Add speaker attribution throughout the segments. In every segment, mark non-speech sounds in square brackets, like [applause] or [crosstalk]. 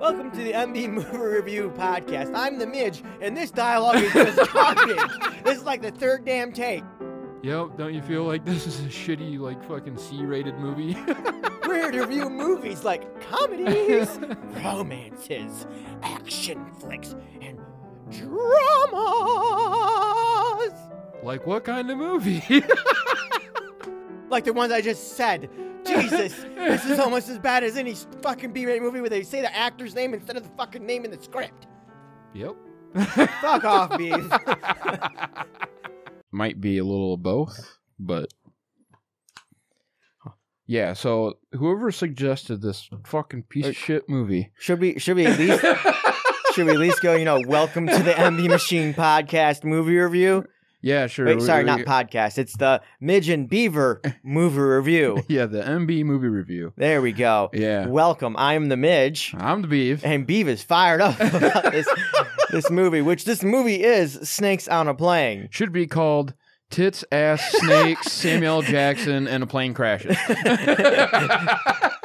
Speaker 1: Welcome to the MB Mover Review Podcast. I'm the Midge, and this dialogue is just [laughs] garbage. this is like the third damn take.
Speaker 2: Yep, don't you feel like this is a shitty, like, fucking C rated movie?
Speaker 1: We're here to review movies like comedies, romances, action flicks, and dramas.
Speaker 2: [laughs] like, what kind of movie? [laughs]
Speaker 1: Like the ones I just said. Jesus, this is almost as bad as any fucking B-rate movie where they say the actor's name instead of the fucking name in the script.
Speaker 2: yep.
Speaker 1: Fuck off, B.
Speaker 2: Might be a little of both, but. Yeah, so whoever suggested this fucking piece of shit movie.
Speaker 1: Should we? Should we at
Speaker 2: [laughs]
Speaker 1: least? should we at least go? You know, welcome to the MB Machine Podcast Movie Review.
Speaker 2: yeah, sure. uh,
Speaker 1: Wait,
Speaker 2: we-
Speaker 1: sorry,
Speaker 2: we-
Speaker 1: not podcast. It's the Midge and Beaver Movie Review.
Speaker 2: Yeah, the MB movie review.
Speaker 1: There we go.
Speaker 2: [laughs] Yeah.
Speaker 1: Welcome. I'm the Midge,
Speaker 2: I'm the beef.
Speaker 1: and Beaver's fired
Speaker 2: [laughs]
Speaker 1: up about this this movie, which this movie is Snakes on a Plane.
Speaker 2: Should be called Tits, Ass,
Speaker 1: [laughs]
Speaker 2: Snakes, Samuel L. Jackson, and a Plane Crashes.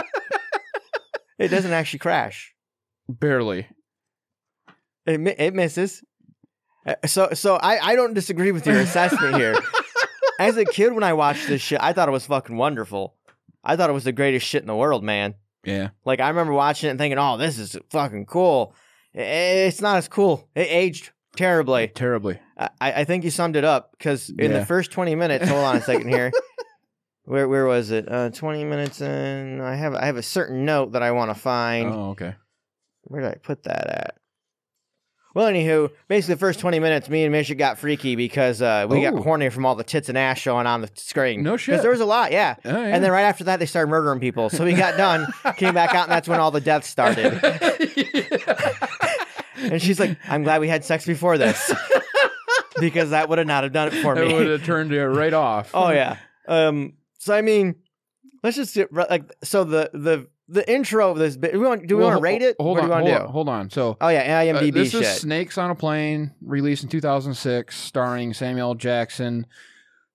Speaker 2: [laughs]
Speaker 1: It doesn't actually crash.
Speaker 2: Barely.
Speaker 1: It mi- it misses. Uh, So so I I don't disagree with your assessment here. As a kid, when I watched this shit, I thought it was fucking wonderful. I thought it was the greatest shit in the world, man.
Speaker 2: Yeah.
Speaker 1: Like I remember watching it and thinking, "Oh, this is fucking cool." I- It's not as cool. It aged terribly.
Speaker 2: Terribly.
Speaker 1: I, I think you summed it up because in
Speaker 2: Yeah.
Speaker 1: the first twenty minutes, hold on a second here. Where where was it? Uh, twenty minutes and I have I have a certain note that I want to find.
Speaker 2: Oh, okay.
Speaker 1: Where did I put that at? Well, anywho, basically the first twenty minutes, me and Misha got freaky because uh, we
Speaker 2: Oh.
Speaker 1: got horny from all the tits and ass showing on the screen.
Speaker 2: No
Speaker 1: 'Cause
Speaker 2: shit.
Speaker 1: There was a lot, yeah.
Speaker 2: Oh, yeah. [laughs]
Speaker 1: And then right after that, they started murdering people. So we got done, came back out, and that's when all the deaths started. And she's like, "I'm glad we had sex before this, [laughs] because that would have not have done it for
Speaker 2: It would
Speaker 1: me."
Speaker 2: have turned it right off.
Speaker 1: [laughs] oh yeah. Um. So I mean, let's just get, right- like so the the the intro of this bit. We want, do we
Speaker 2: Well,
Speaker 1: want
Speaker 2: ho-
Speaker 1: to rate it?
Speaker 2: Hold
Speaker 1: what do
Speaker 2: on.
Speaker 1: we want to
Speaker 2: hold
Speaker 1: do?
Speaker 2: on. Hold on. So.
Speaker 1: Oh yeah,
Speaker 2: uh,
Speaker 1: IMDb
Speaker 2: this
Speaker 1: shit.
Speaker 2: is Snakes on a Plane, released in 2006, starring Samuel L. Jackson.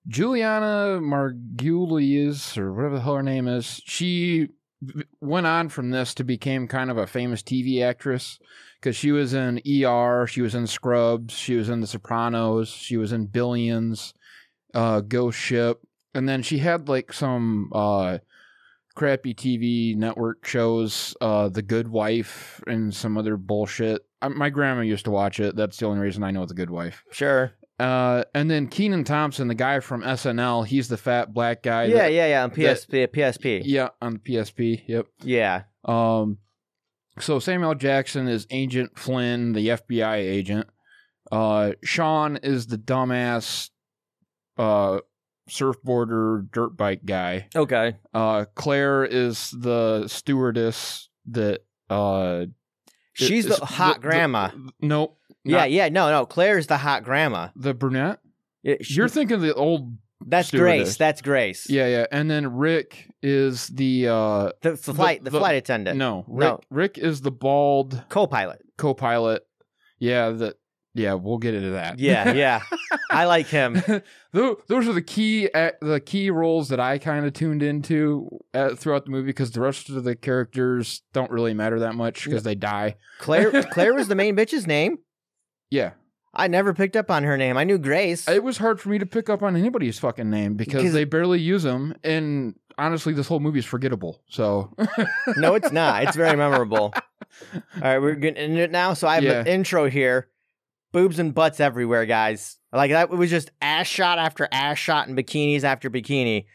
Speaker 2: Juliana Margulies, or whatever the hell her name is, she v- went on from this to become kind of a famous TV actress because she was in ER, she was in Scrubs, she was in The Sopranos, she was in Billions, uh, Ghost Ship, and then she had like some uh, crappy TV network shows, uh, The Good Wife, and some other bullshit. I, my grandma used to watch it. That's the only reason I know The Good Wife.
Speaker 1: Sure.
Speaker 2: Uh, and then Keenan Thompson, the guy from SNL, he's the fat black guy.
Speaker 1: Yeah,
Speaker 2: that-
Speaker 1: yeah, yeah. On PSP, PSP.
Speaker 2: yeah, on the PSP. Yep.
Speaker 1: Yeah.
Speaker 2: Um, so Samuel Jackson is Agent Flynn, the FBI agent. Uh, Sean is the dumbass, uh, surfboarder dirt bike guy.
Speaker 1: Okay.
Speaker 2: Uh, Claire is the stewardess that uh,
Speaker 1: She's
Speaker 2: is-
Speaker 1: the hot
Speaker 2: the- the-
Speaker 1: grandma.
Speaker 2: nope,
Speaker 1: yeah,
Speaker 2: not-
Speaker 1: yeah. No, no. Claire's the hot grandma.
Speaker 2: the brunette.
Speaker 1: Yeah, she-
Speaker 2: You're thinking the old
Speaker 1: that's
Speaker 2: stewardess.
Speaker 1: Grace. That's Grace.
Speaker 2: Yeah, yeah. And then Rick is the uh
Speaker 1: The, the flight, the,
Speaker 2: the-
Speaker 1: flight attendant.
Speaker 2: no, Rick Rick is the bald [laughs]
Speaker 1: Co-pilot.
Speaker 2: co-pilot. Yeah, that yeah, we'll get into that.
Speaker 1: Yeah, yeah. I like him.
Speaker 2: [laughs] Tho- Those are the key uh, the key roles that I kind of tuned into uh, throughout the movie because the rest of the characters don't really matter that much because they die.
Speaker 1: Claire Claire was the main bitch's name.
Speaker 2: Yeah,
Speaker 1: I never picked up on her name. I knew Grace.
Speaker 2: it was hard for me to pick up on anybody's fucking name because
Speaker 1: 'Cause-
Speaker 2: they barely use them, and honestly, this whole movie is forgettable.
Speaker 1: [laughs]
Speaker 2: So
Speaker 1: no, it's not. It's very
Speaker 2: [laughs]
Speaker 1: memorable. All right, we're gonna end it now. So I have an intro here. Boobs and butts everywhere, guys. Like that was just ass shot after ass shot and bikinis after bikini.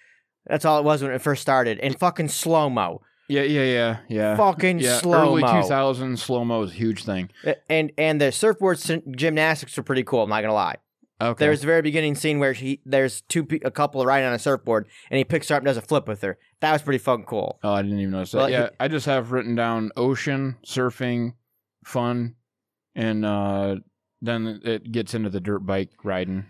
Speaker 1: That's all it was when it first started. And fucking slow mo.
Speaker 2: yeah, yeah, yeah, yeah.
Speaker 1: Fucking
Speaker 2: Yeah,
Speaker 1: slow
Speaker 2: early
Speaker 1: mo.
Speaker 2: 2000s slow mo is a huge thing.
Speaker 1: And and the surfboard syn- gymnastics were pretty cool. I'm not gonna lie.
Speaker 2: Okay.
Speaker 1: There's the very beginning scene where he there's two pe- a couple riding on a surfboard and he picks her up and does a flip with her. That was pretty fucking cool.
Speaker 2: oh, I didn't even notice that.
Speaker 1: Well,
Speaker 2: yeah,
Speaker 1: it-
Speaker 2: I just have written down ocean, surfing, fun, and uh, then it gets into the dirt bike riding.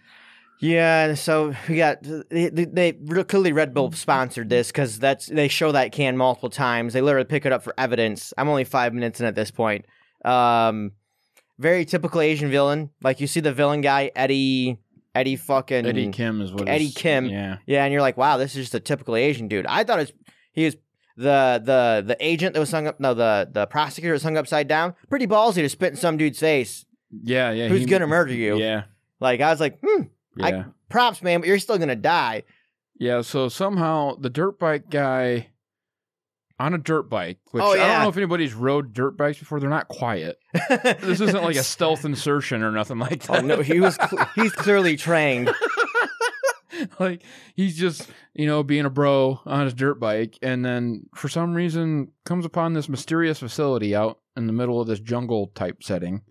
Speaker 1: Yeah, and so we got they, they- they re- clearly Red Bull sponsored this because that's they show that can multiple times. They literally pick it up for evidence. I'm only five minutes in at this point. Um, very typical Asian villain. Like you see the villain guy Eddie Eddie fucking
Speaker 2: Eddie Kim is what.
Speaker 1: Eddie
Speaker 2: his-
Speaker 1: Kim.
Speaker 2: Yeah.
Speaker 1: Yeah, and you're like, wow, this is just a typical Asian dude. I thought it's he was the the the agent that was hung up, no, the the prosecutor was hung upside down. Pretty ballsy to spit in some dude's face
Speaker 2: Yeah, yeah.
Speaker 1: who's
Speaker 2: he-
Speaker 1: gonna murder you.
Speaker 2: Yeah,
Speaker 1: Like I was like, hmm,
Speaker 2: yeah.
Speaker 1: I- props, man, but you're still gonna die.
Speaker 2: Yeah, so somehow the dirt bike guy on a dirt bike, which
Speaker 1: Oh,
Speaker 2: I
Speaker 1: yeah.
Speaker 2: don't know if anybody's rode dirt bikes before. They're not quiet. This
Speaker 1: [laughs]
Speaker 2: isn't like a stealth insertion or nothing like
Speaker 1: Oh
Speaker 2: that. [laughs]
Speaker 1: no, he was cl- he's clearly trained.
Speaker 2: like he's just, you know, being a bro on his dirt bike and then for some reason comes upon this mysterious facility out in the middle of this jungle type setting.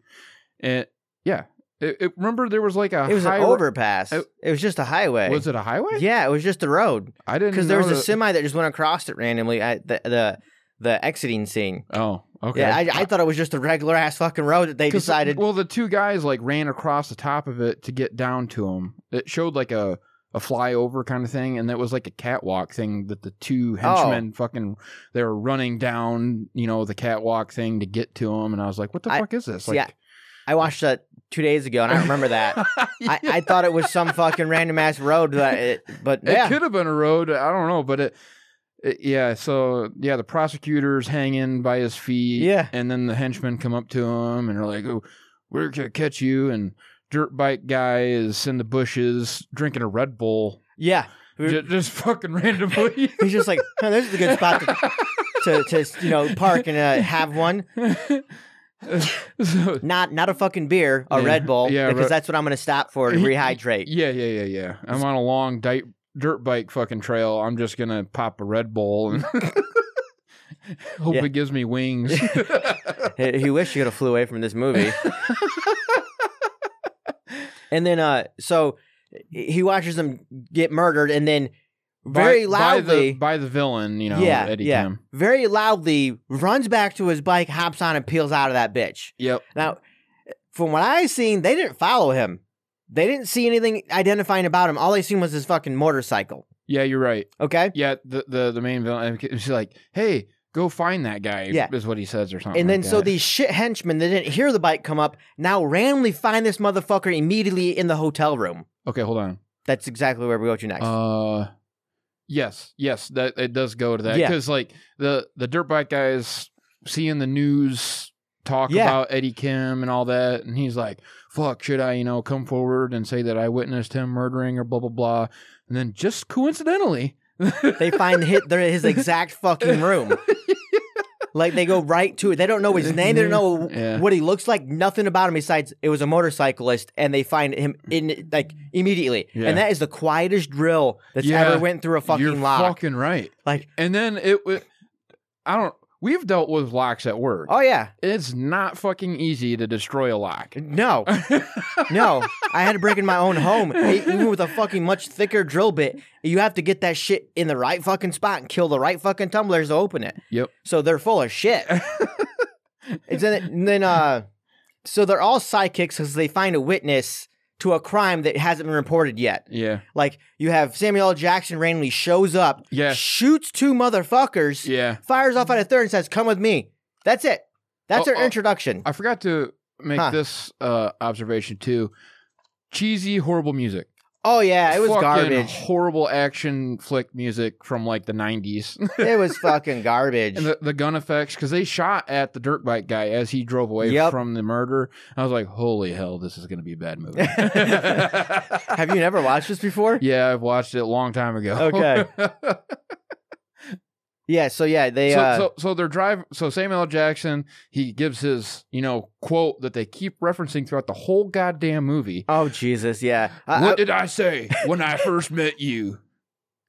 Speaker 2: And yeah. It, it- remember there was like a
Speaker 1: It was an
Speaker 2: high-
Speaker 1: overpass.
Speaker 2: I-
Speaker 1: It was just a highway.
Speaker 2: Was it a highway?
Speaker 1: Yeah, it was just the road
Speaker 2: I didn't
Speaker 1: because there was
Speaker 2: know
Speaker 1: a
Speaker 2: that-
Speaker 1: semi that just went across it randomly at the the, the exiting scene.
Speaker 2: Oh, okay.
Speaker 1: Yeah, I, I thought it was just a regular ass fucking road that they
Speaker 2: 'Cause,
Speaker 1: decided.
Speaker 2: Well, the two guys like ran across the top of it to get down to him. It showed like a a flyover kind of thing, and it was like a catwalk thing that the two
Speaker 1: Oh.
Speaker 2: henchmen fucking they were running down, you know, the catwalk thing to get to him. And I was like, what the
Speaker 1: I-
Speaker 2: fuck is this?
Speaker 1: see,
Speaker 2: Like,
Speaker 1: I watched that two days ago, and I remember
Speaker 2: [laughs]
Speaker 1: that. I, I thought it was some fucking random ass road, that it, but
Speaker 2: it
Speaker 1: yeah,
Speaker 2: could have been a road. I don't know, but it. it- Yeah, so yeah, the prosecutor's hanging by his feet.
Speaker 1: Yeah.
Speaker 2: and then the henchmen come up to him and are like, "Oh, we're gonna catch you." And dirt bike guy is in the bushes drinking a Red Bull,
Speaker 1: yeah. We were-
Speaker 2: J- just
Speaker 1: [laughs]
Speaker 2: fucking randomly. [laughs]
Speaker 1: He's just like, "Huh, this is a good spot to, to, to you know park and uh, have one.
Speaker 2: so,
Speaker 1: Not not a fucking beer, a
Speaker 2: Yeah.
Speaker 1: Red Bull,
Speaker 2: Yeah,
Speaker 1: because
Speaker 2: right.
Speaker 1: that's what I'm gonna stop
Speaker 2: [laughs]
Speaker 1: for to rehydrate.
Speaker 2: yeah, yeah, yeah, yeah. I'm on a long di- dirt bike fucking trail. I'm just gonna pop a Red
Speaker 1: [laughs]
Speaker 2: Bull and [laughs] hope
Speaker 1: Yeah.
Speaker 2: it gives
Speaker 1: [laughs]
Speaker 2: me wings. [laughs]
Speaker 1: he he wished he could have flew away from this movie. and then, uh, so he watches them get murdered, and then very
Speaker 2: by,
Speaker 1: loudly,
Speaker 2: by the, by the villain, you know,
Speaker 1: Yeah,
Speaker 2: Eddie
Speaker 1: yeah.
Speaker 2: Kim.
Speaker 1: very loudly runs back to his bike, hops on, and peels out of that bitch.
Speaker 2: Yep.
Speaker 1: Now, from what I seen, they didn't follow him. They didn't see anything identifying about him. All they seen was his fucking motorcycle.
Speaker 2: Yeah, you're right.
Speaker 1: Okay,
Speaker 2: Yeah, the the, the main villain. She's like, "Hey, go find that guy."
Speaker 1: Yeah.
Speaker 2: is what he says or something.
Speaker 1: and then
Speaker 2: like
Speaker 1: so
Speaker 2: that.
Speaker 1: these shit henchmen that didn't hear the bike come up now randomly find this motherfucker immediately in the hotel room.
Speaker 2: okay, hold on.
Speaker 1: That's exactly where we go to next.
Speaker 2: Uh, yes, yes, that it does go to that
Speaker 1: Yeah.
Speaker 2: because like the the dirt bike guys seeing the news talk
Speaker 1: Yeah.
Speaker 2: about Eddie Kim and all that, and he's like, "Fuck, should I you know come forward and say that I witnessed him murdering or blah blah blah?" And then just coincidentally,
Speaker 1: they find hit their, his exact fucking room.
Speaker 2: [laughs]
Speaker 1: Like they go right to it. They don't know his name. They don't know
Speaker 2: [laughs] Yeah.
Speaker 1: what he looks like. Nothing about him besides it was a motorcyclist, and they find him in like immediately.
Speaker 2: Mm. Yeah.
Speaker 1: And that is the quietest drill that's
Speaker 2: Yeah.
Speaker 1: ever went through a
Speaker 2: you're
Speaker 1: fucking lock.
Speaker 2: fucking right.
Speaker 1: like,
Speaker 2: And then it, wa- I don't. We've dealt with locks at work.
Speaker 1: oh yeah,
Speaker 2: It's not fucking easy to destroy a lock.
Speaker 1: no, no. I had to break in my own home, e-, even with a fucking much thicker drill bit. You have to get that shit in the right fucking spot and kill the right fucking tumblers to open it.
Speaker 2: Yep.
Speaker 1: So they're full of shit. It's in and then uh so they're all sidekicks because they find a witness to a crime that hasn't been reported yet.
Speaker 2: yeah.
Speaker 1: Like you have Samuel L. Jackson randomly shows up,
Speaker 2: Yeah.
Speaker 1: shoots two motherfuckers,
Speaker 2: Yeah.
Speaker 1: fires off at a third and says, Come with me. That's it. That's
Speaker 2: Oh,
Speaker 1: their
Speaker 2: oh.
Speaker 1: introduction.
Speaker 2: I forgot to make
Speaker 1: Huh.
Speaker 2: this uh, observation too. Cheesy, horrible music.
Speaker 1: Oh yeah, it was
Speaker 2: Fucking
Speaker 1: garbage.
Speaker 2: Horrible action flick music from like the
Speaker 1: [laughs]
Speaker 2: nineties.
Speaker 1: it was fucking garbage.
Speaker 2: and the, the gun effects, because they shot at the dirt bike guy as he drove away
Speaker 1: Yep.
Speaker 2: from the murder. I was like, holy hell, this is gonna be a
Speaker 1: [laughs]
Speaker 2: bad movie. [laughs]
Speaker 1: have you never watched this before?
Speaker 2: yeah, I've watched it a long time ago. [laughs]
Speaker 1: Okay. Yeah, so yeah, they
Speaker 2: so,
Speaker 1: uh
Speaker 2: so so they're drive so Samuel L. Jackson he gives his you know quote that they keep referencing throughout the whole goddamn movie.
Speaker 1: Oh Jesus, yeah. I-
Speaker 2: what
Speaker 1: I-
Speaker 2: did I say when I first
Speaker 1: [laughs]
Speaker 2: met you?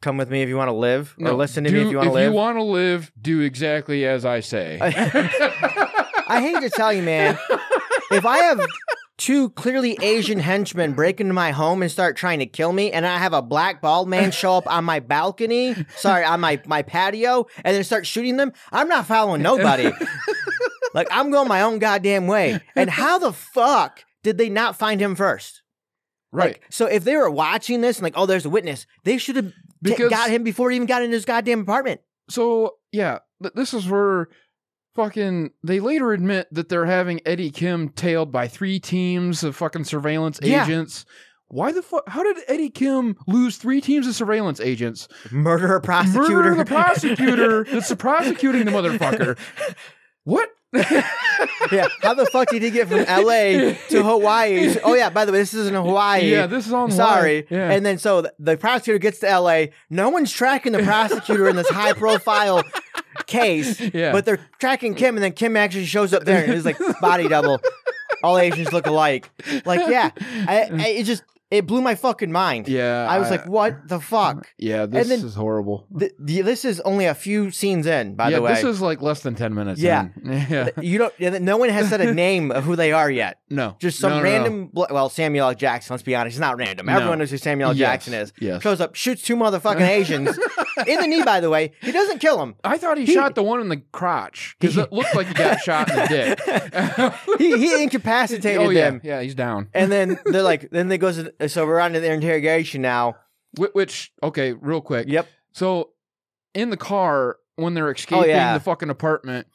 Speaker 1: come with me if you want to live, or
Speaker 2: No,
Speaker 1: listen to
Speaker 2: do-
Speaker 1: me if you want to live.
Speaker 2: If you want to live, do exactly as I say.
Speaker 1: [laughs]
Speaker 2: [laughs]
Speaker 1: I hate to tell you, man. If I have two clearly Asian henchmen break into my home and start trying to kill me, and I have a black bald man show up on my balcony, sorry, on my, my patio, and then start shooting them, I'm not following
Speaker 2: [laughs]
Speaker 1: nobody. like, I'm going my own goddamn way. And how the fuck did they not find him first?
Speaker 2: right.
Speaker 1: Like, so if they were watching this and like, oh, there's a witness, they should have t-
Speaker 2: Because-
Speaker 1: got him before he even got into his goddamn apartment.
Speaker 2: so yeah, th- this is where fucking they later admit that they're having Eddie Kim tailed by three teams of fucking surveillance
Speaker 1: Yeah.
Speaker 2: agents. Why the fuck? How did Eddie Kim lose three teams of surveillance agents?
Speaker 1: Murder a prosecutor.
Speaker 2: Murder the prosecutor that's prosecuting the motherfucker. What?
Speaker 1: [laughs] yeah. How the fuck did he get from L.A. to Hawaii? Oh yeah. By the way, this isn't Hawaii.
Speaker 2: [laughs] yeah, this is on.
Speaker 1: Sorry.
Speaker 2: Hawaii. Yeah.
Speaker 1: And then so th- the prosecutor gets to LA. No one's tracking the prosecutor in this high profile case,
Speaker 2: [laughs] yeah.
Speaker 1: but they're tracking Kim. And then Kim actually shows up there and is like body double. All Asians look alike. Like, yeah. I, I, it just, it blew my fucking mind.
Speaker 2: [laughs] yeah,
Speaker 1: I was like, what the fuck?
Speaker 2: [laughs] yeah, this
Speaker 1: then-
Speaker 2: is horrible.
Speaker 1: Th- th- this is only a few scenes in, by
Speaker 2: yeah,
Speaker 1: the way.
Speaker 2: this is like less than ten minutes.
Speaker 1: Yeah.
Speaker 2: in. [laughs] yeah,
Speaker 1: you don't. yeah, No one has
Speaker 2: [laughs]
Speaker 1: said a name of who they are yet.
Speaker 2: no,
Speaker 1: Just some
Speaker 2: No, no, no.
Speaker 1: random. bl- Well, Samuel L. Jackson. Let's be honest, he's not random.
Speaker 2: No.
Speaker 1: Everyone knows who Samuel L.
Speaker 2: Yes,
Speaker 1: Jackson is.
Speaker 2: Yes,
Speaker 1: shows up, shoots two motherfucking Asians
Speaker 2: [laughs]
Speaker 1: in the knee. By the way, he doesn't kill him.
Speaker 2: I thought he,
Speaker 1: He-
Speaker 2: shot the one in the crotch because it looked like he got
Speaker 1: [laughs]
Speaker 2: shot in the dick.
Speaker 1: He he incapacitated
Speaker 2: oh yeah,
Speaker 1: them.
Speaker 2: yeah, he's down.
Speaker 1: And then they're like, then they goes. So we're on to their interrogation now.
Speaker 2: Wh- Which okay, real quick.
Speaker 1: Yep. Oh,
Speaker 2: So in the car when they're escaping
Speaker 1: yeah.
Speaker 2: the fucking apartment,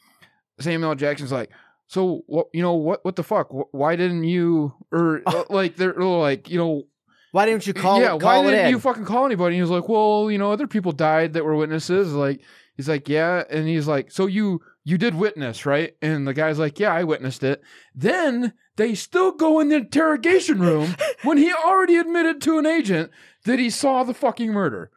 Speaker 2: Samuel L. Jackson's like, "So what? You know what? What the fuck? Wh- Why didn't you
Speaker 1: [laughs]
Speaker 2: or uh, like they're like you know
Speaker 1: Why didn't you call?
Speaker 2: yeah?
Speaker 1: call
Speaker 2: why
Speaker 1: it
Speaker 2: didn't
Speaker 1: in? [laughs]
Speaker 2: you fucking call anybody?" And he's like, "Well, you know, other people died that were witnesses." Like he's like, "Yeah," and he's like, "So you you did witness, right?" And the guy's like, "Yeah, I witnessed it." Then they still go in the interrogation
Speaker 1: [laughs]
Speaker 2: room when he already admitted to an agent that he saw the fucking murder.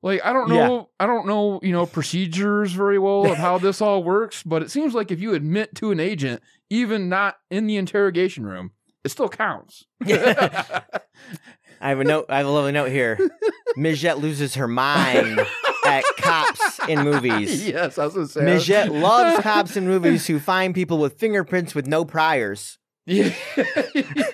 Speaker 2: Like I don't know, I don't know, you know, procedures very well of how this all works, but it seems like if you admit to an agent, even not in the interrogation room, it
Speaker 1: [laughs]
Speaker 2: still counts.
Speaker 1: I have a note. I have a lovely note
Speaker 2: [laughs]
Speaker 1: here. Midget loses her mind at cops in movies.
Speaker 2: [laughs] yes, I was gonna say.
Speaker 1: Midget
Speaker 2: [laughs]
Speaker 1: loves cops in movies who find people with fingerprints with no priors.
Speaker 2: Yeah.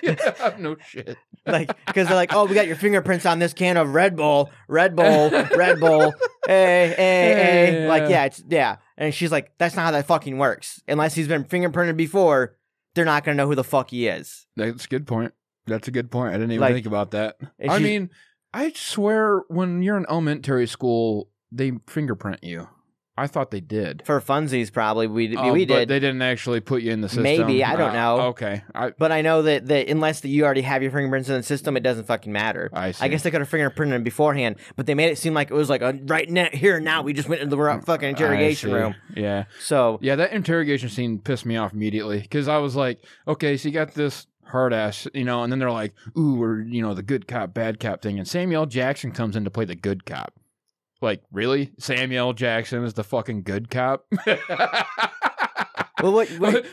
Speaker 2: yeah, no shit.
Speaker 1: like because they're like, oh, we got your fingerprints on this can of Red Bull, Red Bull, Red
Speaker 2: [laughs]
Speaker 1: Bull, hey, hey, hey,
Speaker 2: Yeah.
Speaker 1: like yeah, it's yeah. And she's like, that's not how that fucking works. Unless he's been fingerprinted before, they're not gonna know who the fuck he is.
Speaker 2: That's a good point. That's a good point. I didn't even
Speaker 1: Like-
Speaker 2: think about that.
Speaker 1: And
Speaker 2: I
Speaker 1: she's-
Speaker 2: mean, I swear, when you're in elementary school, they fingerprint you. I thought they did.
Speaker 1: for funsies, probably we
Speaker 2: Oh,
Speaker 1: we
Speaker 2: but
Speaker 1: did.
Speaker 2: They didn't actually put you in the system.
Speaker 1: Maybe, I don't
Speaker 2: Uh,
Speaker 1: know.
Speaker 2: Okay, I
Speaker 1: but I know that, that unless that you already have your fingerprints in the system, it doesn't fucking matter.
Speaker 2: I see.
Speaker 1: I guess they could have fingerprinted him beforehand, but they made it seem like it was like a, right now, here and now. We just went into the ro- fucking interrogation
Speaker 2: Mm, I see.
Speaker 1: room.
Speaker 2: Yeah,
Speaker 1: So
Speaker 2: yeah. That interrogation scene pissed me off immediately because I was like, okay, so you got this hard ass, you know, and then they're like, ooh, we're you know the good cop, bad cop thing, and Samuel Jackson comes in to play the good cop. Like, really? Samuel Jackson is the fucking good cop? [laughs]
Speaker 1: well, what, what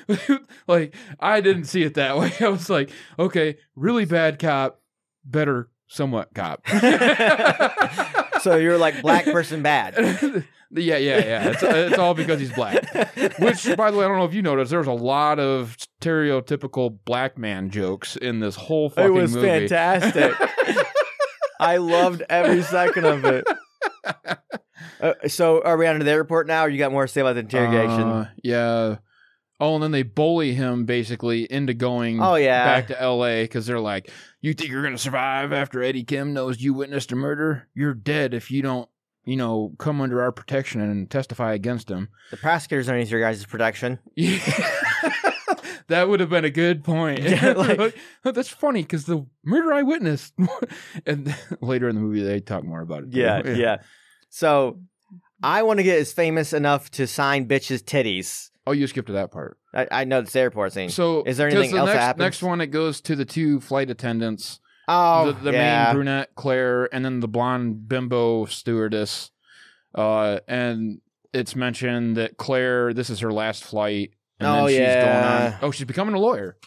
Speaker 2: like I didn't see it that [laughs] way. I was like, okay, really bad cop, better somewhat cop. [laughs] yeah,
Speaker 1: so you're like black person bad.
Speaker 2: yeah, yeah. It's, it's all because he's black. [laughs] Which, by the way, I don't know if you noticed, there's a lot of stereotypical black man jokes in this whole fucking
Speaker 1: it was
Speaker 2: movie.
Speaker 1: fantastic. I loved every second of it.
Speaker 2: [laughs]
Speaker 1: Uh, so are we on to the airport now, or you got more to say about the interrogation?
Speaker 2: Uh, yeah. Oh, and then they bully him basically into going
Speaker 1: oh yeah,
Speaker 2: back to LA because they're like, You think you're gonna survive after Eddie Kim knows you witnessed a murder? You're dead if you don't, you know, come under our protection and testify against him.
Speaker 1: the prosecutors underneath your guys' protection.
Speaker 2: [laughs] that would have been a good point. [laughs]
Speaker 1: Yeah, like-
Speaker 2: That's funny because the murder I witnessed, [laughs] and later in the movie they talk more about it. too. [laughs]
Speaker 1: So I want to get as famous enough to sign bitches' titties.
Speaker 2: Oh, you skipped to that part.
Speaker 1: I, I know this airport scene.
Speaker 2: So,
Speaker 1: Is there
Speaker 2: 'cause
Speaker 1: anything
Speaker 2: the
Speaker 1: else that
Speaker 2: next,
Speaker 1: happens?
Speaker 2: Next one, it goes to the two flight attendants.
Speaker 1: oh,
Speaker 2: the, the
Speaker 1: yeah.
Speaker 2: main brunette Claire, and then the blonde bimbo stewardess. Uh, and it's mentioned that Claire, this is her last flight. And
Speaker 1: Oh,
Speaker 2: then she's
Speaker 1: yeah.
Speaker 2: going on. Oh, she's becoming a lawyer.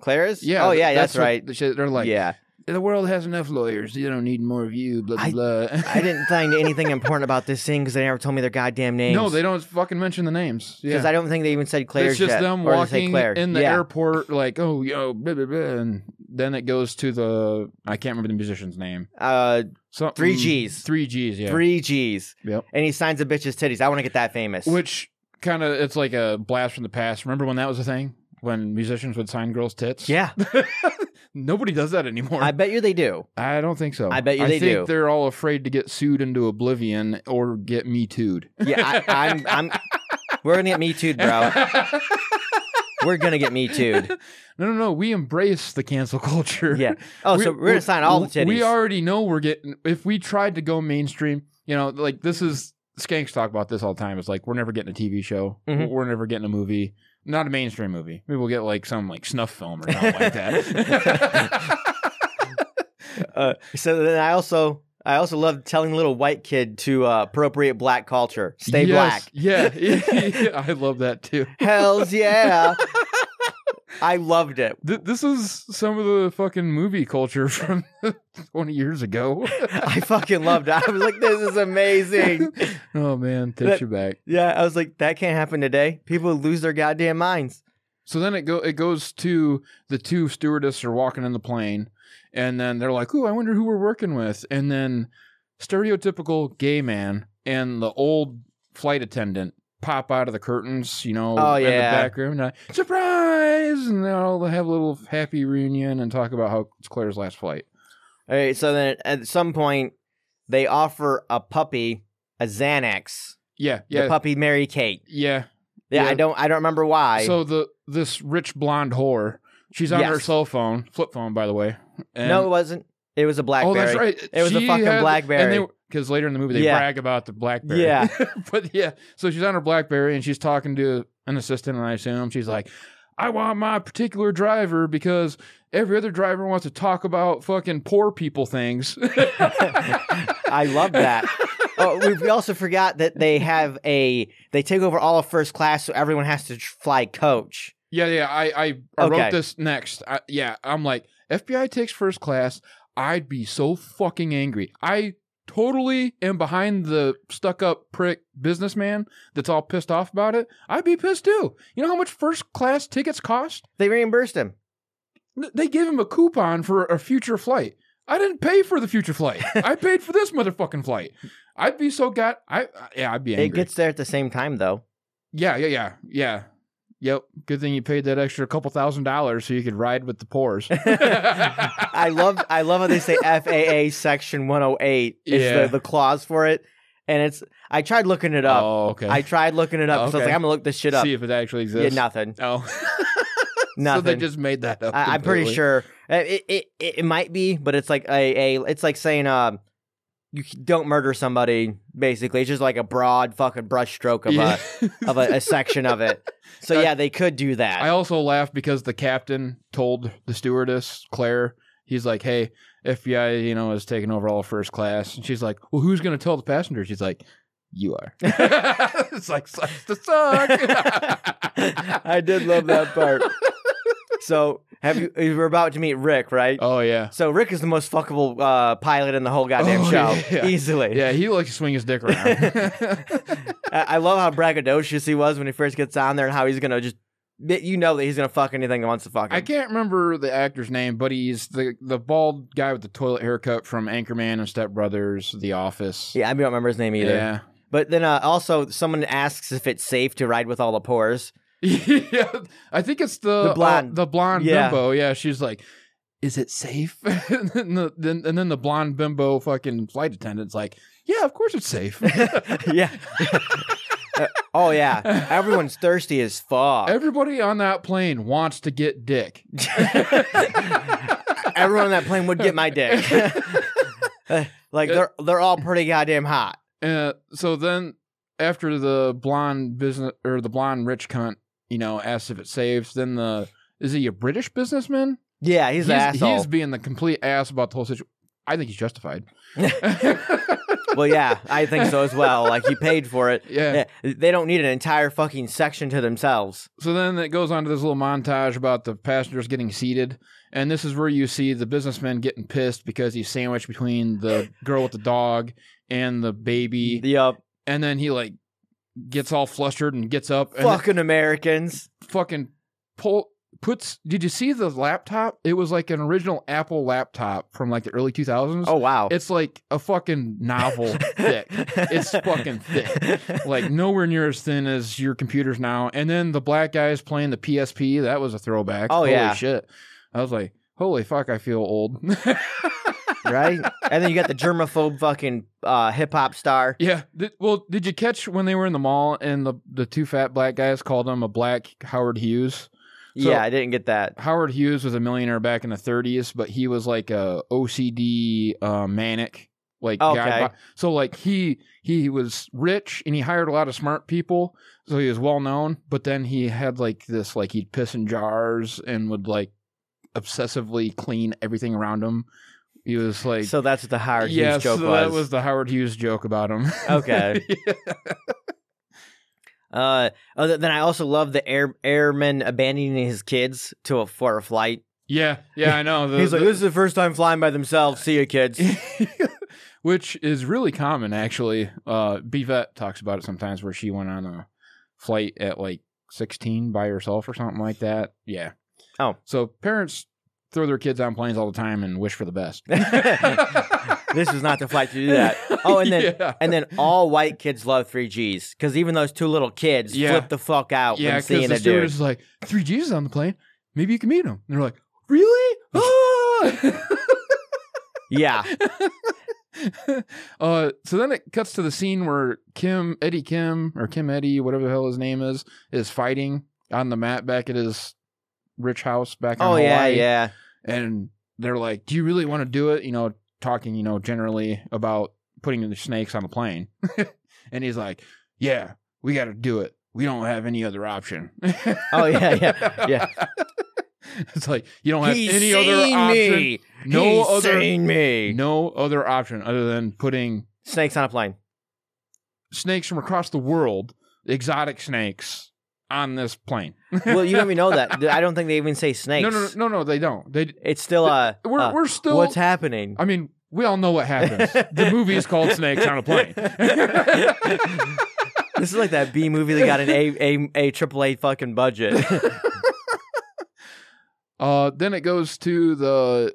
Speaker 1: Claire's.
Speaker 2: Yeah.
Speaker 1: Oh yeah,
Speaker 2: th-
Speaker 1: that's,
Speaker 2: what
Speaker 1: right.
Speaker 2: they said. they're like, [laughs]
Speaker 1: yeah,
Speaker 2: the world has enough lawyers. You don't need more of you. Blah blah.
Speaker 1: I-
Speaker 2: blah.
Speaker 1: I
Speaker 2: [laughs]
Speaker 1: didn't find anything important about this scene because they never told me their goddamn names.
Speaker 2: No, they don't fucking mention the names.
Speaker 1: Because
Speaker 2: Yeah.
Speaker 1: I don't think they even said Claire's
Speaker 2: it's just
Speaker 1: yet,
Speaker 2: them
Speaker 1: or they say
Speaker 2: walking
Speaker 1: Claire.
Speaker 2: in the
Speaker 1: yeah.
Speaker 2: airport, like, oh, yo, blah, blah, blah. And then it goes to the, I can't remember the musician's name.
Speaker 1: Uh,
Speaker 2: Something,
Speaker 1: Three Gs.
Speaker 2: Three Gs, yeah.
Speaker 1: Three G's.
Speaker 2: Yep.
Speaker 1: And he signs a bitch's titties. I want to get that famous.
Speaker 2: Which kind of it's like a blast from the past. Remember when that was a thing? When musicians would sign girls' tits?
Speaker 1: yeah,
Speaker 2: [laughs] Nobody does that anymore.
Speaker 1: I
Speaker 2: [laughs] I,
Speaker 1: bet you they do.
Speaker 2: don't think so.
Speaker 1: I bet you they
Speaker 2: think
Speaker 1: do.
Speaker 2: They're all afraid to get sued into oblivion or get me too'd. [laughs]
Speaker 1: Yeah, I, I'm. I'm. We're gonna get me too, bro. We're gonna get me too.
Speaker 2: [laughs] No, no, no. We embrace the cancel [laughs] culture.
Speaker 1: Yeah. Oh, so we're gonna sign all the titties.
Speaker 2: We already know we're getting. If we tried to go mainstream, you know, like this is skanks talk about this all the time. It's like we're never getting a TV show.
Speaker 1: Mhm.
Speaker 2: We're never getting a movie. Not a mainstream movie. Maybe we'll get like some like snuff film or something like that.
Speaker 1: Uh, so then I also I also love telling little white kid to uh, appropriate black culture. [laughs] Stay
Speaker 2: Yes.
Speaker 1: black.
Speaker 2: Yeah. [laughs] yeah. [laughs] I love that too. [laughs]
Speaker 1: Hell's yeah. I loved it.
Speaker 2: Th- this is some of the fucking movie culture [laughs] from 20 years ago.
Speaker 1: [laughs] I fucking loved it. I was like, this is amazing.
Speaker 2: oh man, takes
Speaker 1: That-
Speaker 2: you back.
Speaker 1: Yeah, I was like, that can't happen today. People lose their goddamn minds.
Speaker 2: So then it go it goes to the two stewardess are walking in the plane, and then they're like, "Ooh, I wonder who we're working with." And then stereotypical gay man and the old flight attendant pop out of the curtains, you know,
Speaker 1: Oh,
Speaker 2: in the
Speaker 1: yeah.
Speaker 2: back room, and I, surprise, and they all have a little happy reunion and talk about how it's Claire's last flight.
Speaker 1: All right, so then at some point, they offer a puppy a Xanax.
Speaker 2: Yeah,
Speaker 1: The
Speaker 2: yeah,
Speaker 1: puppy Mary Kate.
Speaker 2: yeah.
Speaker 1: Yeah,
Speaker 2: Yeah.
Speaker 1: I don't, I don't remember why.
Speaker 2: so the this rich blonde whore, she's on her
Speaker 1: Yes.
Speaker 2: cell phone, flip phone, by the way. And
Speaker 1: no, it wasn't. It was a BlackBerry.
Speaker 2: Oh, that's right.
Speaker 1: It was a fucking BlackBerry.
Speaker 2: Because later in the movie, they
Speaker 1: Yeah.
Speaker 2: brag about the BlackBerry.
Speaker 1: Yeah.
Speaker 2: [laughs]
Speaker 1: [laughs]
Speaker 2: but yeah, so she's on her BlackBerry and she's talking to an assistant, and I assume she's like, "I want my particular driver because every other driver wants to talk about fucking poor people things."
Speaker 1: [laughs]
Speaker 2: [laughs]
Speaker 1: I love that. oh, we, we also forgot that they have a they take over all of first class, so everyone has to tr- fly coach.
Speaker 2: Yeah, yeah. I I, I
Speaker 1: Okay.
Speaker 2: wrote this next. I, yeah, I'm like FBI takes first class. I'd be so fucking angry. I totally am behind the stuck up prick businessman that's all pissed off about it. I'd be pissed too. You know how much first class tickets cost?
Speaker 1: They reimbursed him.
Speaker 2: N- They gave him a coupon for a future flight. I didn't pay for the future flight. I paid for this motherfucking flight. I'd be so got. I I- yeah. I'd be angry.
Speaker 1: It gets there at the same time
Speaker 2: [laughs]
Speaker 1: though.
Speaker 2: Yeah, yeah, yeah, yeah. Yep. Good thing you paid that extra couple thousand dollars so you could ride with
Speaker 1: [laughs]
Speaker 2: the pores.
Speaker 1: I love I love how they say FAA Section 108 is
Speaker 2: Yeah.
Speaker 1: the, the clause for it, and it's I tried looking it up.
Speaker 2: oh, okay.
Speaker 1: I tried looking it up. So I was
Speaker 2: Okay.
Speaker 1: like, I'm gonna look this shit up.
Speaker 2: see if it actually
Speaker 1: Yeah,
Speaker 2: exists.
Speaker 1: nothing,
Speaker 2: Oh, [laughs] so
Speaker 1: nothing.
Speaker 2: they just made that up.
Speaker 1: I, I'm pretty
Speaker 2: completely.
Speaker 1: sure Uh, it, it it it might be, but it's like a, a it's like saying um you c- don't murder somebody basically. It's just like a broad fucking brushstroke of
Speaker 2: Yeah.
Speaker 1: a
Speaker 2: [laughs]
Speaker 1: of a, a section of it. So yeah, they could do that.
Speaker 2: I also laughed because the captain told the stewardess Claire. He's like, "Hey, FBI, you know, is taking over all first class," and she's like, "Well, who's going to tell the passengers?" He's like, "You
Speaker 1: [laughs]
Speaker 2: are." [laughs] it's like sucks
Speaker 1: [laughs]
Speaker 2: to suck. [laughs]
Speaker 1: I did love that part. [laughs] so have you? you We're about to meet Rick, right?
Speaker 2: oh yeah.
Speaker 1: So Rick is the most fuckable uh, pilot in the whole goddamn
Speaker 2: Oh, [laughs]
Speaker 1: show,
Speaker 2: yeah.
Speaker 1: easily. [laughs]
Speaker 2: Yeah, he likes to swing his dick around.
Speaker 1: I I love how braggadocious he was when he first gets on there, and how he's gonna just. You know that he's gonna fuck anything that wants to fuck him.
Speaker 2: I can't remember the actor's name, but he's the the bald guy with the toilet haircut from Anchorman and Step Brothers, The Office.
Speaker 1: Yeah, I don't remember his name either.
Speaker 2: Yeah. [laughs]
Speaker 1: But then uh, also, someone asks if it's safe to ride with all the
Speaker 2: [laughs]
Speaker 1: pores.
Speaker 2: yeah. I think it's the
Speaker 1: The blonde.
Speaker 2: uh, the blonde
Speaker 1: Yeah.
Speaker 2: bimbo. Yeah, she's like, "Is it safe?" [laughs] and, then the, then, and then the blonde bimbo fucking flight attendant's like, "Yeah, of course
Speaker 1: [laughs]
Speaker 2: it's safe."
Speaker 1: yeah. Uh, oh yeah, everyone's thirsty as fuck.
Speaker 2: Everybody on that plane wants to
Speaker 1: [laughs]
Speaker 2: get dick. [laughs]
Speaker 1: Everyone on that plane would get my dick. [laughs] Uh, like they're they're all pretty goddamn hot.
Speaker 2: Uh, so then after the blonde business or the blonde rich cunt, you know, asks if it saves, then the is he a British businessman?
Speaker 1: Yeah, he's, an asshole.
Speaker 2: he's being the complete ass about the whole situation. I think he's justified. [laughs]
Speaker 1: Well, yeah, I think so as well. Like he paid for it.
Speaker 2: yeah.
Speaker 1: Yeah, they don't need an entire fucking section to themselves.
Speaker 2: So then it goes on to this little montage about the passengers getting seated. And this is where you see the businessman getting pissed because he's sandwiched between the girl with the dog and the baby.
Speaker 1: Yup,
Speaker 2: and then he like gets all flustered and gets up and
Speaker 1: fucking Americans.
Speaker 2: fucking pull puts did you see the laptop it was like an original apple laptop from like the early 2000s
Speaker 1: Oh wow,
Speaker 2: it's like a fucking
Speaker 1: [laughs]
Speaker 2: novel thick it's fucking thick. like nowhere near as thin as your computers now and then the black guy is playing the psp that was a throwback
Speaker 1: Oh,
Speaker 2: holy
Speaker 1: yeah.
Speaker 2: shit i was like holy fuck i feel old [laughs]
Speaker 1: right? And then you got the germaphobe fucking uh, hip hop star.
Speaker 2: yeah Did- well did you catch when they were in the mall and the the two fat black guys called him a black howard hughes So-
Speaker 1: yeah, I didn't get that.
Speaker 2: Howard Hughes was a millionaire back in the 30s, but he was like a OCD uh, manic like guy.
Speaker 1: Okay.
Speaker 2: So like he he was rich and he hired a lot of smart people, so he was well known. But then he had like this like he'd piss in jars and would like obsessively clean everything around him. He was like
Speaker 1: so that's what the Howard
Speaker 2: yeah,
Speaker 1: Hughes joke
Speaker 2: so
Speaker 1: was.
Speaker 2: that was [laughs] the Howard Hughes joke about him.
Speaker 1: Okay.
Speaker 2: Yeah.
Speaker 1: Uh, oh, th- then I also love the air airman abandoning his kids to a for a flight.
Speaker 2: [laughs] yeah, yeah, I know. The-
Speaker 1: [laughs] He's like,
Speaker 2: Uh, the-
Speaker 1: "This is the first time flying by themselves. See you,
Speaker 2: [laughs]
Speaker 1: kids."
Speaker 2: which is really common actually. Uh, Bivette talks about it sometimes where she went on a flight at like 16 by herself or something like that. Yeah.
Speaker 1: Oh.
Speaker 2: So parents throw their kids on planes all the time and wish for
Speaker 1: [laughs]
Speaker 2: the best. [laughs]
Speaker 1: this was not the flight to do that. Oh, and then
Speaker 2: yeah.
Speaker 1: and then all white kids love three Gs because even those two little kids
Speaker 2: Yeah.
Speaker 1: flip the fuck out
Speaker 2: yeah,
Speaker 1: when
Speaker 2: because
Speaker 1: seeing
Speaker 2: the
Speaker 1: a dude.
Speaker 2: stewardess is like, three G's on the plane. Maybe you can meet them. And they're like,
Speaker 1: [laughs]
Speaker 2: really? Ah! [laughs]
Speaker 1: Yeah,
Speaker 2: [laughs] uh, so then it cuts to the scene where Kim, Eddie Kim, or Kim Eddie, whatever the hell his name is, is fighting on the mat back at his rich house back in
Speaker 1: oh yeah,
Speaker 2: Hawaii.
Speaker 1: yeah,
Speaker 2: And they're like, "Do you really want to do it?" You know, talking, you know, generally about putting the snakes on the plane. [laughs] and he's like, "Yeah, we got to do it. We don't have any other option."
Speaker 1: oh [laughs] yeah, yeah, yeah.
Speaker 2: It's like you [laughs] don't have
Speaker 1: He's
Speaker 2: any other
Speaker 1: seen
Speaker 2: option.
Speaker 1: me.
Speaker 2: No
Speaker 1: He's
Speaker 2: other-
Speaker 1: seen me.
Speaker 2: No other option other than putting
Speaker 1: Snakes on a plane.
Speaker 2: snakes from across the world, exotic snakes, on this plane.
Speaker 1: Well, you don't even know
Speaker 2: [laughs]
Speaker 1: that. I don't think they even say snakes.
Speaker 2: No, no, no, no, no, they don't. They
Speaker 1: It's still uh,
Speaker 2: we're
Speaker 1: uh,
Speaker 2: we're still.
Speaker 1: what's happening?
Speaker 2: I mean, we all know what happens. the movie is called [laughs] Snakes on a Plane.
Speaker 1: [laughs]
Speaker 2: [laughs]
Speaker 1: This is like that B movie that got an A A A triple A fucking
Speaker 2: [laughs]
Speaker 1: budget.
Speaker 2: uh, then it goes to the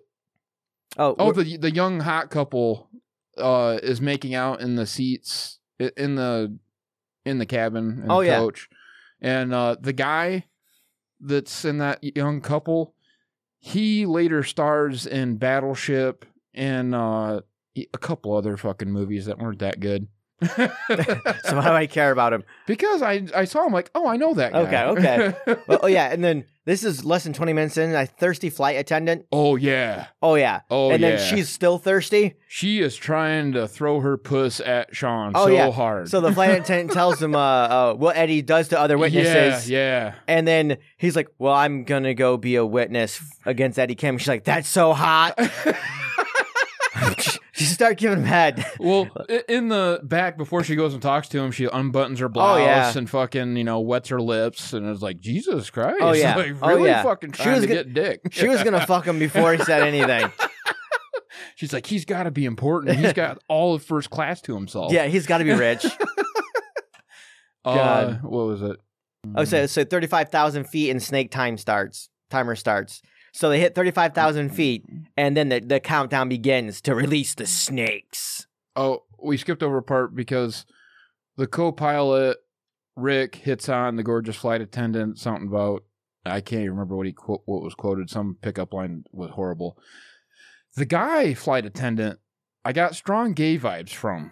Speaker 1: Oh,
Speaker 2: oh
Speaker 1: we're-
Speaker 2: the the young hot couple uh is making out in the seats i- in the in the cabin in
Speaker 1: Oh,
Speaker 2: the
Speaker 1: yeah.
Speaker 2: coach, and uh, the guy that's in that young couple, he later stars in Battleship and uh, a couple other fucking movies that weren't
Speaker 1: [laughs]
Speaker 2: that good.
Speaker 1: so why do I care about him?
Speaker 2: because I I saw him like oh I know that
Speaker 1: Okay,
Speaker 2: guy. okay.
Speaker 1: Well, oh yeah, and then this is less than twenty minutes in. A thirsty flight attendant.
Speaker 2: [laughs] oh yeah.
Speaker 1: Oh yeah,
Speaker 2: Oh
Speaker 1: and
Speaker 2: yeah.
Speaker 1: then she's still thirsty.
Speaker 2: she is trying to throw her puss at Sean
Speaker 1: Oh,
Speaker 2: so
Speaker 1: yeah.
Speaker 2: hard.
Speaker 1: So the flight attendant tells him uh, uh, what Eddie does to other witnesses.
Speaker 2: Yeah,
Speaker 1: And then he's like, "Well, I'm gonna go be a witness against Eddie Kim." She's like, "That's so
Speaker 2: [laughs]
Speaker 1: hot."
Speaker 2: yeah.
Speaker 1: she start giving him head. [laughs]
Speaker 2: well, i- in the back before she goes and talks to him, she unbuttons her blouse
Speaker 1: Oh, yeah.
Speaker 2: and fucking you know wets her lips, and it's like Jesus Christ.
Speaker 1: Oh, yeah.
Speaker 2: [laughs] like,
Speaker 1: Oh,
Speaker 2: really
Speaker 1: yeah.
Speaker 2: fucking
Speaker 1: She
Speaker 2: trying
Speaker 1: was
Speaker 2: to
Speaker 1: gonna-
Speaker 2: get dick.
Speaker 1: [laughs] She was gonna fuck him before he said anything.
Speaker 2: [laughs] She's like, he's got to be important.
Speaker 1: [laughs]
Speaker 2: He's got all of first class to himself.
Speaker 1: Yeah, he's got to be rich.
Speaker 2: [laughs] Uh,
Speaker 1: God.
Speaker 2: what was it?
Speaker 1: Oh, so so thirty five thousand feet and snake time starts. Timer starts. So they hit thirty five thousand feet, and then the, the countdown begins to release the snakes.
Speaker 2: Oh, we skipped over a part because the co-pilot Rick hits on the gorgeous flight attendant something about I can't even remember what he quote what was quoted. Some pickup line was horrible. The guy flight attendant, I got strong gay vibes from,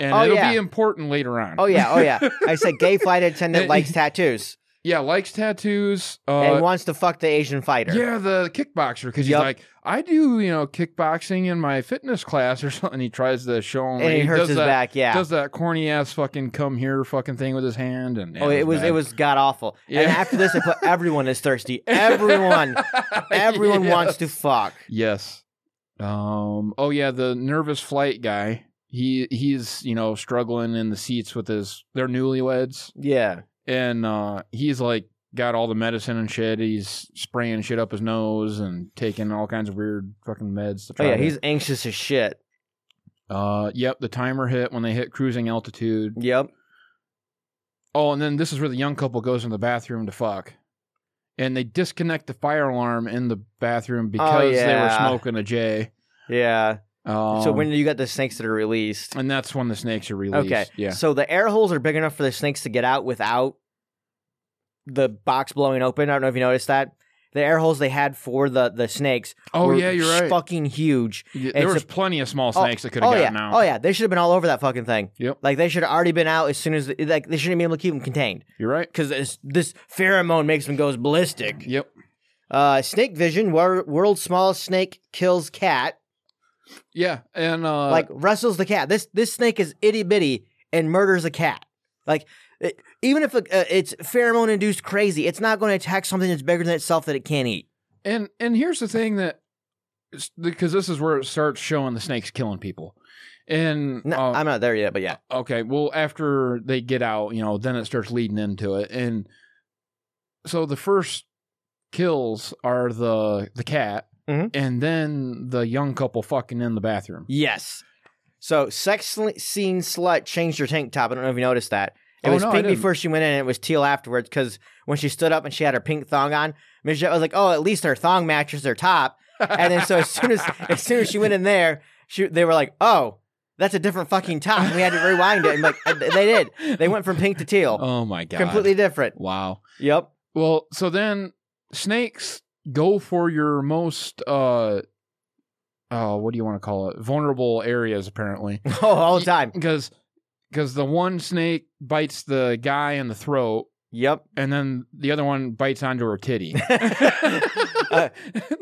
Speaker 2: and
Speaker 1: Oh,
Speaker 2: it'll
Speaker 1: yeah.
Speaker 2: be important later on.
Speaker 1: Oh yeah, oh yeah. I said gay flight attendant likes tattoos
Speaker 2: [laughs] yeah, likes tattoos.
Speaker 1: and
Speaker 2: Uh,
Speaker 1: wants to fuck the Asian fighter.
Speaker 2: yeah, the kickboxer because he's
Speaker 1: Yup.
Speaker 2: like, I do you know kickboxing in my fitness class or [laughs] something. He tries to show him
Speaker 1: and he, hurts
Speaker 2: does
Speaker 1: his
Speaker 2: that
Speaker 1: back. Yeah.
Speaker 2: does that corny ass fucking come here fucking thing with his hand and
Speaker 1: oh, it was it was god awful. And
Speaker 2: Yeah.
Speaker 1: after this, I
Speaker 2: [laughs]
Speaker 1: put everyone is thirsty. Everyone, everyone wants to fuck.
Speaker 2: yes um oh yeah the nervous flight guy he he's you know struggling in the seats with his they're newlyweds
Speaker 1: Yeah.
Speaker 2: and uh he's like got all the medicine and shit he's spraying shit up his nose and taking all kinds of weird fucking meds to
Speaker 1: Oh
Speaker 2: try
Speaker 1: yeah,
Speaker 2: to-
Speaker 1: he's anxious as shit.
Speaker 2: uh yep the timer hit when they hit cruising altitude
Speaker 1: Yep.
Speaker 2: Oh, and then this is where the young couple goes in the bathroom to fuck. And they disconnect the fire alarm in the bathroom because they were
Speaker 1: Oh, yeah.
Speaker 2: smoking a J.
Speaker 1: Yeah.
Speaker 2: Um,
Speaker 1: so when you got the snakes that are released?
Speaker 2: and that's when the snakes are released.
Speaker 1: Okay.
Speaker 2: Yeah.
Speaker 1: So the air holes are big enough for the snakes to get out without the box blowing open. I don't know if you noticed that. the air holes they had for the the snakes.
Speaker 2: Oh,
Speaker 1: were
Speaker 2: yeah, you're right.
Speaker 1: Fucking huge.
Speaker 2: Y-
Speaker 1: it's
Speaker 2: There was
Speaker 1: a-
Speaker 2: plenty of small
Speaker 1: Oh,
Speaker 2: snakes that could have
Speaker 1: oh yeah,
Speaker 2: gotten out.
Speaker 1: oh yeah, they should have been all over that fucking thing.
Speaker 2: Yep.
Speaker 1: Like they should have already been out as soon as like they shouldn't be able to keep them contained
Speaker 2: You're right.
Speaker 1: because this, this pheromone makes them goes ballistic.
Speaker 2: Yep.
Speaker 1: Uh, snake vision. Wor- world's smallest snake kills cat.
Speaker 2: Yeah, and uh,
Speaker 1: like wrestles the cat. This this snake is itty bitty and murders a cat. Like it, even if it- uh, it's pheromone induced crazy, it's not going to attack something that's bigger than itself that it can't eat.
Speaker 2: and and here's the thing that because this is where it starts showing the snakes killing people, and
Speaker 1: No,
Speaker 2: uh,
Speaker 1: I'm not there yet, but yeah,
Speaker 2: okay, well after they get out, you know, then it starts leading into it, and so the first kills are the the cat,
Speaker 1: Mhm.
Speaker 2: and then the young couple fucking in the bathroom.
Speaker 1: yes. So sex sl- scene slut changed her tank top. I don't know if you noticed that. It
Speaker 2: Oh,
Speaker 1: was
Speaker 2: no, I
Speaker 1: pink
Speaker 2: didn't.
Speaker 1: before she went in, and it was teal afterwards. Because when she stood up and she had her pink thong on, Ms. Jett was like, "Oh, at least her thong matches her top." [laughs] And then so as soon
Speaker 2: [laughs]
Speaker 1: as as soon as she went in there, she they were like, "Oh, that's a different fucking top." And we had to rewind it, and like and they did. [laughs] They went from pink to teal.
Speaker 2: Oh my god!
Speaker 1: Completely different.
Speaker 2: Wow.
Speaker 1: Yep.
Speaker 2: Well, so then snakes go for your most uh oh, what do you want to call it? Vulnerable areas apparently.
Speaker 1: [laughs] Oh, all the time.
Speaker 2: Cuz cuz the one snake bites the guy in the throat
Speaker 1: Yep.
Speaker 2: and then the other one bites onto her
Speaker 1: [laughs]
Speaker 2: titty. [laughs]
Speaker 1: Uh,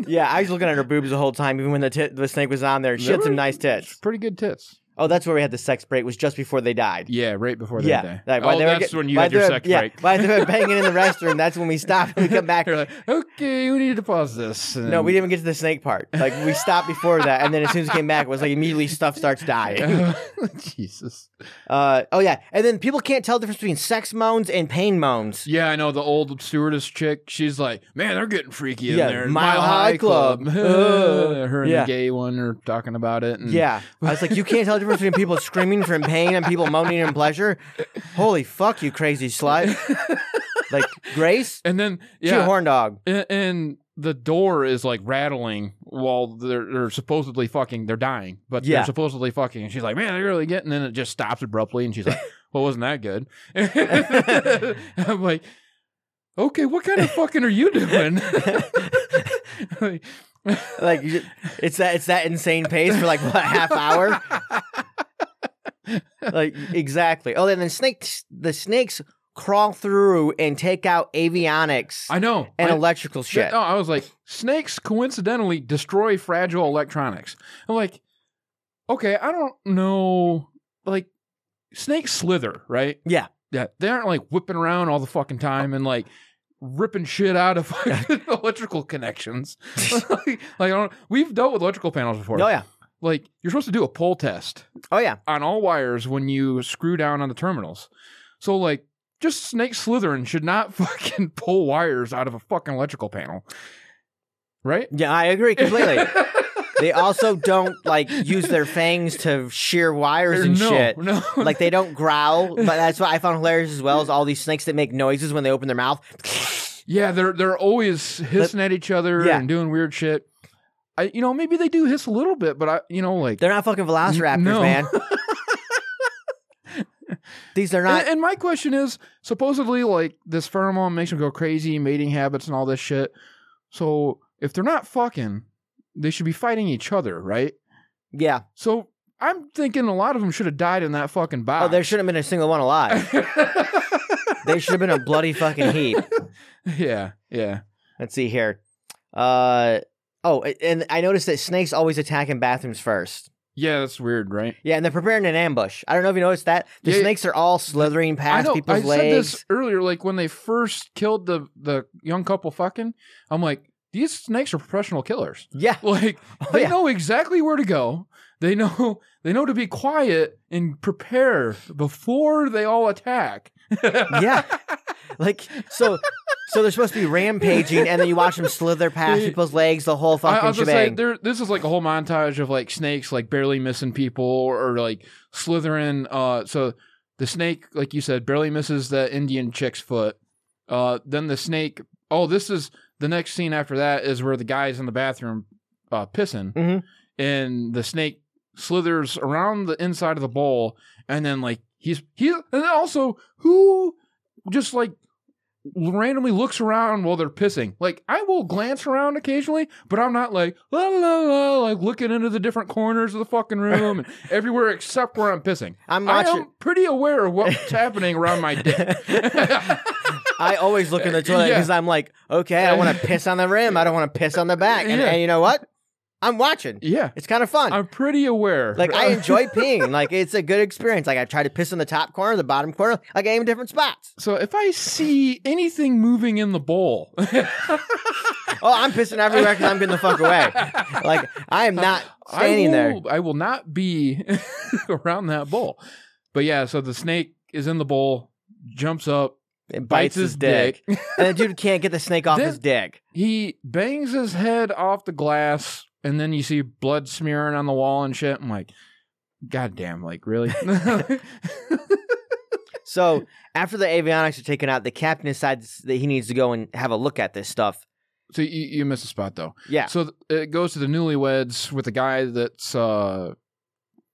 Speaker 1: yeah, I was looking at her boobs the whole time, even when the tit- the snake was on there. She
Speaker 2: They
Speaker 1: had some
Speaker 2: were
Speaker 1: nice tits.
Speaker 2: Pretty good tits.
Speaker 1: Oh, that's where we had the sex break. Was just before they died.
Speaker 2: Yeah, right before that
Speaker 1: Yeah,
Speaker 2: day.
Speaker 1: like, while
Speaker 2: oh,
Speaker 1: they were
Speaker 2: that's
Speaker 1: get-
Speaker 2: when you
Speaker 1: while
Speaker 2: had your
Speaker 1: they were-
Speaker 2: sex
Speaker 1: yeah,
Speaker 2: break.
Speaker 1: While they were banging in
Speaker 2: [laughs]
Speaker 1: the restroom, that's when we stop and we come back.
Speaker 2: You're like, okay, we need to pause this.
Speaker 1: No,
Speaker 2: and- [laughs]
Speaker 1: we didn't even get to the snake part. Like we stopped before that, and then as soon as it came back, it was like immediately stuff starts
Speaker 2: [laughs]
Speaker 1: dying. [laughs]
Speaker 2: Jesus.
Speaker 1: Uh, oh yeah, and then people can't tell the difference between sex moans and pain moans.
Speaker 2: Yeah, I know the old stewardess chick. She's like, man, they're getting freaky in
Speaker 1: Yeah,
Speaker 2: there.
Speaker 1: Mile High
Speaker 2: [laughs]
Speaker 1: Club. Ugh.
Speaker 2: Her and
Speaker 1: Yeah.
Speaker 2: the gay one are talking about it. And
Speaker 1: Yeah, I was like, you can't tell the difference between people screaming from pain and people moaning in pleasure. Holy fuck, you crazy
Speaker 2: [laughs]
Speaker 1: slut! Like Grace,
Speaker 2: And then
Speaker 1: she a
Speaker 2: yeah,
Speaker 1: horn dog.
Speaker 2: and, and the door is like rattling while they're, they're supposedly fucking. They're dying, but
Speaker 1: Yeah.
Speaker 2: they're supposedly fucking. And she's like, man, they're really getting. And then it just stops abruptly, and
Speaker 1: [laughs]
Speaker 2: she's like, well, wasn't that good? [laughs] I'm like, okay, what kind of fucking are you doing? [laughs] Like,
Speaker 1: Like you- it's that it's that insane pace for like what half hour. Like exactly. Oh, and then snakes. The snakes crawl through and take out avionics
Speaker 2: I know.
Speaker 1: and
Speaker 2: I- oh,
Speaker 1: electrical shit.
Speaker 2: No, I was like, snakes coincidentally destroy fragile electronics. I'm like, okay, I don't know. Like, snakes slither, right?
Speaker 1: Yeah.
Speaker 2: Yeah. They aren't like whipping around all the fucking time and like ripping shit out of fucking [laughs] electrical connections. [laughs] like, I don't, we've dealt with electrical panels before.
Speaker 1: Oh yeah.
Speaker 2: Like, you're supposed to do a pull test
Speaker 1: Oh yeah.
Speaker 2: on all wires when you screw down on the terminals. So, like, just snake slithering should not [laughs] fucking pull wires out of a fucking electrical panel. Right?
Speaker 1: Yeah, I agree completely.
Speaker 2: [laughs]
Speaker 1: they also don't like use their fangs to shear wires and
Speaker 2: no,
Speaker 1: shit.
Speaker 2: No.
Speaker 1: Like they don't growl, but that's what I found hilarious as well is all these snakes that make noises when they open their mouth.
Speaker 2: [laughs] yeah, they're they're always hissing at each other
Speaker 1: Yeah.
Speaker 2: and doing weird shit. I you know, maybe they do hiss a little bit, but I you know, like
Speaker 1: They're not fucking velociraptors,
Speaker 2: No. [laughs]
Speaker 1: man. these are
Speaker 2: and,
Speaker 1: not.
Speaker 2: and my question is, supposedly like this pheromone makes them go crazy, mating habits and all this shit. So if they're not fucking, they should be fighting each other, right?
Speaker 1: Yeah.
Speaker 2: So I'm thinking a lot of them should have died in that fucking box.
Speaker 1: Oh, there shouldn't have been a single one alive. They should have been a bloody fucking heap.
Speaker 2: [laughs] yeah, yeah.
Speaker 1: Let's see here. Uh oh, a- and I noticed that snakes always attack in bathrooms first.
Speaker 2: Yeah, that's weird, right?
Speaker 1: Yeah, and they're preparing an ambush. I don't know if you noticed that. The
Speaker 2: Yeah, yeah.
Speaker 1: snakes are all slithering
Speaker 2: I
Speaker 1: past
Speaker 2: know.
Speaker 1: people's
Speaker 2: I said
Speaker 1: legs.
Speaker 2: this earlier, like when they first killed the the young couple fucking, I'm like, these snakes are professional killers. [laughs]
Speaker 1: Yeah.
Speaker 2: Like
Speaker 1: Oh,
Speaker 2: they
Speaker 1: yeah.
Speaker 2: know exactly where to go. They know they know to be quiet and prepare before they all attack.
Speaker 1: yeah.
Speaker 2: [laughs]
Speaker 1: Like so so they're supposed to be rampaging and then you watch them slither past people's legs the whole
Speaker 2: I, I
Speaker 1: fucking
Speaker 2: was just saying,
Speaker 1: shebang.
Speaker 2: there. This is like a whole montage of like snakes, like barely missing people, or like slithering. Uh, so the snake, like you said, barely misses the Indian chick's foot. Uh, then the snake. Oh, this is the next scene after that is where the guy's in the bathroom, uh, pissing,
Speaker 1: Mhm.
Speaker 2: and the snake slithers around the inside of the bowl, and then like he's he, and then also who just like randomly looks around while they're pissing. Like I will glance around occasionally, but I'm not like la la la like looking into the different corners of the fucking
Speaker 1: [laughs]
Speaker 2: room and everywhere except where I'm pissing.
Speaker 1: I'm
Speaker 2: I
Speaker 1: not sure.
Speaker 2: am pretty aware
Speaker 1: [laughs]
Speaker 2: of what's happening around my dick.
Speaker 1: I always look in the toilet
Speaker 2: [laughs] Yeah.
Speaker 1: because I'm like, okay, I want to piss on the rim. I don't want to piss on the back. And,
Speaker 2: Yeah.
Speaker 1: and you know what? I'm watching.
Speaker 2: yeah,
Speaker 1: It's kind of fun.
Speaker 2: I'm pretty aware.
Speaker 1: like I enjoy peeing. Like it's a good experience. Like I try to piss in the top corner, the bottom corner. Like I aim different spots.
Speaker 2: [laughs] So if I see anything moving in the bowl, [laughs]
Speaker 1: Oh, I'm pissing everywhere because I'm getting the fuck away. Like I am not standing
Speaker 2: I
Speaker 1: there.
Speaker 2: will, I will not be [laughs] around that bowl. But yeah, so the snake is in the bowl, jumps up,
Speaker 1: It
Speaker 2: bites, his dick.
Speaker 1: and the dude can't get the snake off
Speaker 2: This-
Speaker 1: his dick.
Speaker 2: he bangs his head off the glass, and then you see blood smearing on the wall and shit. I'm like, God damn, like really? [laughs]
Speaker 1: So after the avionics are taken out, the captain decides that he needs to go and have a look at this stuff.
Speaker 2: so you, you missed a spot though.
Speaker 1: Yeah.
Speaker 2: So th- it goes to the newlyweds with the guy that's uh,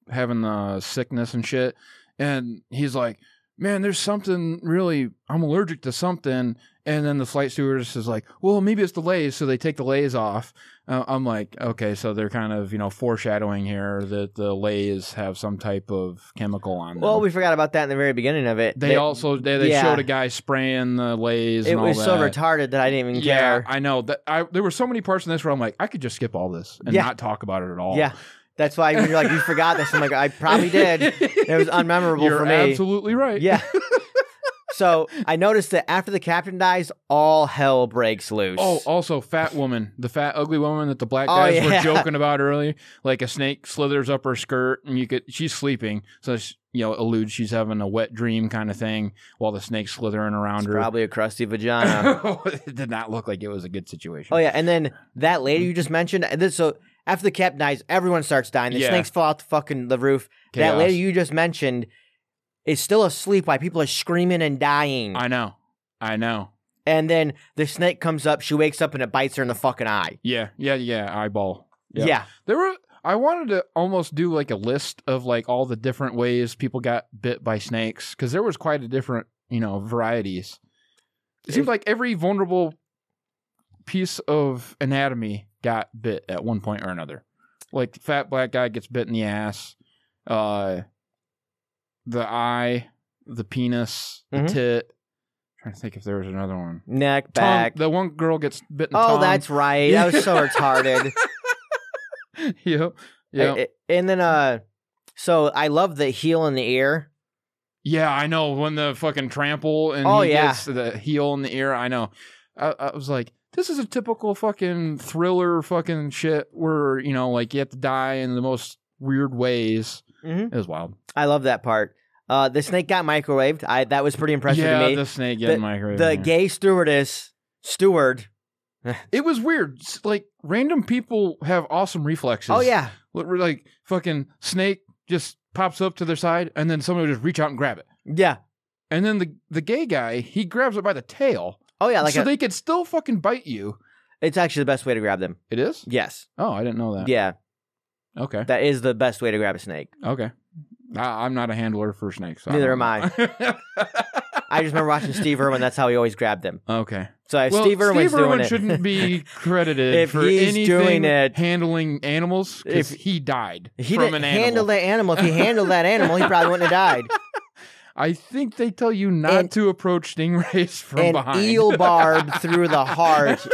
Speaker 2: having the sickness and shit, and he's like, "Man, there's something really. I'm allergic to something." And then the flight stewardess is like, "Well, maybe it's the lays." So they take the lays off. Uh, I'm like, "Okay, so they're kind of you know foreshadowing here that the lays have some type of chemical on them."
Speaker 1: Well, we forgot about that in the very beginning of it.
Speaker 2: they,
Speaker 1: That-
Speaker 2: also they, they
Speaker 1: yeah.
Speaker 2: showed a guy spraying the lays.
Speaker 1: it
Speaker 2: and all
Speaker 1: was so
Speaker 2: that.
Speaker 1: retarded that I didn't even
Speaker 2: Yeah,
Speaker 1: care.
Speaker 2: I know that. I there were so many parts in this where I'm like, I could just skip all this and
Speaker 1: Yeah.
Speaker 2: not talk about it at all.
Speaker 1: Yeah. That's why you're like, you forgot this. I'm like, I
Speaker 2: [laughs]
Speaker 1: probably did. It was unmemorable
Speaker 2: You're
Speaker 1: for me.
Speaker 2: absolutely right. [laughs]
Speaker 1: Yeah. so I noticed that after the captain dies, all hell breaks loose.
Speaker 2: Oh, also, fat woman, the fat ugly woman that the black
Speaker 1: Oh,
Speaker 2: guys
Speaker 1: yeah.
Speaker 2: were
Speaker 1: [laughs]
Speaker 2: joking about earlier. Like a snake slithers up her skirt, and you could she's sleeping, so she, you know alludes she's having a wet dream kind of thing while the snake's slithering around
Speaker 1: it's
Speaker 2: her.
Speaker 1: probably a crusty
Speaker 2: [laughs]
Speaker 1: vagina.
Speaker 2: it did not look like it was a good situation.
Speaker 1: oh yeah, and then that lady you just mentioned. and This, so after the captain dies, everyone starts dying. The
Speaker 2: Yeah.
Speaker 1: snakes fall out the fucking the roof. That
Speaker 2: Chaos.
Speaker 1: lady you just mentioned is still asleep while people are screaming and dying.
Speaker 2: I know, I know.
Speaker 1: and then the snake comes up. She wakes up and it bites her in the fucking eye.
Speaker 2: Yeah, yeah, yeah. Eyeball. Yeah.
Speaker 1: Yeah.
Speaker 2: There were I wanted to almost do like a list of like all the different ways people got bit by snakes because there was quite a different you know varieties. It seems like every vulnerable piece of anatomy got bit at one point or another. Like the fat black guy gets bit in the ass, uh, the eye, the penis, the
Speaker 1: Mhm.
Speaker 2: tit. trying to think if there was another one.
Speaker 1: Neck,
Speaker 2: Tongue-
Speaker 1: back.
Speaker 2: the one girl gets bit in the
Speaker 1: oh,
Speaker 2: tongue.
Speaker 1: that's right. That was so retarded.
Speaker 2: [laughs] yep. Yep.
Speaker 1: I- I- and then uh so I love the heel in the ear.
Speaker 2: Yeah, I know when the fucking trample and
Speaker 1: Oh,
Speaker 2: he
Speaker 1: yeah.
Speaker 2: gets the heel in the ear. I know. I, I was like, this is a typical fucking thriller fucking shit where you know, like you have to die in the most weird ways.
Speaker 1: Mhm.
Speaker 2: It was wild.
Speaker 1: I love that part. Uh the snake got microwaved. I that was pretty impressive
Speaker 2: yeah,
Speaker 1: to me.
Speaker 2: the snake getting microwave.
Speaker 1: the
Speaker 2: in there.
Speaker 1: gay stewardess steward.
Speaker 2: it was weird. S- Like random people have awesome reflexes.
Speaker 1: Oh yeah.
Speaker 2: Li- we're like fucking snake just pops up to their side, and then somebody would just reach out and grab it.
Speaker 1: Yeah.
Speaker 2: And then the the gay guy he grabs it by the tail,
Speaker 1: Oh yeah, like
Speaker 2: so
Speaker 1: a-
Speaker 2: they could still fucking bite you.
Speaker 1: it's actually the best way to grab them.
Speaker 2: It is.
Speaker 1: Yes.
Speaker 2: Oh, I didn't know that.
Speaker 1: Yeah.
Speaker 2: Okay.
Speaker 1: That is the best way to grab a snake.
Speaker 2: Okay. I, I'm not a handler for snakes. so
Speaker 1: Neither
Speaker 2: don't
Speaker 1: am
Speaker 2: [laughs] know.
Speaker 1: I just remember watching Steve Irwin, that's how he always grabbed them.
Speaker 2: okay.
Speaker 1: So if
Speaker 2: well,
Speaker 1: Steve Irwin's doing
Speaker 2: Irwin
Speaker 1: it,
Speaker 2: shouldn't be credited
Speaker 1: If
Speaker 2: for
Speaker 1: he's
Speaker 2: anything
Speaker 1: doing it-
Speaker 2: handling animals because
Speaker 1: If-
Speaker 2: he died
Speaker 1: [laughs] he
Speaker 2: from
Speaker 1: didn't
Speaker 2: an
Speaker 1: handle
Speaker 2: animal.
Speaker 1: that animal. If he handled that animal, he probably wouldn't have died.
Speaker 2: I think they tell you not
Speaker 1: And-
Speaker 2: to approach stingrays [laughs] from
Speaker 1: An
Speaker 2: behind.
Speaker 1: eel barb through the heart.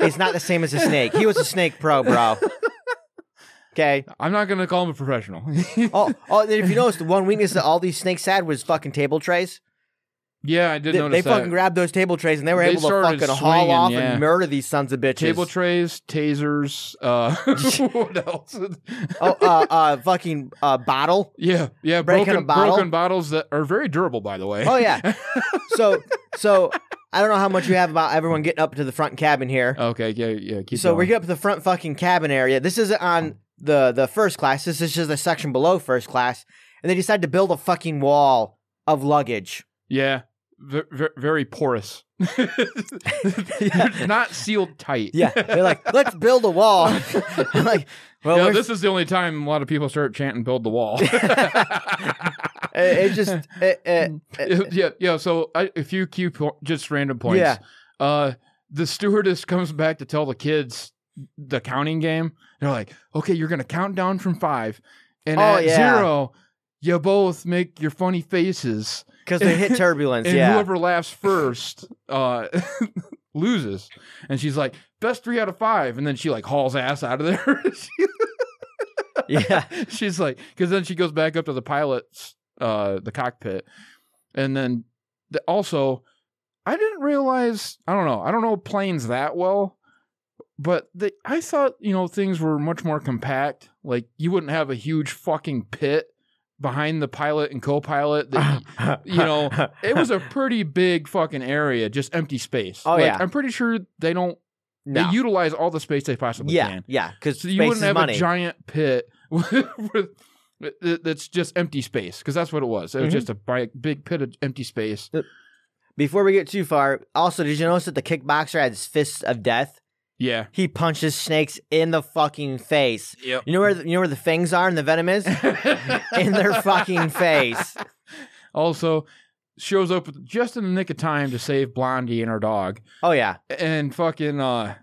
Speaker 1: It's not the same as a snake. He was a snake pro, bro. Okay.
Speaker 2: I'm not going to call him a professional. [laughs]
Speaker 1: Oh, oh. and If you notice, the one weakness that all these snakes had was fucking table trays.
Speaker 2: yeah, I did
Speaker 1: They, they
Speaker 2: notice that.
Speaker 1: fucking grabbed those table trays and they were
Speaker 2: They
Speaker 1: able to
Speaker 2: started
Speaker 1: fucking haul
Speaker 2: swinging,
Speaker 1: off
Speaker 2: yeah.
Speaker 1: and murder these sons of bitches.
Speaker 2: Table trays, tasers.
Speaker 1: [laughs]
Speaker 2: Uh, [laughs] what else? [laughs]
Speaker 1: oh, uh, uh, fucking uh, bottle.
Speaker 2: yeah, yeah.
Speaker 1: breaking a
Speaker 2: Broken,
Speaker 1: bottle?
Speaker 2: broken bottles that are very durable, by the way.
Speaker 1: Oh yeah. So, so I don't know how much you have about everyone getting up to the front cabin here.
Speaker 2: [laughs] Okay, yeah, yeah. Keep
Speaker 1: so we
Speaker 2: going.
Speaker 1: get up to the front fucking cabin area. This isn't on the the first class. This is just a section below first class. And they decide to build a fucking wall of
Speaker 2: [laughs]
Speaker 1: luggage.
Speaker 2: Yeah, ver- ver-
Speaker 1: [laughs]
Speaker 2: very porous. Not sealed tight.
Speaker 1: Yeah, they're like, let's build a wall. [laughs] I'm like, well, [laughs] Eh,
Speaker 2: You know,
Speaker 1: we're- [laughs]
Speaker 2: [laughs] this is the only time a lot of people start chanting "Build the wall."
Speaker 1: uh, it, it just it, it, it-
Speaker 2: yeah, yeah. So I, a few key po- just random points.
Speaker 1: Yeah.
Speaker 2: Uh, the stewardess comes back to tell the kids the counting game. They're like, "Okay, you're gonna count down from five, and
Speaker 1: Oh,
Speaker 2: at
Speaker 1: yeah.
Speaker 2: zero, you both make your funny faces,
Speaker 1: because they hit turbulence.
Speaker 2: [laughs] and
Speaker 1: yeah,
Speaker 2: whoever laughs first uh, [laughs] loses." And she's like, "Best three out of five. and then she like hauls ass out of there. [laughs] She-
Speaker 1: yeah,
Speaker 2: she's like, because then she goes back up to the pilot's, uh, the cockpit, and then the, also, I didn't realize. I don't know. I don't know planes that well, but the, I thought you know things were much more compact. Like you wouldn't have a huge fucking pit behind the pilot and co-pilot.
Speaker 1: [sighs]
Speaker 2: That, [laughs] you know, it was a pretty big fucking area, just empty space.
Speaker 1: Oh,
Speaker 2: Like,
Speaker 1: yeah.
Speaker 2: I'm pretty sure they don't.
Speaker 1: [laughs] no.
Speaker 2: They utilize all the space they possibly
Speaker 1: yeah,
Speaker 2: can.
Speaker 1: yeah, because
Speaker 2: So
Speaker 1: space
Speaker 2: you wouldn't
Speaker 1: is
Speaker 2: have
Speaker 1: money.
Speaker 2: a giant pit [laughs] with, with- that's just empty space because that's what it was. It was
Speaker 1: Mhm.
Speaker 2: just a bi- big pit of empty space.
Speaker 1: Before we get too far, also, did you notice that the kickboxer had his fists of death?
Speaker 2: Yeah.
Speaker 1: He punches snakes in the fucking face.
Speaker 2: Yep.
Speaker 1: You know where the, you know where the fangs are and the venom
Speaker 2: [laughs]
Speaker 1: is in their fucking face.
Speaker 2: Also, shows up just in the nick of time to save Blondie and her dog,
Speaker 1: Oh yeah,
Speaker 2: and fucking uh,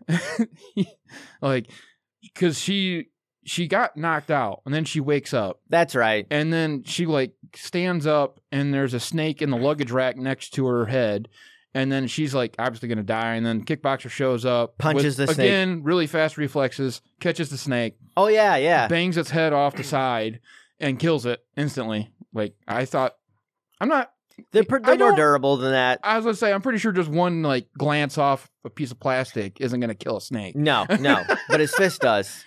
Speaker 2: [laughs] like because she she got knocked out and then she wakes up
Speaker 1: that's right.
Speaker 2: And then she like stands up and there's a snake in the luggage rack next to her head. And then she's like obviously gonna die. And then kickboxer shows up,
Speaker 1: Punches the snake.
Speaker 2: again, really fast reflexes, catches the snake,
Speaker 1: Oh yeah, yeah.
Speaker 2: bangs its head off the side, and kills it instantly. Like I thought, I'm not.
Speaker 1: They're, pr-
Speaker 2: I
Speaker 1: they're more
Speaker 2: don't-
Speaker 1: durable than that.
Speaker 2: I was gonna say I'm pretty sure just one like glance off a piece of plastic isn't gonna kill a snake.
Speaker 1: No, no, but his fist
Speaker 2: [laughs]
Speaker 1: does.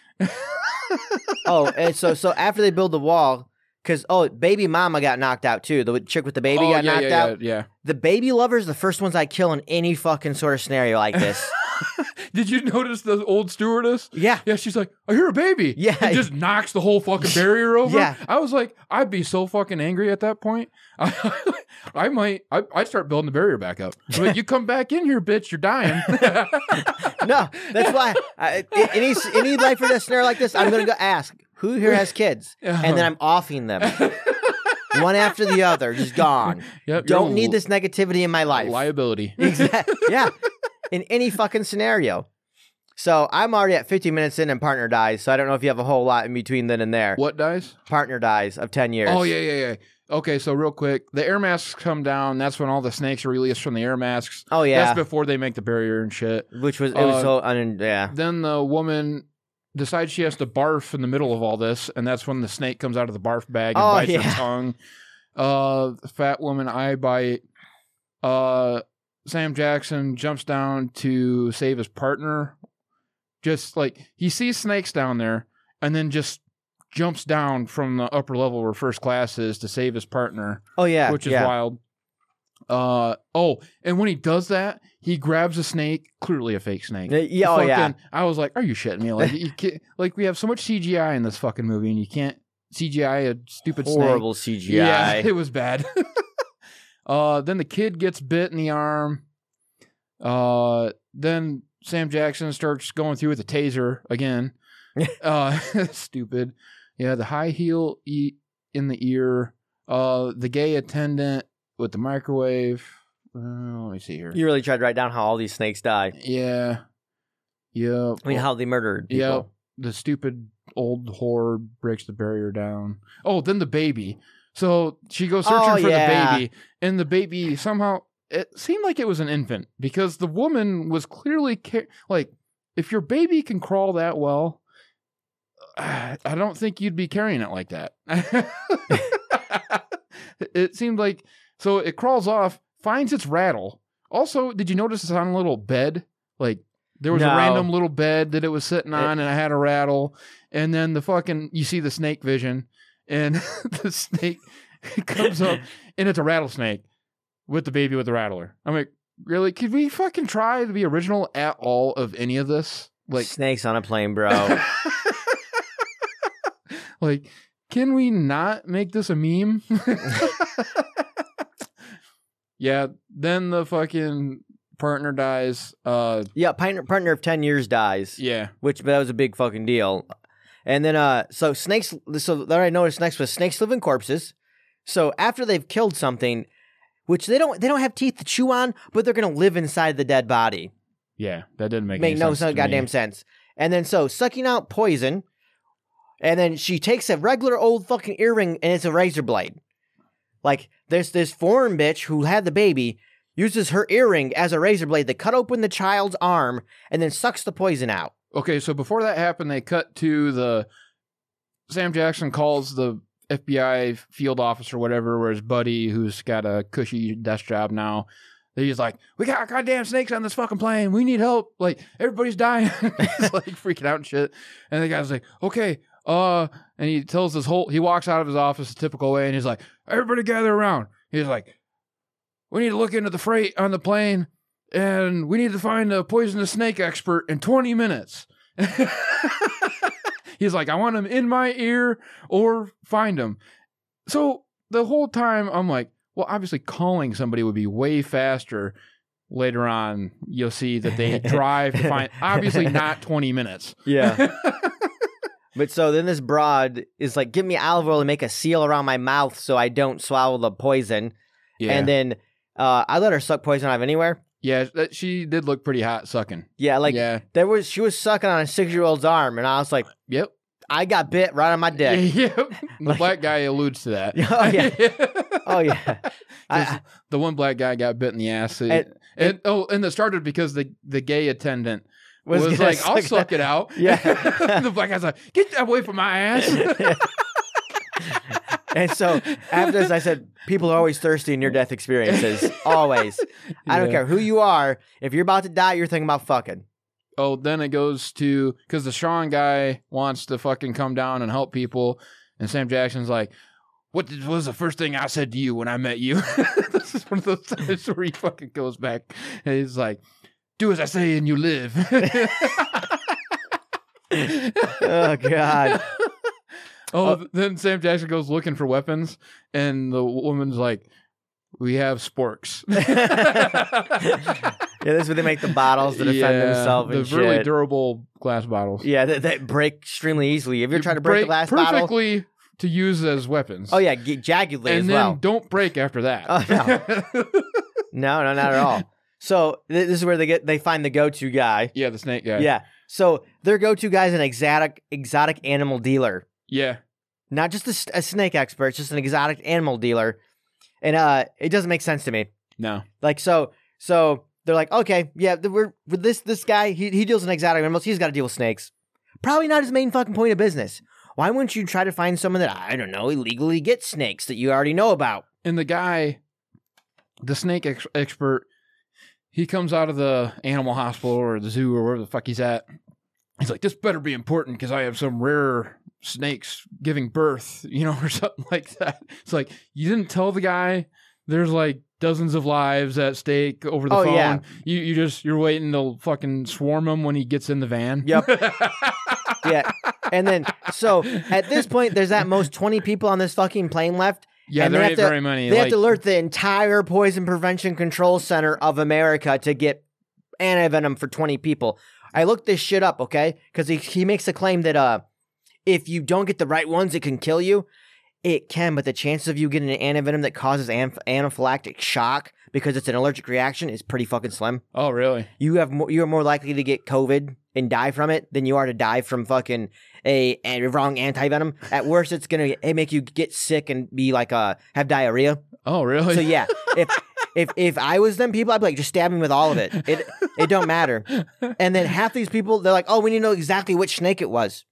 Speaker 1: oh, and so so after they build the wall, because oh, baby mama got knocked out too. The chick with the baby
Speaker 2: oh,
Speaker 1: got
Speaker 2: yeah,
Speaker 1: knocked
Speaker 2: yeah,
Speaker 1: out.
Speaker 2: Yeah,
Speaker 1: The baby lovers, the first ones I kill in any fucking sort of scenario like this.
Speaker 2: yeah. Did you [laughs] notice the old stewardess?
Speaker 1: yeah,
Speaker 2: [laughs] Yeah, she's like, I hear a baby.
Speaker 1: Yeah. [laughs]
Speaker 2: And just knocks the whole fucking barrier over.
Speaker 1: Yeah.
Speaker 2: I was like, I'd be so fucking angry at that point. [laughs] I, might, I, I'd start building the barrier back up. But you come back in here, bitch, you're dying. [laughs]
Speaker 1: no, that's why I, I- any any life or death scenario like this, I'm gonna go ask who here has kids, [laughs] and
Speaker 2: Uh-huh.
Speaker 1: then I'm offing
Speaker 2: [laughs]
Speaker 1: them one after the other, just gone.
Speaker 2: Yep, you're
Speaker 1: Don't
Speaker 2: a
Speaker 1: need this negativity in my life. [laughs]
Speaker 2: Liability.
Speaker 1: Exactly. yeah. In any fucking scenario. So I'm already at 50 minutes in and partner dies. So I don't know if you have a whole lot in between then and there.
Speaker 2: [laughs] What dies?
Speaker 1: Partner dies of 10 years.
Speaker 2: Oh, yeah, yeah, yeah. Okay, so real quick, the air masks come down. That's when all the snakes are released from the air masks.
Speaker 1: Oh yeah.
Speaker 2: That's before they make the barrier and shit.
Speaker 1: Which was it was
Speaker 2: uh,
Speaker 1: so un- yeah.
Speaker 2: Then the woman decides she has to barf in the middle of all this, and that's when the snake comes out of the barf bag and
Speaker 1: Oh,
Speaker 2: bites
Speaker 1: yeah.
Speaker 2: her tongue. Uh, the fat woman eye bite. Uh, Sam Jackson jumps down to save his partner. Just like he sees snakes down there, and then just jumps down from the upper level where first class is to save his partner
Speaker 1: Oh yeah.
Speaker 2: which is
Speaker 1: yeah.
Speaker 2: wild. Uh oh, and when he does that, he grabs a snake, clearly a fake snake.
Speaker 1: Uh, yeah, oh, yeah.
Speaker 2: Fucking- I was like, "Are you shitting me?" Like, you can't, like we have so much CGI in this fucking movie, and you can't CGI a stupid snake.
Speaker 1: Horrible CGI.
Speaker 2: Yeah, [laughs] it was bad. uh, then the kid gets bit in the arm. Uh, then Sam Jackson starts going through with the taser
Speaker 1: [laughs]
Speaker 2: again. uh, [laughs] stupid. Yeah, the high heel e- in the ear. Uh, the gay attendant with the microwave. Uh, let me see here.
Speaker 1: You really tried to write down how all these snakes die.
Speaker 2: Yeah. Yep.
Speaker 1: I mean, how they murdered
Speaker 2: Yep.
Speaker 1: people.
Speaker 2: The stupid old whore breaks the barrier down. Oh, then the baby. So she goes searching
Speaker 1: Oh,
Speaker 2: for
Speaker 1: yeah.
Speaker 2: the baby, and the baby somehow it seemed like it was an infant because the woman was clearly ca- like, if your baby can crawl that well, [sighs] I don't think you'd be carrying it like that. [laughs] it seemed like so it crawls off, finds its rattle. Also, did you notice it's on a little bed? Like there was
Speaker 1: No.
Speaker 2: a random little bed that it was sitting
Speaker 1: It-
Speaker 2: on, and I had a rattle. And then the fucking you see the snake vision, and [laughs] the snake comes
Speaker 1: [laughs]
Speaker 2: up, and it's a rattlesnake with the baby with the rattler. I'm like, really? Could we fucking try to be original at all of any of this? Like,
Speaker 1: snakes on a plane,
Speaker 2: [laughs]
Speaker 1: bro.
Speaker 2: like, can we not make this a [laughs] meme? yeah. Then the fucking partner dies. Uh,
Speaker 1: yeah, partner, partner of 10 years dies.
Speaker 2: yeah.
Speaker 1: which that was a big fucking deal. And then uh, so snakes. So that I noticed next was snakes live in corpses. So after they've killed something, which they don't they don't have teeth to chew on, but they're gonna live inside the dead body.
Speaker 2: Yeah, that didn't make,
Speaker 1: Make
Speaker 2: any
Speaker 1: no
Speaker 2: sense
Speaker 1: sense,
Speaker 2: to
Speaker 1: goddamn
Speaker 2: me.
Speaker 1: sense. And then so sucking out poison, and then she takes a regular old fucking earring and it's a razor blade. Like there's this foreign bitch who had the baby uses her earring as a razor blade to cut open the child's arm and then sucks the poison out.
Speaker 2: Okay, so before that happened, they cut to the Sam Jackson calls the FBI field office or whatever, where his buddy, who's got a cushy desk job now, he's like, "We got goddamn snakes on this fucking plane. We need help. Like everybody's dying." [laughs] he's like freaking out and shit. And the guy's like, "Okay." Uh, and he tells this whole. He walks out of his office the typical way, and he's like, "Everybody gather around." He's like, "We need to look into the freight on the plane, and we need to find a poisonous snake expert in 20 minutes." [laughs] He's like, I want him in my ear or find him. So the whole time I'm like, well, obviously calling somebody would be way faster. Later on, you'll see that they drive to find obviously not 20 minutes.
Speaker 1: Yeah. But so then this broad is like, give me olive oil and make a seal around my mouth so I don't swallow the poison.
Speaker 2: yeah.
Speaker 1: And then uh, I let her suck poison out of anywhere.
Speaker 2: yeah, that, she did look pretty hot sucking.
Speaker 1: Yeah, like
Speaker 2: yeah.
Speaker 1: there was she was sucking on a six year old's arm, and I was like,
Speaker 2: Yep.
Speaker 1: I got bit right on my dick.
Speaker 2: [laughs] Yep. The
Speaker 1: [laughs] Like-
Speaker 2: black guy alludes to that.
Speaker 1: [laughs] Oh, yeah.
Speaker 2: [laughs]
Speaker 1: Oh yeah,
Speaker 2: 'Cause
Speaker 1: I-
Speaker 2: the one black guy got bit in the ass. He-
Speaker 1: And-
Speaker 2: and- oh, and it started because the, the gay attendant
Speaker 1: Was
Speaker 2: was,
Speaker 1: gonna [laughs]
Speaker 2: like, I'll
Speaker 1: suck
Speaker 2: suck it out.
Speaker 1: Yeah.
Speaker 2: [laughs] the black guy's like, get that away from my ass.
Speaker 1: [laughs] and so after this, I said, people are always thirsty in your death experiences. Always. [laughs] I don't
Speaker 2: Yeah.
Speaker 1: care who you are. If you're about to die, you're thinking about
Speaker 2: [laughs]
Speaker 1: fucking.
Speaker 2: Oh, then it goes to because the Sean guy wants to fucking come down and help people, and Sam Jackson's like, "What did- was the first thing I said to you when I met you?" [laughs] this is one of those times where he fucking goes back and he's like, "Do as I say and you live." [laughs]
Speaker 1: Oh god.
Speaker 2: Oh,
Speaker 1: Oh.
Speaker 2: th- then Sam Jackson goes looking for weapons, and the woman's like, "We have
Speaker 1: [laughs]
Speaker 2: sporks."
Speaker 1: Yeah, Yeah, this is where they make the bottles to defend
Speaker 2: Yeah,
Speaker 1: themselves and
Speaker 2: the
Speaker 1: shit.
Speaker 2: really durable glass bottles.
Speaker 1: Yeah, that, that break extremely easily. If you're trying to break, the glass bottle,
Speaker 2: perfectly to use as weapons.
Speaker 1: oh yeah, get jaggedly
Speaker 2: and
Speaker 1: as
Speaker 2: then
Speaker 1: well.
Speaker 2: don't break after that.
Speaker 1: Oh, No, no, not at all. So th- this is where they get they find the go-to guy.
Speaker 2: [laughs] yeah, the snake guy.
Speaker 1: Yeah. So their go-to guy is an exotic exotic animal dealer,
Speaker 2: yeah.
Speaker 1: not just a, s- a snake expert, it's just an exotic animal dealer, and uh, it doesn't make sense to me.
Speaker 2: No,
Speaker 1: Like so, so they're like, okay, yeah, th- we're with this this guy. He he deals in exotic animals. He's got to deal with snakes. Probably not his main fucking point of business. Why wouldn't you try to find someone that I don't know illegally gets snakes that you already know about?
Speaker 2: and the guy, the snake ex- expert, he comes out of the animal hospital or the zoo or wherever the fuck he's at. He's like, this better be important because I have some rare snakes giving birth, [laughs] you know, or something like that. It's like you didn't tell the guy there's like dozens of lives at stake over the
Speaker 1: Oh,
Speaker 2: phone.
Speaker 1: yeah.
Speaker 2: You you just you're waiting to fucking swarm him when he gets in the van.
Speaker 1: Yep.
Speaker 2: [laughs]
Speaker 1: Yeah. And then so at this point, there's at most 20 people on this fucking plane left.
Speaker 2: Yeah,
Speaker 1: And
Speaker 2: there
Speaker 1: they have
Speaker 2: ain't
Speaker 1: to-
Speaker 2: very many.
Speaker 1: They
Speaker 2: like,
Speaker 1: have to alert the entire Poison Prevention Control Center of America to get antivenom for 20 people. I looked this shit up, okay? Because he, he makes a claim that uh, if you don't get the right ones, it can kill you. It can, but the chances of you getting an antivenom that causes anaph- anaphylactic shock because it's an allergic reaction is pretty fucking slim.
Speaker 2: Oh, really?
Speaker 1: You have more, you are more likely to get COVID and die from it than you are to die from fucking a, a wrong antivenom. At worst, it's gonna it make you get sick and be like uh have diarrhea. [laughs]
Speaker 2: Oh, really?
Speaker 1: So yeah, if if if I was them people, I'd be like just stab me with all of it. It it don't matter. And then half these people, they're like, oh, we need to know exactly which snake it was.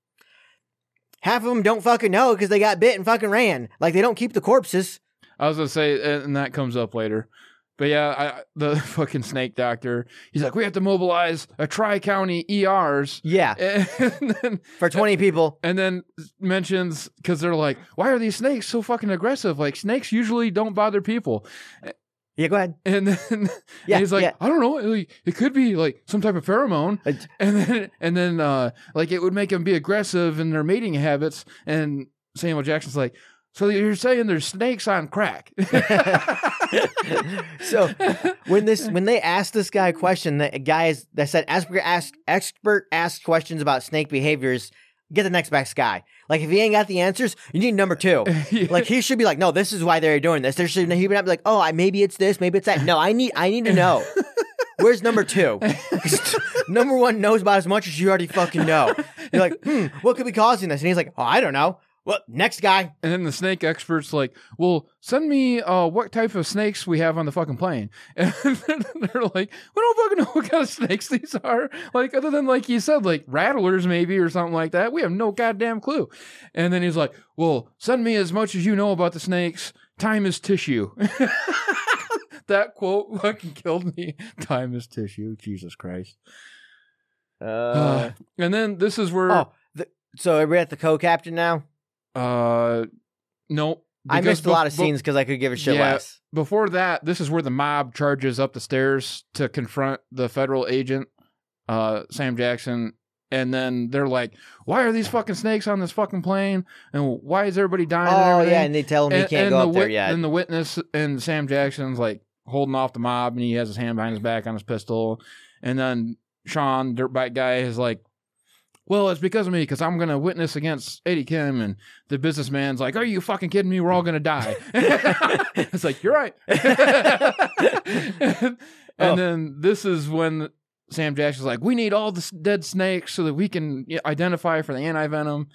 Speaker 1: Half of them don't fucking know because they got bit and fucking ran. Like they don't keep the corpses.
Speaker 2: [laughs] I was gonna say, and and that comes up later. But yeah, I, the [laughs] fucking snake doctor. He's like, we have to mobilize a tri-county ERs,
Speaker 1: Yeah,
Speaker 2: [laughs] and then,
Speaker 1: for twenty people.
Speaker 2: and then mentions because they're like, why are these snakes so fucking aggressive? Like snakes usually don't bother people.
Speaker 1: Yeah, go ahead.
Speaker 2: And then [laughs] and
Speaker 1: Yeah,
Speaker 2: he's like,
Speaker 1: yeah.
Speaker 2: I don't know. It, like, it could be like some type of pheromone.
Speaker 1: Uh,
Speaker 2: and then and then uh like it would make them be aggressive in their mating habits and samuel jackson's like so you're saying there's snakes on crack
Speaker 1: [laughs]
Speaker 2: [laughs]
Speaker 1: So when this when they asked this guy a question, the guy is that said expert asked expert asked questions about snake behaviors. Get the next best guy. Like if he ain't got the answers, you need number two. Like he should be like, no, this is why they're doing this. There should he would not be like, oh, I, maybe it's this, maybe it's that. No, I need I need to know. Where's number two? [laughs] 'Cause number one knows about as much as you already fucking know. You're like, hmm, what could be causing this? And he's like, oh, I don't know. Well, next guy.
Speaker 2: And then the snake expert's like, "Well, send me uh, what type of snakes we have on the fucking plane." [laughs] And they're like, "We don't fucking know what kind of snakes these are. Like, other than like you said, like rattlers maybe or something like that. We have no goddamn clue." And then he's like, "Well, send me as much as you know about the snakes. Time is tissue." [laughs] that quote fucking killed me. Time is tissue. Jesus Christ.
Speaker 1: Uh,
Speaker 2: [sighs] and then this is where.
Speaker 1: oh, the, [sighs] so are we at the co-captain now?
Speaker 2: Uh, no.
Speaker 1: I
Speaker 2: because
Speaker 1: missed a lot
Speaker 2: bef-
Speaker 1: of
Speaker 2: bef-
Speaker 1: scenes because I could give a shit
Speaker 2: Yeah.
Speaker 1: less.
Speaker 2: Before that, this is where the mob charges up the stairs to confront the federal agent, uh, Sam Jackson. And then they're like, "Why are these fucking snakes on this fucking plane? And why is everybody dying?" and
Speaker 1: Oh
Speaker 2: everything?"
Speaker 1: yeah, and they tell him he can't go
Speaker 2: the
Speaker 1: up there
Speaker 2: wit-
Speaker 1: yet.
Speaker 2: And the witness and Sam Jackson's like holding off the mob, and he has his hand behind his back on his pistol. And then Sean, dirtbag guy, is like, "Well, it's because of me, because I'm gonna witness against Eddie Kim." And the businessman's like, "Are you fucking kidding me? We're all gonna
Speaker 1: [laughs]
Speaker 2: die." [laughs] it's like you're right. [laughs] and
Speaker 1: Oh.
Speaker 2: then this is when. Sam Jackson's like, we need all the s- dead snakes so that we can yeah, identify for the anti venom.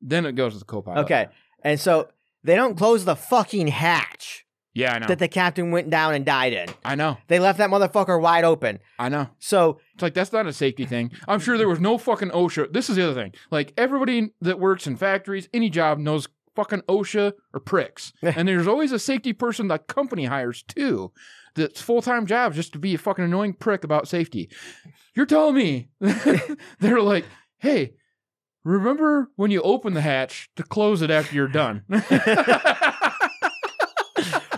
Speaker 2: Then it goes to the co-pilot.
Speaker 1: Okay. And so they don't close the fucking hatch
Speaker 2: Yeah, I know.
Speaker 1: that the captain went down and died in.
Speaker 2: I know.
Speaker 1: They left that motherfucker wide open.
Speaker 2: I know.
Speaker 1: So
Speaker 2: It's like that's not a safety thing. I'm sure there was no fucking OSHA. This is the other thing. Like everybody that works in factories, any job knows fucking OSHA
Speaker 1: [laughs]
Speaker 2: or pricks. and there's always a safety person the company hires too. That's full time job just to be a fucking annoying prick about safety. You're telling me [laughs] they're like, hey, remember when you open the hatch to close it after you're done?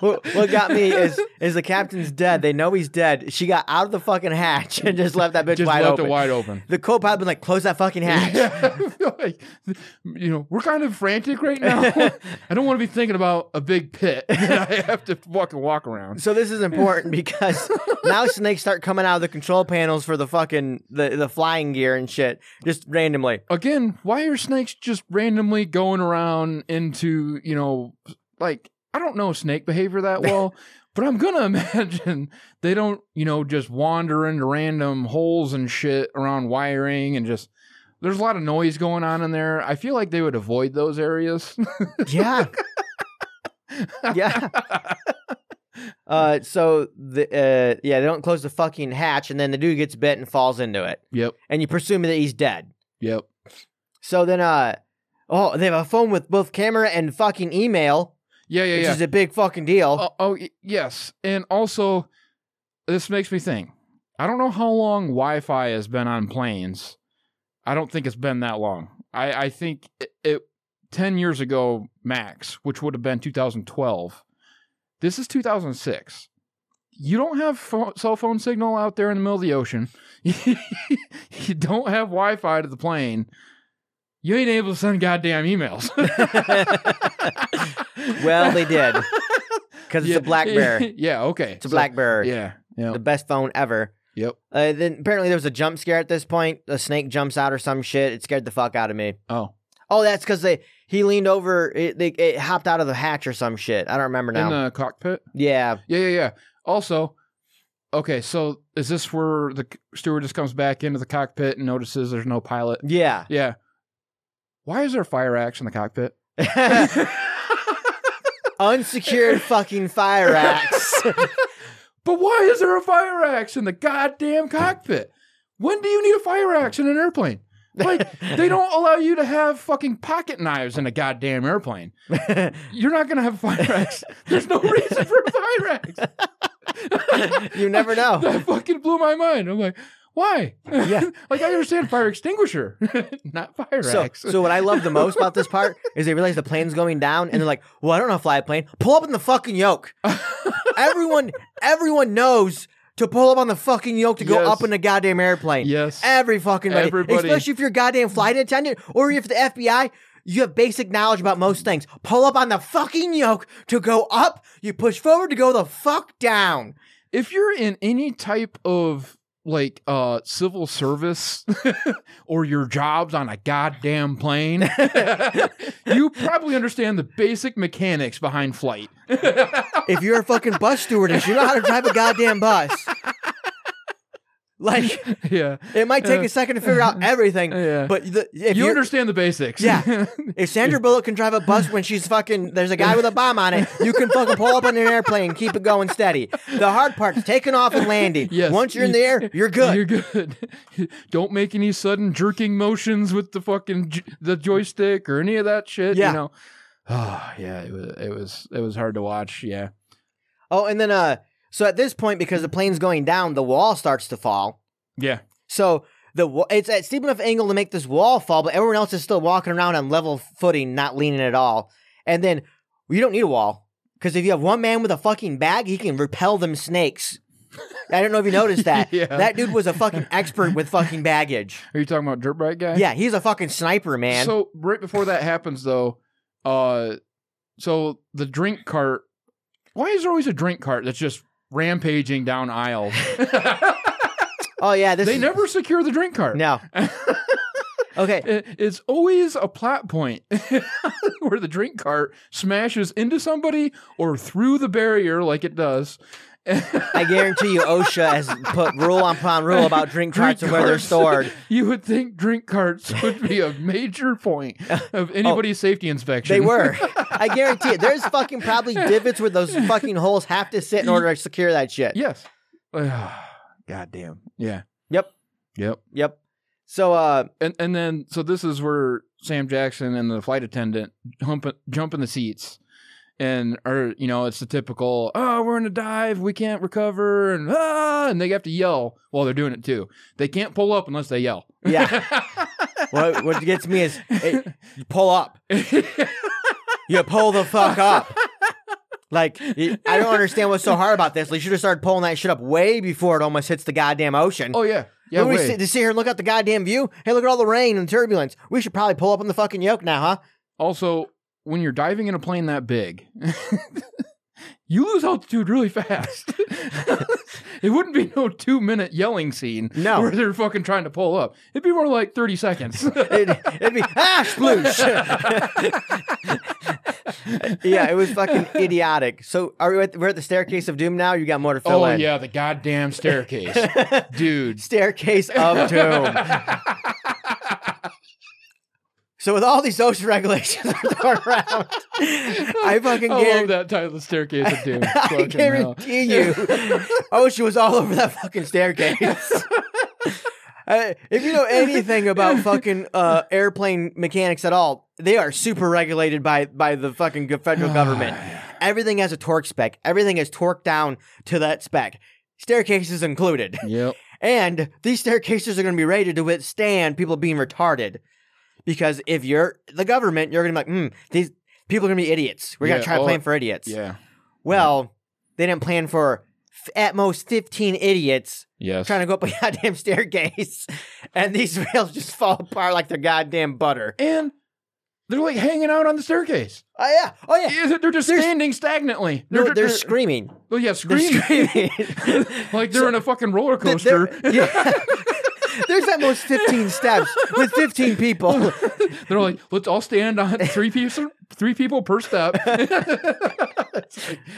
Speaker 1: what what got me
Speaker 2: [laughs]
Speaker 1: is is the captain's dead. They know he's dead. She got out of the fucking hatch and just left that bitch
Speaker 2: [laughs] just
Speaker 1: wide
Speaker 2: left
Speaker 1: open.
Speaker 2: it wide open.
Speaker 1: The co-pilot been like, close that fucking hatch.
Speaker 2: Yeah, [laughs] I feel like, you know, we're kind of frantic right [laughs] now. I don't want to be thinking about a big pit [laughs] that I have to fucking walk around.
Speaker 1: So this is
Speaker 2: [laughs]
Speaker 1: important because now snakes start coming out of the control panels for the fucking the, the flying gear and shit just randomly.
Speaker 2: Again, why are snakes just randomly going around into, you know, like, I don't know snake behavior [laughs] that well, but I'm going to [laughs] imagine they don't, you know, just wander into random holes and shit around wiring and just. There's a lot of noise going on in there. I feel like they would avoid those areas. [laughs]
Speaker 1: Yeah. yeah. [laughs] Uh, so the uh, yeah, they don't close the fucking hatch, and then the dude gets bit and falls into it,
Speaker 2: yep.
Speaker 1: and you presume that he's dead.
Speaker 2: Yep.
Speaker 1: So then, uh, oh, they have a phone with both camera and fucking email,
Speaker 2: Yeah, yeah,
Speaker 1: which
Speaker 2: yeah.
Speaker 1: is a big fucking deal.
Speaker 2: Oh, oh y- yes, and also this makes me think. I don't know how long Wi-Fi has been on planes. I don't think it's been that long. I, I think it, it ten years ago max, which would have been 2012. This is 2006. You don't have pho- cell phone signal out there in the middle of the ocean. [laughs] you don't have Wi-Fi to the plane. You ain't able to send goddamn emails.
Speaker 1: [laughs] [laughs]
Speaker 2: [laughs]
Speaker 1: well, they
Speaker 2: [laughs]
Speaker 1: did because it's
Speaker 2: Yeah.
Speaker 1: a
Speaker 2: [laughs]
Speaker 1: black bear.
Speaker 2: yeah, okay.
Speaker 1: It's a black bear.
Speaker 2: Yeah. Yeah.
Speaker 1: the best phone ever.
Speaker 2: Yep.
Speaker 1: Uh, then apparently there was a jump scare at this point. A snake jumps out or some shit. It scared the fuck out of me.
Speaker 2: Oh.
Speaker 1: Oh, that's because they he leaned over. It, they, it hopped out of the hatch or some shit. I don't remember now.
Speaker 2: In the cockpit?
Speaker 1: yeah,
Speaker 2: Yeah, yeah, yeah. Also, okay, so is this where the c- stewardess comes back into the cockpit and notices there's no pilot? [laughs]
Speaker 1: yeah. [laughs]
Speaker 2: Yeah. Why is there fire axe in the cockpit?
Speaker 1: Unsecured fucking fire axe.
Speaker 2: But why is there a fire axe in the goddamn cockpit? When do you need a fire axe in an airplane? Like,
Speaker 1: [laughs]
Speaker 2: they don't allow you to have fucking pocket knives in a goddamn airplane. You're not going to have a fire axe. There's no reason for a fire axe.
Speaker 1: [laughs] you never know.
Speaker 2: [laughs] that fucking blew my mind. I'm like, why?
Speaker 1: Yeah.
Speaker 2: [laughs] like I understand fire extinguisher, [laughs] not fire
Speaker 1: So,
Speaker 2: axe.
Speaker 1: so what I love the most about this part is they realize the plane's going down, and they're like, "Well, I don't know how to fly a plane. Pull up in the fucking
Speaker 2: [laughs]
Speaker 1: yoke. everyone, everyone knows to pull up on the fucking yoke to go
Speaker 2: Yes.
Speaker 1: up in a goddamn airplane.
Speaker 2: yes.
Speaker 1: Every fucking buddy.
Speaker 2: Everybody.
Speaker 1: Especially if you're a goddamn flight attendant or if the FBI, you have basic knowledge about most things. Pull up on the fucking yoke to go up, you push forward to go the fuck down.
Speaker 2: if you're in any type of like uh civil service [laughs] or your jobs on a goddamn plane, [laughs] you probably understand the basic mechanics behind flight. [laughs]
Speaker 1: if you're a fucking bus stewardess, you know how to drive a goddamn bus. Like
Speaker 2: yeah.
Speaker 1: it might take a second to figure out everything,
Speaker 2: Yeah.
Speaker 1: but the, if
Speaker 2: you
Speaker 1: you're-
Speaker 2: understand the basics. [laughs]
Speaker 1: Yeah. If Sandra Bullock can drive a bus when she's fucking, there's a guy with a bomb on it, you can fucking pull up on an airplane, keep it going steady. The hard part's taking off and landing.
Speaker 2: Yes.
Speaker 1: Once you're in the air, you're good.
Speaker 2: You're good. [laughs] Don't make any sudden jerking motions with the fucking j- the joystick or any of that shit.
Speaker 1: Yeah.
Speaker 2: You know. [sighs] Oh yeah, it was it was it was hard to watch. Yeah.
Speaker 1: oh, and then, uh, so at this point, because the plane's going down, the wall starts to fall.
Speaker 2: Yeah.
Speaker 1: So the wa- it's at steep enough angle to make this wall fall, but everyone else is still walking around on level footing, not leaning at all. And then you don't need a wall because if you have one man with a fucking bag, he can repel them snakes. I don't know if you noticed that.
Speaker 2: [laughs] Yeah.
Speaker 1: That dude was a fucking expert with fucking
Speaker 2: [laughs]
Speaker 1: baggage.
Speaker 2: Are you talking about dirt bike guy?
Speaker 1: Yeah, he's a fucking sniper, man.
Speaker 2: So right before that happens though, uh, so the drink cart. Why is there always a drink cart that's just rampaging down
Speaker 1: [laughs]
Speaker 2: aisles?
Speaker 1: oh yeah, this
Speaker 2: they
Speaker 1: is-
Speaker 2: never secure the drink cart. [laughs]
Speaker 1: no. Okay,
Speaker 2: It- It's always a plot point [laughs] where the drink cart smashes into somebody or through the barrier like it does. [laughs]
Speaker 1: I guarantee you, OSHA has put rule upon rule about drink carts and where they're
Speaker 2: carts.
Speaker 1: stored.
Speaker 2: You would think drink carts would be a
Speaker 1: [laughs]
Speaker 2: major point of anybody's safety inspection.
Speaker 1: Oh, They
Speaker 2: [laughs]
Speaker 1: were. I guarantee it. There's fucking probably divots where those fucking holes have to sit in order to secure that shit. [sighs]
Speaker 2: Yes. [sighs] God damn. Yeah.
Speaker 1: Yep.
Speaker 2: Yep.
Speaker 1: Yep. So, uh,
Speaker 2: And and then so this is where Sam Jackson and the flight attendant hump, jump in the seats. And or you know it's the typical oh we're in a dive we can't recover and ah and they have to yell while they're doing it too they can't pull up unless they yell
Speaker 1: yeah,
Speaker 2: [laughs]
Speaker 1: what, what gets me is hey, you pull
Speaker 2: [laughs]
Speaker 1: up. You pull the fuck up. Like, y- I don't understand what's so hard about this. They should have started pulling that shit up way before it almost hits the goddamn ocean.
Speaker 2: oh yeah yeah
Speaker 1: Then Mm. we
Speaker 2: wait.
Speaker 1: sit, to sit here and look out the goddamn view. Hey, look at all the rain and turbulence. We should probably pull up on the fucking yoke now, huh?
Speaker 2: also when you're diving in a plane that big [laughs] you lose altitude really fast [laughs] it wouldn't be no two minute yelling scene
Speaker 1: No.
Speaker 2: where they're fucking trying to pull up it'd be more like
Speaker 1: [laughs]
Speaker 2: 30 seconds [laughs]
Speaker 1: It'd, it'd be ah sploosh. [laughs] yeah, it was
Speaker 2: [laughs]
Speaker 1: fucking idiotic. So are we at, we're at the staircase of doom now? You got more to fill
Speaker 2: Oh
Speaker 1: in.
Speaker 2: yeah, the
Speaker 1: [laughs]
Speaker 2: goddamn staircase, dude.
Speaker 1: Staircase of
Speaker 2: [laughs]
Speaker 1: doom. So with all these ocean regulations [laughs] thrown around, I fucking
Speaker 2: I love
Speaker 1: guarantee,
Speaker 2: that title, the staircase of
Speaker 1: [laughs]
Speaker 2: doom.
Speaker 1: I
Speaker 2: Fucking hell.
Speaker 1: guarantee you, OSHA was all over that fucking staircase. [laughs] Uh, if you know anything about fucking uh, airplane mechanics at all, they are super regulated by by the fucking go-
Speaker 2: Ah,
Speaker 1: federal government. Everything has a torque spec. Everything is torqued down to that spec. Staircases included.
Speaker 2: Yep.
Speaker 1: And these staircases are going to be rated to withstand people being retarded. Because if you're the government, you're going to be like, hmm, these people are going to be idiots. We're going
Speaker 2: Yeah,
Speaker 1: to try
Speaker 2: oh,
Speaker 1: playing for idiots.
Speaker 2: Yeah.
Speaker 1: Well, they didn't plan for f- at most 15 idiots
Speaker 2: Yes.
Speaker 1: trying to go up a [laughs] goddamn staircase. [laughs] And these rails just fall apart like they're goddamn butter.
Speaker 2: and they're like hanging out on the staircase.
Speaker 1: Oh, yeah. Oh, yeah.
Speaker 2: Yeah, They're just standing stagnantly.
Speaker 1: No, they're,
Speaker 2: ju-
Speaker 1: screaming.
Speaker 2: well, yeah,
Speaker 1: They're
Speaker 2: screaming
Speaker 1: [laughs] screaming.
Speaker 2: like they're in a fucking roller
Speaker 1: They're-
Speaker 2: coaster.
Speaker 1: [laughs] yeah. There's at most 15 steps with 15 [laughs] people.
Speaker 2: They're like, let's all
Speaker 1: [laughs]
Speaker 2: stand on three people, three people per step.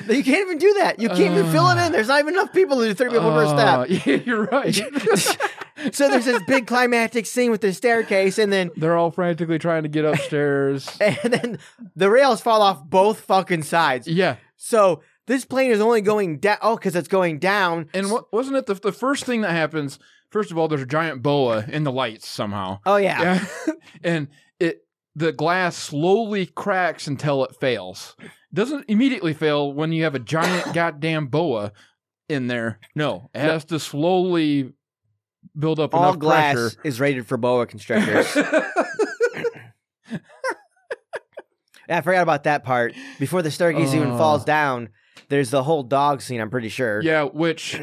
Speaker 1: You can't even do that. You can't even fill it in. There's not even enough people to do three people per
Speaker 2: [laughs] Uh,
Speaker 1: step.
Speaker 2: yeah,
Speaker 1: [laughs]
Speaker 2: you're right.
Speaker 1: So there's this big climactic scene with the staircase, and then
Speaker 2: They're all frantically trying to get
Speaker 1: [laughs]
Speaker 2: upstairs.
Speaker 1: and then the rails fall off both fucking sides.
Speaker 2: yeah.
Speaker 1: So this plane is only going down. Oh, because it's going down.
Speaker 2: And what wasn't it the, the first thing that happens? First of all, there's a giant boa in the lights somehow.
Speaker 1: Oh yeah.
Speaker 2: Yeah. [laughs] and it the glass slowly cracks until it fails. Doesn't immediately fail when you have a
Speaker 1: [coughs]
Speaker 2: giant goddamn boa in there. No, it has to slowly build up
Speaker 1: All
Speaker 2: enough
Speaker 1: glass
Speaker 2: pressure.
Speaker 1: is rated for boa
Speaker 2: [laughs]
Speaker 1: constrictors. [coughs] I forgot about that part. Before the staircase even
Speaker 2: Uh.
Speaker 1: falls down, there's the whole dog scene. I'm pretty sure.
Speaker 2: Yeah,
Speaker 1: [coughs]
Speaker 2: which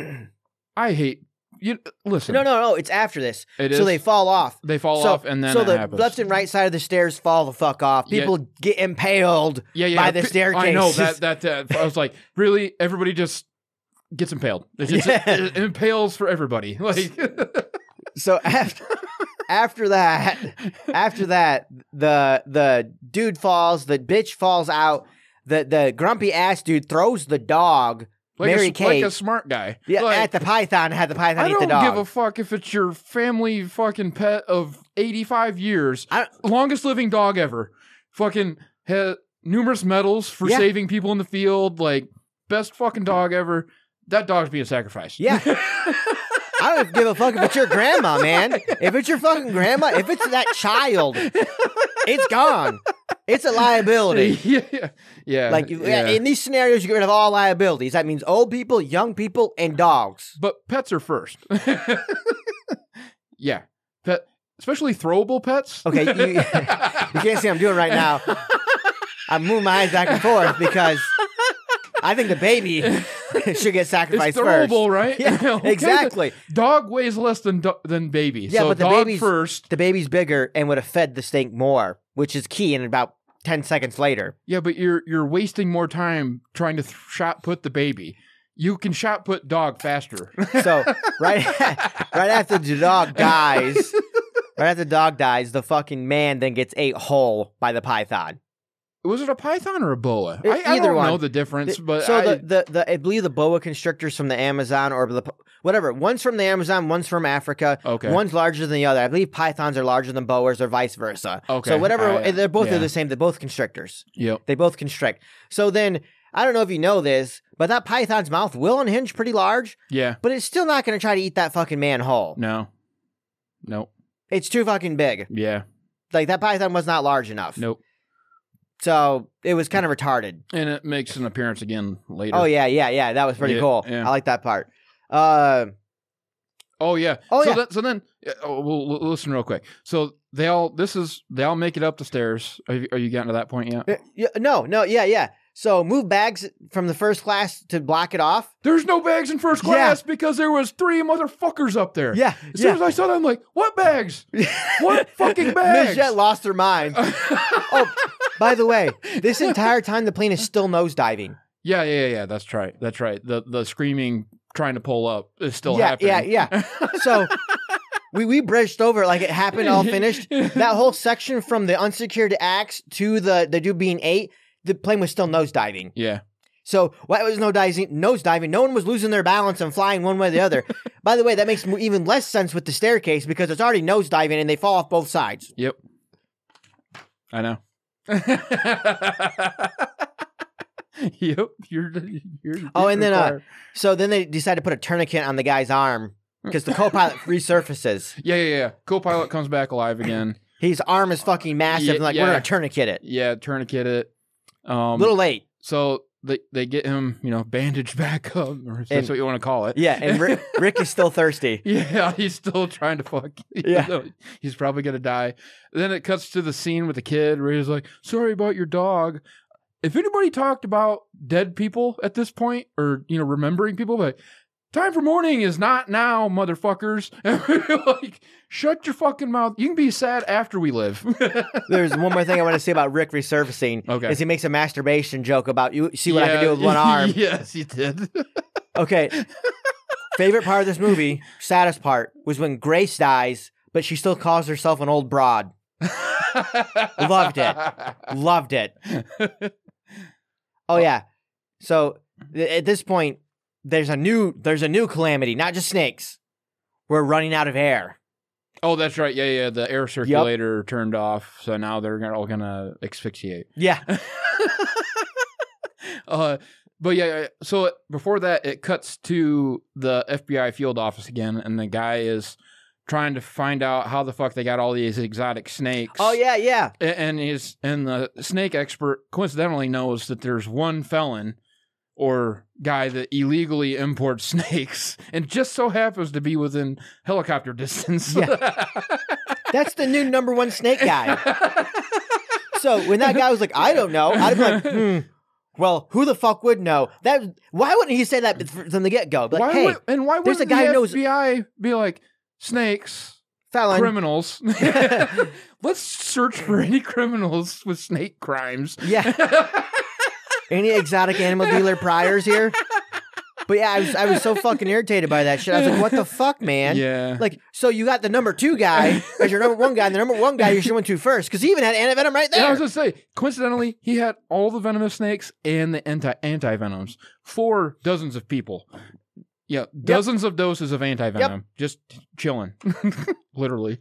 Speaker 2: I hate. You listen.
Speaker 1: No, no, no. It's after this.
Speaker 2: It
Speaker 1: so
Speaker 2: is-
Speaker 1: they fall off.
Speaker 2: They fall
Speaker 1: so,
Speaker 2: off, and then
Speaker 1: so
Speaker 2: it
Speaker 1: the
Speaker 2: happens.
Speaker 1: left and right side of the stairs fall the fuck off.
Speaker 2: Yeah.
Speaker 1: People get impaled
Speaker 2: yeah, yeah,
Speaker 1: by the
Speaker 2: pi-
Speaker 1: staircase.
Speaker 2: uh, I know that, that that I was like, really, everybody just gets impaled. It's just-
Speaker 1: Yeah.
Speaker 2: it impales for everybody. [laughs] Like
Speaker 1: So [laughs] after after that, after that, the the dude falls, the bitch falls out, the the grumpy ass dude throws the dog.
Speaker 2: like,
Speaker 1: Mary
Speaker 2: a, s- like
Speaker 1: Kate.
Speaker 2: a smart guy.
Speaker 1: Yeah,
Speaker 2: Like,
Speaker 1: at the python, had the python
Speaker 2: I
Speaker 1: eat
Speaker 2: don't
Speaker 1: the dog.
Speaker 2: give a fuck if it's your family fucking pet of 85 years,
Speaker 1: I-
Speaker 2: longest living dog ever. Fucking had numerous medals for
Speaker 1: Yeah.
Speaker 2: saving people in the field, like best fucking dog ever. That dog's being sacrificed.
Speaker 1: Yeah. I don't give a fuck if it's your grandma, man. If it's your fucking grandma, if it's that child, it's gone. It's a liability.
Speaker 2: [laughs] yeah. Yeah.
Speaker 1: Like you-
Speaker 2: yeah.
Speaker 1: in these scenarios, you get rid of all liabilities. That means old people, young people, and dogs.
Speaker 2: but pets are first. yeah. Pet especially throwable pets. [laughs]
Speaker 1: Okay, you- [laughs] You can't see what I'm doing right now. I'm moving my eyes back and forth because I think the baby [laughs] should get
Speaker 2: It's
Speaker 1: sacrificed first. [laughs]
Speaker 2: throwable, right?
Speaker 1: Yeah,
Speaker 2: [laughs] Okay,
Speaker 1: exactly.
Speaker 2: Dog weighs less than do- than baby.
Speaker 1: Yeah,
Speaker 2: so
Speaker 1: but the
Speaker 2: dog
Speaker 1: baby's-
Speaker 2: first.
Speaker 1: The baby's bigger and would have fed the snake more, which is key. In about ten seconds later,
Speaker 2: Yeah, but you're you're wasting more time trying to th- shot put the baby. You can shot put
Speaker 1: [laughs]
Speaker 2: dog faster. [laughs]
Speaker 1: so right, [laughs] right after the dog dies, right after the dog dies, the fucking man then gets ate whole by the python.
Speaker 2: Was it a python or a boa?
Speaker 1: E-
Speaker 2: I, I
Speaker 1: either
Speaker 2: don't know
Speaker 1: one.
Speaker 2: the difference,
Speaker 1: The-
Speaker 2: but
Speaker 1: so
Speaker 2: I,
Speaker 1: the, the the I believe the boa constrictors from the Amazon or the whatever. One's from the Amazon, one's from Africa.
Speaker 2: okay,
Speaker 1: One's larger than the other. I believe pythons are larger than boas or vice versa.
Speaker 2: okay,
Speaker 1: So whatever, eh,
Speaker 2: I-
Speaker 1: they're both
Speaker 2: yeah.
Speaker 1: are the same. They're both constrictors.
Speaker 2: Yep.
Speaker 1: They both constrict. So then, I don't know if you know this, but that python's mouth will unhinge pretty large,
Speaker 2: Yeah.
Speaker 1: but it's still not going to try to eat that fucking man whole.
Speaker 2: No. Nope.
Speaker 1: It's too fucking big.
Speaker 2: Yeah.
Speaker 1: Like that python was not large enough.
Speaker 2: Nope.
Speaker 1: So it was kind of retarded.
Speaker 2: And it makes an appearance again later.
Speaker 1: Oh yeah, yeah, yeah. That was pretty
Speaker 2: Yeah,
Speaker 1: cool.
Speaker 2: yeah.
Speaker 1: I like that part. Uh,
Speaker 2: Oh yeah.
Speaker 1: Oh,
Speaker 2: so
Speaker 1: yeah.
Speaker 2: That, so then, yeah, oh, well, l- listen real quick. So they all this is they all make it up the stairs. Are you, are you getting to that point yet?
Speaker 1: y- y- no, no, Uh, yeah, yeah. So move bags from the first class to block it off.
Speaker 2: There's no bags in first
Speaker 1: Yeah.
Speaker 2: class because there was three motherfuckers up there.
Speaker 1: Yeah,
Speaker 2: As soon as I saw that, I'm like, what [laughs] bags? What
Speaker 1: [laughs]
Speaker 2: fucking bags?
Speaker 1: Michelle
Speaker 2: [laughs]
Speaker 1: lost her mind. Oh, by the way,
Speaker 2: [laughs]
Speaker 1: this entire time the plane is still nosediving.
Speaker 2: yeah, yeah, yeah, yeah. That's right. That's right. The the screaming trying to pull up is still
Speaker 1: yeah,
Speaker 2: happening.
Speaker 1: yeah, yeah. So we we bridged over like it happened, all finished. That whole section from the unsecured acts to the the dude being eight, the plane was still nosediving.
Speaker 2: yeah.
Speaker 1: So why was no diving, nose diving? No one was losing their balance and flying one way or the other. By the way, that makes mo- even less sense with the staircase because it's already nose diving and they fall off both sides.
Speaker 2: Yep. I [laughs] know. yep. You're, you're.
Speaker 1: Oh, and then, uh,
Speaker 2: you're-
Speaker 1: So then they decide to put a tourniquet on the guy's arm because the co-pilot [laughs] resurfaces.
Speaker 2: Yeah, yeah, yeah. Co-pilot comes back alive again.
Speaker 1: His arm is fucking massive.
Speaker 2: Ye-
Speaker 1: and like
Speaker 2: yeah.
Speaker 1: we're gonna tourniquet it.
Speaker 2: Yeah, tourniquet it. Um,
Speaker 1: little late.
Speaker 2: so they they get him, you know, bandaged [laughs] back up. Or if that's
Speaker 1: And-
Speaker 2: what you want to call it.
Speaker 1: Yeah, and Rick, Rick is still thirsty.
Speaker 2: [laughs] Yeah, he's still trying to fuck. [laughs]
Speaker 1: Yeah.
Speaker 2: So he's probably gonna die. Then it cuts to the scene with the kid where he's like, "Sorry about your dog." If anybody talked about dead people at this point, or you know, remembering people, but time for mourning is not now, motherfuckers. [laughs] like, shut your fucking mouth. You can be sad after we live.
Speaker 1: There's one more thing I want to say about Rick resurfacing.
Speaker 2: Okay.
Speaker 1: Is he makes a masturbation joke about you see what I can do
Speaker 2: [laughs]
Speaker 1: with one
Speaker 2: Yeah.
Speaker 1: arm.
Speaker 2: yes, he did.
Speaker 1: Okay. Favorite part of this movie, saddest part, was when Grace dies, but she still calls herself an old broad.
Speaker 2: Loved
Speaker 1: it. Loved it. Oh yeah. So th- at this point, there's a new there's a new calamity, not just snakes. We're running out of air.
Speaker 2: [laughs] Oh, that's right. Yeah, yeah. The air circulator turned off, so now they're gonna- all gonna asphyxiate.
Speaker 1: Yeah.
Speaker 2: Uh, but yeah, yeah, so it- before that, it cuts to the FBI field office again, and the guy is trying to find out how the fuck they got all these exotic snakes.
Speaker 1: Oh yeah, yeah.
Speaker 2: A- and he's and the snake expert coincidentally knows that there's one felon or guy that illegally imports [laughs] snakes, and just so happens to be within helicopter distance. [laughs]
Speaker 1: That's the new number one snake guy.
Speaker 2: [laughs]
Speaker 1: So when that guy was like, I don't know, I'd be like, hmm. Well, who the fuck would know? That why wouldn't he say that from the get go? Like,
Speaker 2: why
Speaker 1: hey,
Speaker 2: would, and why would
Speaker 1: there's a
Speaker 2: the
Speaker 1: guy who knows-
Speaker 2: FBI be like snakes,
Speaker 1: felon. [laughs]
Speaker 2: criminals? [laughs] Let's search for any criminals with snake crimes. [laughs]
Speaker 1: Yeah. Any exotic animal dealer priors here? But yeah, I was I was so fucking irritated by that shit. I was like, what the fuck, man?
Speaker 2: yeah.
Speaker 1: Like, so you got the number two guy as your number one guy, and the number one guy you should have went to first because he even had antivenom right
Speaker 2: And I
Speaker 1: there.
Speaker 2: was gonna say, coincidentally, he had all the venomous snakes and the anti anti venoms for dozens of people. Yeah, dozens of doses of anti venom, just chilling, [laughs] literally.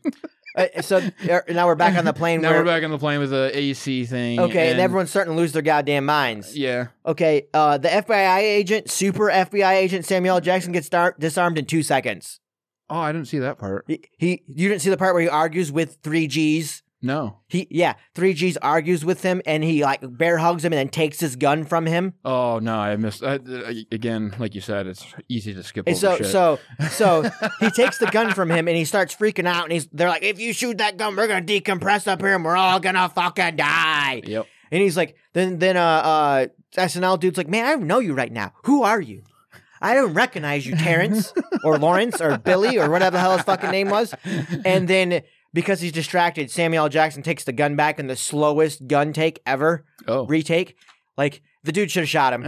Speaker 1: Uh, so er, now we're back on the plane.
Speaker 2: now
Speaker 1: where-
Speaker 2: we're back on the plane with the AC thing.
Speaker 1: Okay, and, everyone's starting to lose their goddamn minds.
Speaker 2: Yeah,
Speaker 1: Okay, uh, the FBI agent, super FBI agent Samuel L. Jackson gets dar- disarmed in two seconds.
Speaker 2: Oh, I didn't see that part.
Speaker 1: He, he, you didn't see the part where he argues with three Gs.
Speaker 2: No.
Speaker 1: He, yeah, three Gs argues with him, and he like bear hugs him, and then takes his gun from him.
Speaker 2: Oh no, I missed. I, I- again, like you said, it's easy to skip
Speaker 1: And
Speaker 2: over
Speaker 1: so,
Speaker 2: shit.
Speaker 1: so, so he takes the gun from him, and he starts freaking out, and he's they're like, "If you shoot that gun, we're gonna decompress up here, and we're all gonna fucking die."
Speaker 2: yep.
Speaker 1: And he's like, then then uh, uh SNL dude's like, man, I don't know you right now. Who are you? I don't recognize you, Terrence or Lawrence or Billy or whatever the hell his fucking name was. [laughs] And then because he's distracted, Samuel L. Jackson takes the gun back in the slowest gun take ever,
Speaker 2: Oh.
Speaker 1: retake. Like the dude should have shot him.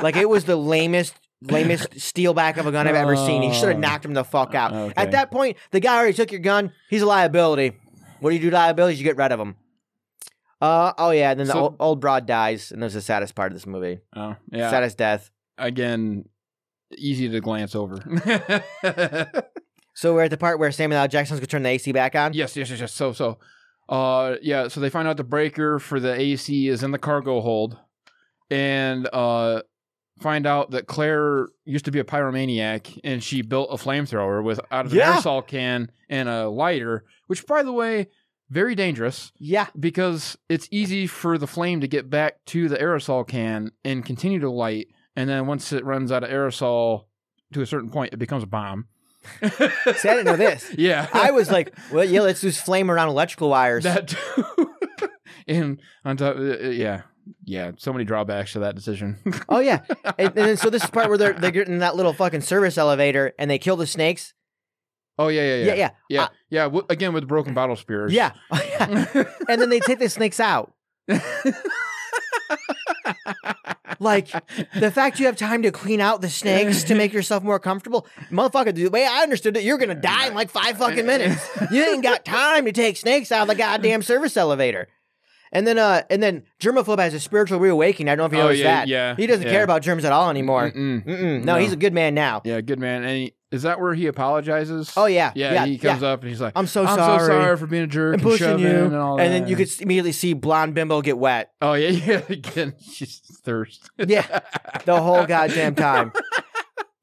Speaker 1: Like it was the lamest, lamest steal back of a gun I've ever seen. He should have knocked him the fuck out.
Speaker 2: Okay.
Speaker 1: At that point, the guy already took your gun. He's a liability. What do you do to liabilities? You get rid of him. Uh, oh yeah, and then the
Speaker 2: So-
Speaker 1: old, old broad dies, and that's the saddest part of this movie.
Speaker 2: oh, yeah.
Speaker 1: Saddest death.
Speaker 2: Again, easy to glance over. [laughs]
Speaker 1: So we're at the part where Samuel L. Jackson's gonna turn the AC back on.
Speaker 2: Yes, yes, yes, yes. So, so, uh, yeah. So they find out the breaker for the AC is in the cargo hold, and uh, find out that Claire used to be a pyromaniac, and she built a flamethrower with out of an
Speaker 1: Yeah.
Speaker 2: aerosol can and a lighter, which, by the way, very dangerous
Speaker 1: Yeah.
Speaker 2: because it's easy for the flame to get back to the aerosol can and continue to light, and then once it runs out of aerosol to a certain point, it becomes a bomb.
Speaker 1: See, I didn't know
Speaker 2: [laughs]
Speaker 1: this.
Speaker 2: yeah,
Speaker 1: I was like, well, yeah, let's use flame around electrical wires.
Speaker 2: That too. [laughs] and on top, uh, uh, yeah, yeah, so many drawbacks to that decision.
Speaker 1: [laughs] oh yeah, and, and then so this is the part where they're they're getting in that little fucking service elevator, and they kill the snakes.
Speaker 2: oh yeah, yeah, yeah,
Speaker 1: Yeah, yeah,
Speaker 2: yeah.
Speaker 1: I-
Speaker 2: yeah, w- again with broken bottle spears. [laughs] Oh,
Speaker 1: yeah. [laughs] and then they take the snakes out. like the fact you have time to clean out the snakes to make yourself more comfortable, motherfucker. The way I understood it, you're gonna die in like five fucking minutes. You ain't got time to take snakes out of the goddamn service elevator. And then, uh, and then germaphobe has a spiritual reawakening. I don't know if you
Speaker 2: Oh,
Speaker 1: noticed
Speaker 2: yeah,
Speaker 1: that.
Speaker 2: yeah,
Speaker 1: he doesn't
Speaker 2: yeah.
Speaker 1: care about germs at all anymore.
Speaker 2: Mm-mm.
Speaker 1: Mm-mm. No,
Speaker 2: No.
Speaker 1: he's a good man now.
Speaker 2: yeah, good man. And he, is that where he apologizes?
Speaker 1: Oh yeah,
Speaker 2: yeah. he comes up and he's like,
Speaker 1: I'm so
Speaker 2: I'm
Speaker 1: sorry.
Speaker 2: so sorry for being a jerk
Speaker 1: I'm
Speaker 2: and,
Speaker 1: pushing
Speaker 2: shoving
Speaker 1: you,
Speaker 2: and all
Speaker 1: and
Speaker 2: that."
Speaker 1: then you could s- immediately see blonde bimbo get wet.
Speaker 2: Oh yeah, [laughs] yeah. Again, she's thirst. [laughs]
Speaker 1: Yeah, the whole goddamn time.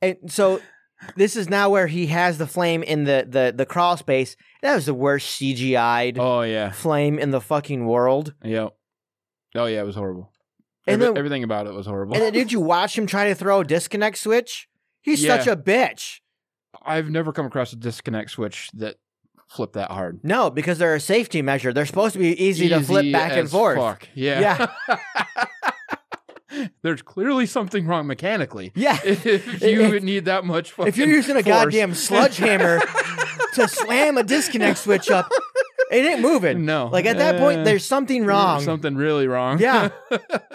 Speaker 1: And so this is now where he has the flame in the the the crawl space. That was the worst CGI'd
Speaker 2: Oh yeah,
Speaker 1: flame in the fucking world.
Speaker 2: yep. Oh yeah, it was horrible.
Speaker 1: And
Speaker 2: Every-
Speaker 1: then-
Speaker 2: everything about it was horrible.
Speaker 1: And
Speaker 2: [laughs]
Speaker 1: then did you watch him try to throw a disconnect switch? He's
Speaker 2: Yeah.
Speaker 1: such a bitch.
Speaker 2: I've never come across a disconnect switch that flipped that hard.
Speaker 1: No, because they're a safety measure. They're supposed to be easy, to flip back and
Speaker 2: as
Speaker 1: forth.
Speaker 2: fuck. Yeah. [laughs] There's clearly something wrong
Speaker 1: [laughs]
Speaker 2: mechanically. [laughs]
Speaker 1: Yeah.
Speaker 2: If you
Speaker 1: If-
Speaker 2: need that much fucking
Speaker 1: If you're using a
Speaker 2: force.
Speaker 1: goddamn sledgehammer to slam a disconnect switch up, it ain't moving.
Speaker 2: [laughs] No.
Speaker 1: [laughs] Like at that
Speaker 2: Uh,
Speaker 1: point, there's something wrong.
Speaker 2: Something really wrong. [laughs]
Speaker 1: Yeah.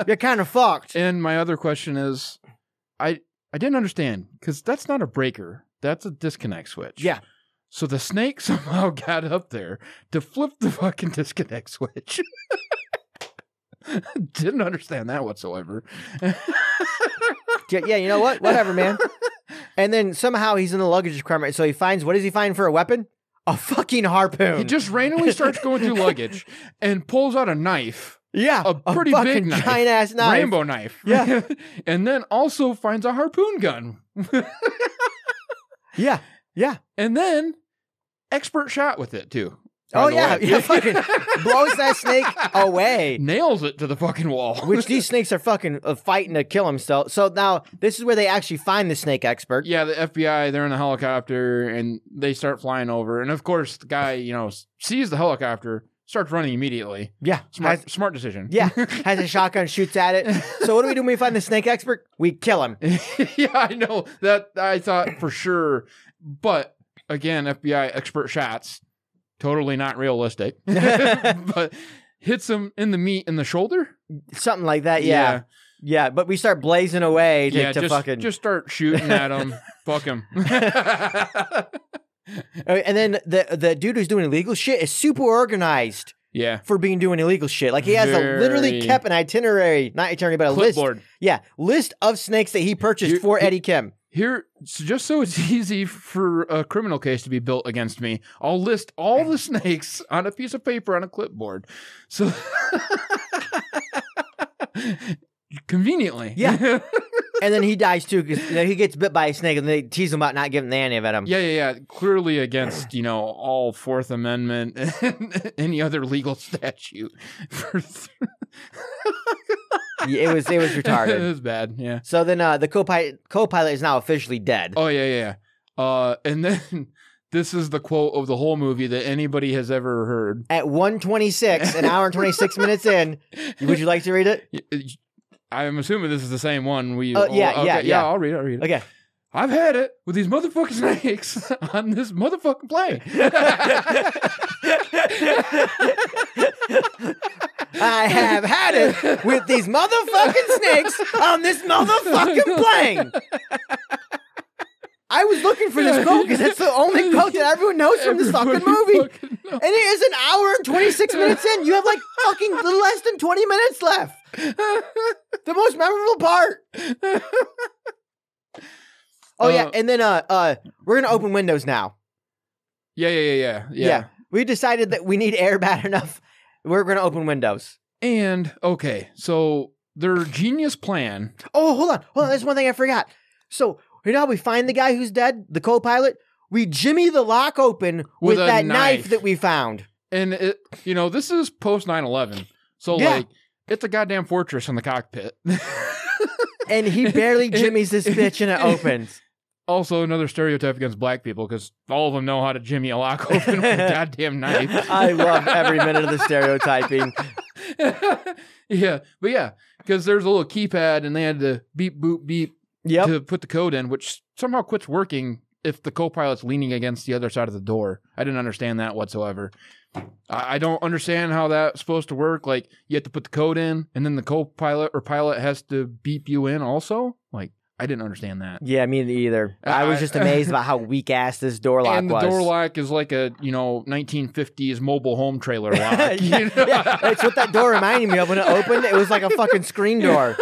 Speaker 1: You're kind of fucked.
Speaker 2: and my other question is I I didn't understand cuz that's not a breaker. That's a disconnect switch.
Speaker 1: Yeah.
Speaker 2: So the snake [laughs] somehow got up there to flip the fucking disconnect switch. [laughs] didn't understand that whatsoever.
Speaker 1: Yeah, yeah, you know what? Whatever, man. And then somehow he's in the luggage compartment, so he finds what does he find for a weapon? A fucking harpoon.
Speaker 2: He just randomly starts
Speaker 1: [laughs]
Speaker 2: going through luggage and pulls out a knife,
Speaker 1: yeah,
Speaker 2: a pretty
Speaker 1: fucking
Speaker 2: big knife.
Speaker 1: giant ass knife.
Speaker 2: rainbow knife.
Speaker 1: Yeah.
Speaker 2: [laughs] and then also finds a harpoon gun.
Speaker 1: Yeah, yeah.
Speaker 2: And then expert shot with it too. by
Speaker 1: Oh
Speaker 2: the
Speaker 1: yeah,
Speaker 2: way.
Speaker 1: yeah. Fucking blows that
Speaker 2: [laughs]
Speaker 1: snake away.
Speaker 2: Nails it to the fucking wall.
Speaker 1: Which these snakes are fucking uh, fighting to kill himself. So now this is where they actually find the snake expert.
Speaker 2: [laughs] yeah, the FBI, they're in a helicopter and they start flying over. And of course, the guy, you know, s- sees the helicopter, starts running immediately.
Speaker 1: Yeah,
Speaker 2: Smart,
Speaker 1: Has,
Speaker 2: smart decision. [laughs]
Speaker 1: yeah. Has a shotgun, shoots at it. So what do we do when we find the snake expert? We kill him.
Speaker 2: [laughs] yeah, I know that. I thought for sure, but again, FBI expert shots, totally not
Speaker 1: [laughs]
Speaker 2: realistic. [laughs] but hits him in the meat in the shoulder.
Speaker 1: Something like that. Yeah. Yeah, but we start blazing away to,
Speaker 2: yeah,
Speaker 1: to
Speaker 2: just,
Speaker 1: fucking.
Speaker 2: just start shooting
Speaker 1: [laughs]
Speaker 2: at him. Fuck him. [laughs]
Speaker 1: Uh, and then the the dude who's doing illegal shit is super organized
Speaker 2: yeah.
Speaker 1: for being doing illegal shit. Like he has a, literally
Speaker 2: Very-
Speaker 1: kept an itinerary, not itinerary, but a list.
Speaker 2: Clipboard.
Speaker 1: Yeah, list of snakes that he purchased
Speaker 2: You-
Speaker 1: for
Speaker 2: you-
Speaker 1: Eddie Kim.
Speaker 2: Here, so just so it's [laughs] easy for a criminal case to be built against me, I'll list all the snakes on a piece of paper on a clipboard.
Speaker 1: [laughs]
Speaker 2: So [laughs] conveniently, [laughs]
Speaker 1: Yeah. and then he dies too because he gets bit by a snake, and they tease him about not giving the anti-venom.
Speaker 2: yeah, yeah, yeah. Clearly against you know all Fourth Amendment [laughs] and any other legal [laughs] statute. For
Speaker 1: Yeah, it was
Speaker 2: [laughs]
Speaker 1: it was
Speaker 2: it
Speaker 1: retarded.
Speaker 2: was bad. Yeah.
Speaker 1: so then uh, the co-pilot co-pilot is now officially dead.
Speaker 2: Oh yeah, yeah. yeah. Uh, and then [laughs] this is the quote of the whole movie that anybody has ever heard.
Speaker 1: At 126, an hour and 26 minutes in, would you like to read it?
Speaker 2: Y- y- I'm assuming this is the same one we.
Speaker 1: Oh, yeah, yeah, yeah.
Speaker 2: I'll read it. I'll read it.
Speaker 1: Okay.
Speaker 2: I've had it with these motherfucking [laughs] snakes on this motherfucking plane.
Speaker 1: I have had it with these motherfucking snakes on this motherfucking plane. I was looking for this quote because it's the only quote that everyone knows [laughs] from this fucking
Speaker 2: Everybody
Speaker 1: movie.
Speaker 2: fucking knows.
Speaker 1: And it is an hour and 26 minutes in. You have like fucking little less than 20 minutes left. The most memorable part. Oh, yeah.
Speaker 2: Uh,
Speaker 1: And then uh, uh, we're going to open windows now.
Speaker 2: yeah, yeah, yeah, yeah, yeah,
Speaker 1: Yeah. We decided that we need air bad enough. We're going to open windows.
Speaker 2: And okay, so their genius plan.
Speaker 1: Oh, hold on. Hold on. There's one thing I forgot. So, you know how we find the guy who's dead, the co pilot? We jimmy the lock open with,
Speaker 2: With a
Speaker 1: that knife.
Speaker 2: knife.
Speaker 1: that we found.
Speaker 2: and it you know this is post 9-11 so
Speaker 1: Yeah.
Speaker 2: like it's a goddamn fortress in the cockpit [laughs]
Speaker 1: And he barely
Speaker 2: It-
Speaker 1: jimmies this bitch
Speaker 2: [laughs]
Speaker 1: and it opens.
Speaker 2: also another stereotype against black people because all of them know how to jimmy a lock [laughs] open with a
Speaker 1: [laughs]
Speaker 2: goddamn knife
Speaker 1: I love every minute of the stereotyping.
Speaker 2: [laughs] yeah but yeah because there's a little keypad and they had to beep boop beep
Speaker 1: Yep.
Speaker 2: to put the code in which somehow quits working if the co-pilot's leaning against the other side of the door i didn't understand that whatsoever I I don't understand how that's supposed to work. Like you have to put the code in, and then the co-pilot or pilot has to beep you in. Also, like I didn't understand that.
Speaker 1: Yeah, me either. I was just
Speaker 2: I-
Speaker 1: amazed about how weak ass this door lock
Speaker 2: and the
Speaker 1: was. [laughs]
Speaker 2: door lock is like a you know 1950s mobile home trailer
Speaker 1: [laughs]
Speaker 2: lock.
Speaker 1: yeah,
Speaker 2: you know?
Speaker 1: yeah, it's what that
Speaker 2: [laughs]
Speaker 1: door reminded me of when it opened. It was like a fucking screen door.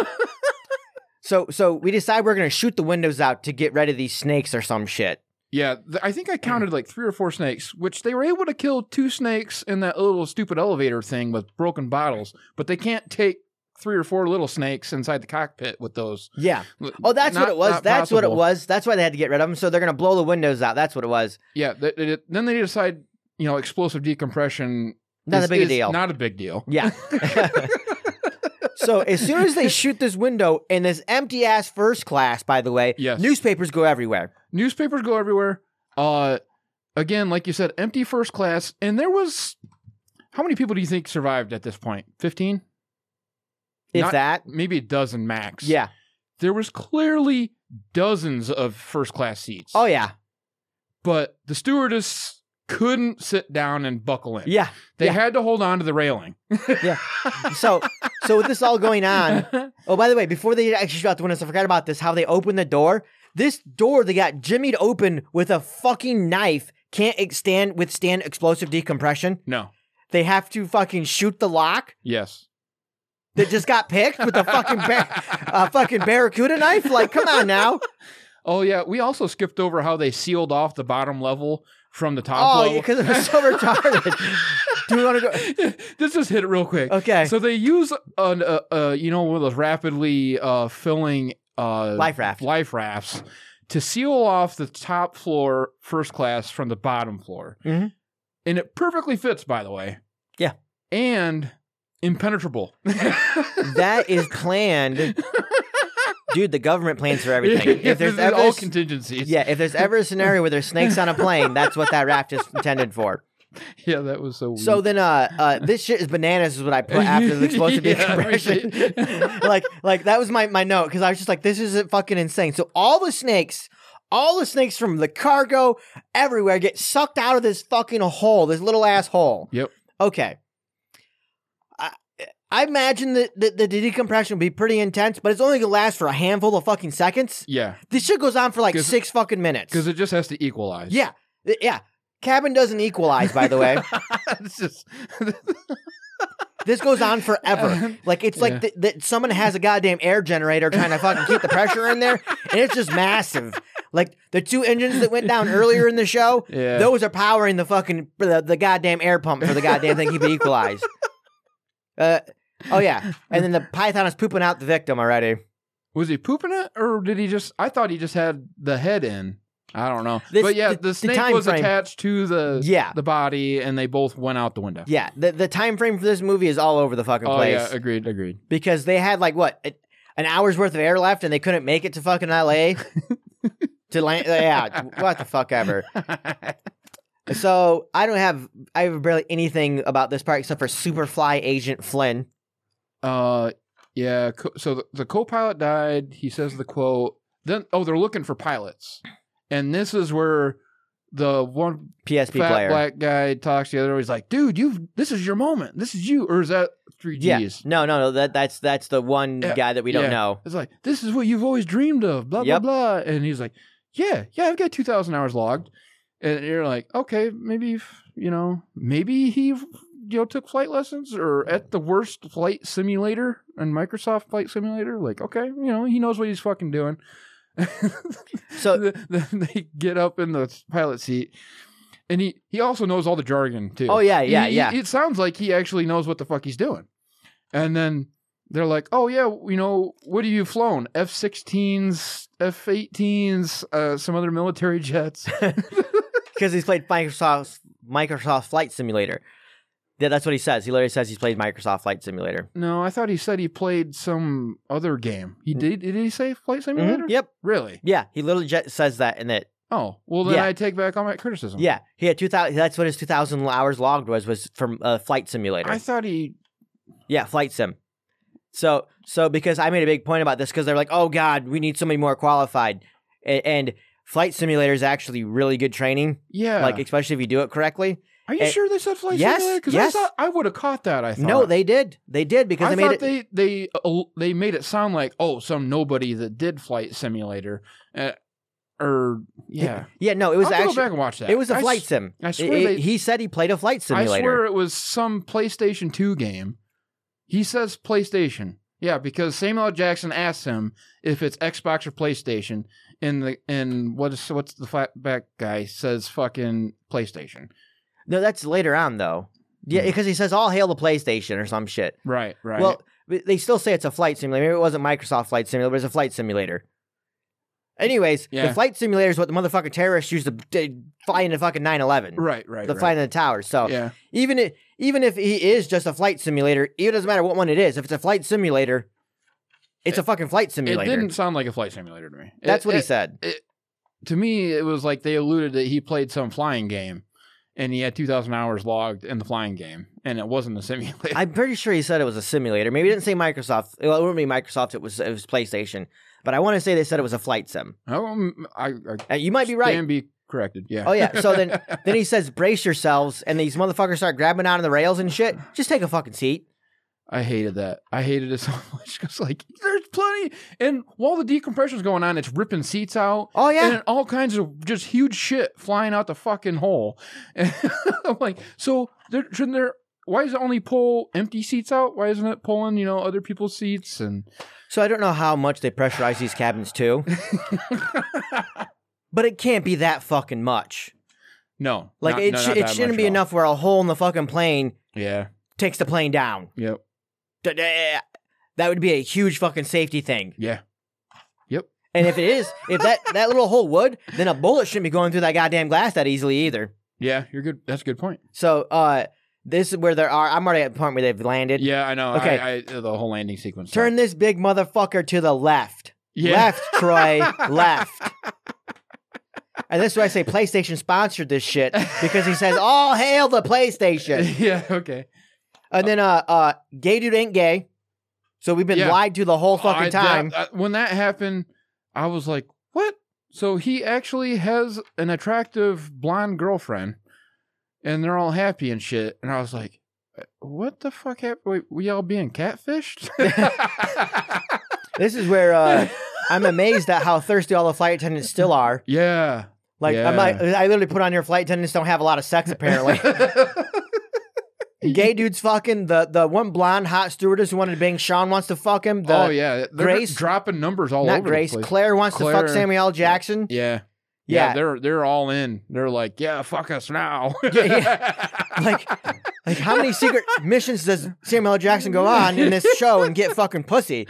Speaker 1: So, so we decide we're gonna shoot the windows out to get rid of these snakes or some shit.
Speaker 2: Yeah, th- I think I counted like three or four snakes, which they were able to kill two snakes in that little stupid elevator thing with broken bottles, but they can't take three or four little snakes inside the cockpit with those.
Speaker 1: Yeah. Oh, that's what
Speaker 2: Not-
Speaker 1: it was.
Speaker 2: not
Speaker 1: That's what it
Speaker 2: possible.
Speaker 1: was. That's why they had to get rid of them. So they're gonna blow the windows out. That's what it was.
Speaker 2: Yeah, they, they, did- then they decide, you know, explosive decompression.
Speaker 1: Not
Speaker 2: is-
Speaker 1: a big
Speaker 2: is
Speaker 1: deal.
Speaker 2: Not a big deal. [laughs]
Speaker 1: yeah. [laughs] so as soon as they shoot this window in this empty ass first class, by the way,
Speaker 2: Yes.
Speaker 1: newspapers go everywhere.
Speaker 2: Newspapers go everywhere. Uh, again, like you said, empty first class, and there was. How many people do you think survived at this point? Fifteen,
Speaker 1: If
Speaker 2: Not-
Speaker 1: that,
Speaker 2: maybe a dozen max.
Speaker 1: yeah.
Speaker 2: there was clearly dozens of first class seats.
Speaker 1: Oh yeah,
Speaker 2: but the stewardess couldn't sit down and buckle in.
Speaker 1: yeah.
Speaker 2: they
Speaker 1: yeah.
Speaker 2: had to hold on to
Speaker 1: [laughs]
Speaker 2: the railing. [laughs]
Speaker 1: So, so with this all going on, Oh, by the way, before they actually shut out the windows, I forgot about this. How they opened the door. This door they got jimmied open with a fucking knife. Can't withstand withstand explosive decompression.
Speaker 2: no.
Speaker 1: They have to fucking shoot the lock
Speaker 2: Yes.
Speaker 1: that just got picked with a fucking bar- a fucking barracuda knife. Like, come on
Speaker 2: [laughs]
Speaker 1: now.
Speaker 2: Oh yeah. We also skipped over how they sealed off the bottom level from the top
Speaker 1: Oh,
Speaker 2: level.
Speaker 1: because it was so retarded. [laughs] Do we want to go?
Speaker 2: [laughs] this just hit it real quick.
Speaker 1: Okay.
Speaker 2: So they use an uh, uh, you know one of those rapidly uh, filling uh,
Speaker 1: Life raft.
Speaker 2: life rafts to seal off the top floor first class from the bottom floor.
Speaker 1: Mhm.
Speaker 2: And it perfectly fits, by the way.
Speaker 1: Yeah.
Speaker 2: And impenetrable.
Speaker 1: that is planned. Dude, the government plans for
Speaker 2: [laughs]
Speaker 1: everything. If
Speaker 2: This
Speaker 1: there's
Speaker 2: is
Speaker 1: ever
Speaker 2: all contingencies.
Speaker 1: yeah, if there's ever a scenario where there's snakes on a plane, that's what that raft is intended for.
Speaker 2: [laughs] Yeah, that was so weird.
Speaker 1: So then, uh, uh, this shit is bananas is what I put after
Speaker 2: [laughs]
Speaker 1: the explosive
Speaker 2: Yeah,
Speaker 1: decompression. [laughs]
Speaker 2: right.
Speaker 1: like, like that was my my note because I was just like, this is fucking insane. So all the snakes, all the snakes from the cargo everywhere get sucked out of this fucking hole, this little ass hole.
Speaker 2: Yep.
Speaker 1: Okay. I I imagine that the, the decompression will be pretty intense, but it's only gonna last for a handful of fucking seconds.
Speaker 2: Yeah,
Speaker 1: This shit goes on for like
Speaker 2: 'Cause-
Speaker 1: six fucking minutes.
Speaker 2: because it just has to equalize.
Speaker 1: Yeah, Th- yeah. Cabin doesn't equalize, by the way.
Speaker 2: [laughs]
Speaker 1: [laughs]
Speaker 2: it's just
Speaker 1: this goes on forever. Like it's
Speaker 2: Yeah.
Speaker 1: like th- that someone has a goddamn air generator trying to fucking keep the pressure in there, and it's just massive. Like the two engines that went down earlier in the show,
Speaker 2: [laughs] yeah.
Speaker 1: those are powering the fucking the, the goddamn air pump for the goddamn thing keep it equalized. Uh, oh yeah, and then the python is pooping out the victim already.
Speaker 2: Was he pooping it, or did he just? I thought he just had the head in. I don't know.
Speaker 1: This-
Speaker 2: but yeah,
Speaker 1: the-
Speaker 2: the,
Speaker 1: the
Speaker 2: snake
Speaker 1: time
Speaker 2: was
Speaker 1: frame.
Speaker 2: attached to the
Speaker 1: Yeah.
Speaker 2: the body, and they both went out the window.
Speaker 1: Yeah, the the time frame for this movie is all over the fucking
Speaker 2: oh
Speaker 1: place
Speaker 2: yeah, agreed, agreed.
Speaker 1: because they had like what a- an hour's worth of air left and they couldn't make it to fucking L.A.
Speaker 2: [laughs]
Speaker 1: to land. Yeah, what the fuck ever.
Speaker 2: [laughs]
Speaker 1: So I don't have I have barely anything about this part except for Superfly Agent Flynn.
Speaker 2: uh, yeah. Co- so the, the co-pilot died. He says the quote. Then oh, they're looking for pilots, and this is where the one
Speaker 1: PSP
Speaker 2: fat
Speaker 1: player.
Speaker 2: black guy talks to the other. He's like, "Dude, you. This is your moment. This is you." Or is that three
Speaker 1: yeah.
Speaker 2: Gs?
Speaker 1: No, no, no. That that's that's the one
Speaker 2: Yeah,
Speaker 1: guy that we don't
Speaker 2: yeah.
Speaker 1: know.
Speaker 2: It's like, this is what you've always dreamed of, blah,
Speaker 1: Yep.
Speaker 2: blah, blah. And he's like, yeah, yeah, I've got 2,000 hours logged. And you're like, okay, maybe, if- you know, maybe he, you know, took flight lessons or at the worst flight simulator and Microsoft flight simulator. Like, okay, you know, he knows what he's fucking doing.
Speaker 1: So-
Speaker 2: Th- [laughs] then they get up in the pilot seat. And he, he also knows all the jargon too.
Speaker 1: Oh yeah, yeah,
Speaker 2: He- he-
Speaker 1: yeah.
Speaker 2: It sounds like he actually knows what the fuck he's doing. And then they're like, "Oh yeah, you know, what have you flown? F-16s, F-18s, uh, some other
Speaker 1: [laughs]
Speaker 2: military jets."
Speaker 1: because he's played Microsoft Microsoft Flight Simulator. Yeah, that's what he says. He literally says he's played Microsoft Flight Simulator.
Speaker 2: no, I thought he said he played some other game.
Speaker 1: Mm.
Speaker 2: He did. Did he say flight
Speaker 1: Mhm.
Speaker 2: simulator?
Speaker 1: Yep.
Speaker 2: Really?
Speaker 1: Yeah, he literally ju- says that in it.
Speaker 2: Oh, well then
Speaker 1: Yeah.
Speaker 2: I take back all my criticism.
Speaker 1: Yeah, he had two thousand. That's what his two thousand hours logged was was from uh, Flight Simulator.
Speaker 2: I thought he.
Speaker 1: Yeah, flight sim. So so because I made a big point about this because they're like, oh god, we need somebody more qualified, A- and flight simulator is actually really good training,
Speaker 2: Yeah.
Speaker 1: like especially if you do it correctly.
Speaker 2: are you
Speaker 1: eh,
Speaker 2: sure they said flight
Speaker 1: yes,
Speaker 2: simulator? Because
Speaker 1: yes.
Speaker 2: I thought I would have caught that. I thought.
Speaker 1: No, they did, they did because
Speaker 2: I
Speaker 1: they made
Speaker 2: thought
Speaker 1: it.
Speaker 2: they they uh, they made it sound like oh some nobody that did Flight Simulator, uh, or yeah.
Speaker 1: yeah, no, it was
Speaker 2: I'll have to go back
Speaker 1: actually
Speaker 2: and watch that.
Speaker 1: it was a
Speaker 2: I
Speaker 1: flight
Speaker 2: s-
Speaker 1: sim.
Speaker 2: I swear
Speaker 1: It- it-
Speaker 2: they-
Speaker 1: he said he played a flight
Speaker 2: I
Speaker 1: simulator.
Speaker 2: swear it was some PlayStation Two game. He says PlayStation. Yeah, because Samuel L. Jackson asks him if it's Xbox or PlayStation, and the and what is what's the flat back guy says fucking PlayStation.
Speaker 1: No, that's later on though. Yeah,
Speaker 2: Hmm.
Speaker 1: because he says all hail the PlayStation or some shit.
Speaker 2: Right, right.
Speaker 1: Well, but they still say it's a flight simulator. Maybe it wasn't Microsoft Flight Simulator, but it's a flight simulator. Anyways,
Speaker 2: Yeah.
Speaker 1: the flight simulator is what the motherfucking terrorists used to d- fly into fucking 9-11.
Speaker 2: right, right.
Speaker 1: The
Speaker 2: right.
Speaker 1: flight in the tower. So
Speaker 2: Yeah,
Speaker 1: even if even if he is just a flight simulator, it doesn't matter what one it is. If it's a flight simulator, it's a fucking flight
Speaker 2: it
Speaker 1: simulator.
Speaker 2: didn't sound like a flight simulator to me. It-
Speaker 1: That's what
Speaker 2: it,
Speaker 1: he said.
Speaker 2: to me, it was like they alluded that he played some flying game, and he had two thousand hours logged in the flying game, and it wasn't a [laughs] simulator.
Speaker 1: I'm pretty sure he said it was a simulator. Maybe he didn't say Microsoft. Well, it wouldn't be Microsoft. It was it was PlayStation. But I want to say they said it was a flight sim.
Speaker 2: Um, I, I,
Speaker 1: Uh, you might be right.
Speaker 2: Can be corrected. Yeah.
Speaker 1: Oh yeah. So then then he says brace yourselves and these motherfuckers start grabbing onto the rails and shit. Just take a fucking seat.
Speaker 2: I hated that. I hated it [laughs] so much because like there's plenty, and while the decompression's going on, it's ripping seats out.
Speaker 1: Oh yeah.
Speaker 2: And all kinds of just huge shit flying out the fucking hole. [laughs] And I'm like, so there, shouldn't there? Why does it only pull empty seats out? Why isn't it pulling, you know, other people's seats? And
Speaker 1: So I don't know how much they pressurize these cabins
Speaker 2: [laughs]
Speaker 1: too, but it can't be that fucking much.
Speaker 2: no,
Speaker 1: Like
Speaker 2: not-
Speaker 1: it
Speaker 2: no,
Speaker 1: sh-
Speaker 2: not
Speaker 1: it
Speaker 2: that much
Speaker 1: shouldn't
Speaker 2: at
Speaker 1: be
Speaker 2: all.
Speaker 1: enough where a hole in the fucking plane
Speaker 2: Yeah.
Speaker 1: takes the plane down.
Speaker 2: Yep.
Speaker 1: Da- da- That would be a huge fucking safety thing.
Speaker 2: Yeah.
Speaker 1: And if it is, if
Speaker 2: [laughs]
Speaker 1: that that little hole would, then a bullet shouldn't be going through that goddamn glass that easily either.
Speaker 2: Yeah. You're good. That's a good point.
Speaker 1: So uh this is where there are I'm already at the point where they've landed.
Speaker 2: Yeah, I know.
Speaker 1: Okay.
Speaker 2: I, I, the whole landing sequence.
Speaker 1: Turn this big motherfucker to the left.
Speaker 2: yeah.
Speaker 1: Left,
Speaker 2: [laughs]
Speaker 1: Troy, left. And this is why I say PlayStation sponsored this shit because he says, "All hail the PlayStation."
Speaker 2: [laughs] yeah. Okay.
Speaker 1: And then, uh, uh, gay dude ain't gay, so we've been
Speaker 2: Yeah.
Speaker 1: lied to the whole fucking
Speaker 2: I- that-
Speaker 1: time.
Speaker 2: uh, when that happened, I was like, "What?" So he actually has an attractive blonde girlfriend, and they're all happy and shit. And I was like, "Uh, what the fuck happened? Wait, we all being catfished? [laughs]
Speaker 1: This is where [laughs] uh, I'm amazed at how thirsty all the flight attendants still are.
Speaker 2: yeah.
Speaker 1: Like
Speaker 2: Yeah.
Speaker 1: I'm like, I literally put on your flight attendants don't have a lot of sex
Speaker 2: [laughs]
Speaker 1: apparently. Gay dudes fucking the the one blonde hot stewardess who wanted to bang Sean wants to fuck him. The,
Speaker 2: oh yeah, they're
Speaker 1: Grace-
Speaker 2: dropping numbers all
Speaker 1: not
Speaker 2: over
Speaker 1: Grace.
Speaker 2: the place.
Speaker 1: Claire wants to
Speaker 2: Claire-
Speaker 1: fuck Samuel L. Jackson.
Speaker 2: yeah. yeah,
Speaker 1: Yeah.
Speaker 2: they're they're all in. They're like, yeah, fuck us now.
Speaker 1: [laughs]
Speaker 2: [laughs]
Speaker 1: Like like how many secret missions does Samuel L. Jackson go on in this show and get fucking pussy?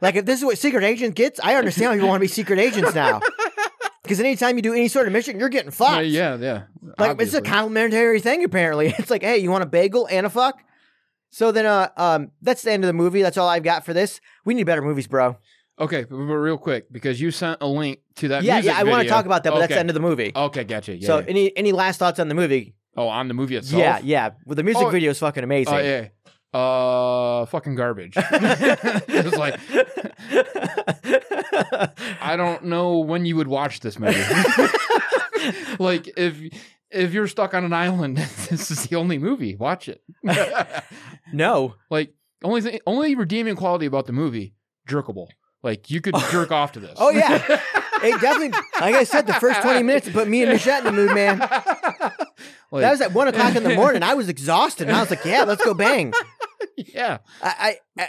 Speaker 1: Like if this is what secret agent gets, I understand why people want to be secret agents
Speaker 2: [laughs]
Speaker 1: now. Because anytime you do any sort of mission, you're getting
Speaker 2: yeah,
Speaker 1: fucked.
Speaker 2: yeah, yeah.
Speaker 1: Like
Speaker 2: Obviously.
Speaker 1: it's a complimentary thing apparently. [laughs] It's like, hey, you want a bagel and a fuck? So then uh um that's the end of the movie. That's all I've got for this. We need better movies, bro.
Speaker 2: Uh, okay, but, but real quick because you sent a link to that.
Speaker 1: yeah, yeah, I want to
Speaker 2: video.
Speaker 1: talk about that, but
Speaker 2: okay.
Speaker 1: that's the end of the movie.
Speaker 2: Okay, gotcha. Yeah,
Speaker 1: so
Speaker 2: yeah.
Speaker 1: any any last thoughts on the movie?
Speaker 2: oh, on the movie itself.
Speaker 1: Yeah, yeah. Well the music
Speaker 2: Oh,
Speaker 1: video is fucking amazing.
Speaker 2: Oh yeah. Uh, fucking garbage. [laughs] it's like I don't know when you would watch
Speaker 1: [laughs]
Speaker 2: this movie. [laughs] like if if you're stuck on an island, [laughs] this is the only movie. Watch it.
Speaker 1: [laughs] no.
Speaker 2: like only thing, only redeeming quality about the movie, jerkable. Like you
Speaker 1: [laughs]
Speaker 2: could jerk off to this.
Speaker 1: Oh, yeah. [laughs] It definitely like I said, the first twenty minutes put me and Michelle in the mood,
Speaker 2: [laughs]
Speaker 1: man.
Speaker 2: Like,
Speaker 1: That was at one o'clock in the morning. I was exhausted and I was like, Yeah, let's go bang.
Speaker 2: [laughs] [laughs] yeah.
Speaker 1: I, I, I-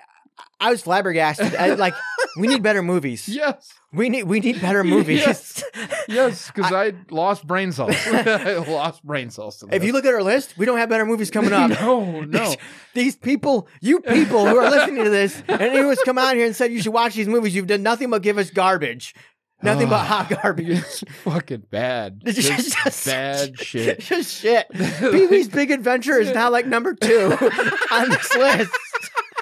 Speaker 1: I was flabbergasted. I, like, we need better movies.
Speaker 2: [laughs] Yes.
Speaker 1: We need we need better movies.
Speaker 2: Yes. Yes, because I, lost
Speaker 1: [laughs]
Speaker 2: brain cells. [laughs] I lost brain cells. To
Speaker 1: if you
Speaker 2: this.
Speaker 1: look at our list, we don't have better movies coming up.
Speaker 2: [laughs] no, no.
Speaker 1: These people, you people who are listening to this, and anyone's come out here and said you should watch these movies, you've done nothing but give us garbage. Nothing but
Speaker 2: Ah,
Speaker 1: hot garbage.
Speaker 2: It's fucking bad.
Speaker 1: It's
Speaker 2: Just
Speaker 1: just- [laughs]
Speaker 2: bad [laughs] shit.
Speaker 1: Just shit. Pee Wee's Big Adventure is now like number
Speaker 2: [laughs]
Speaker 1: two on this list.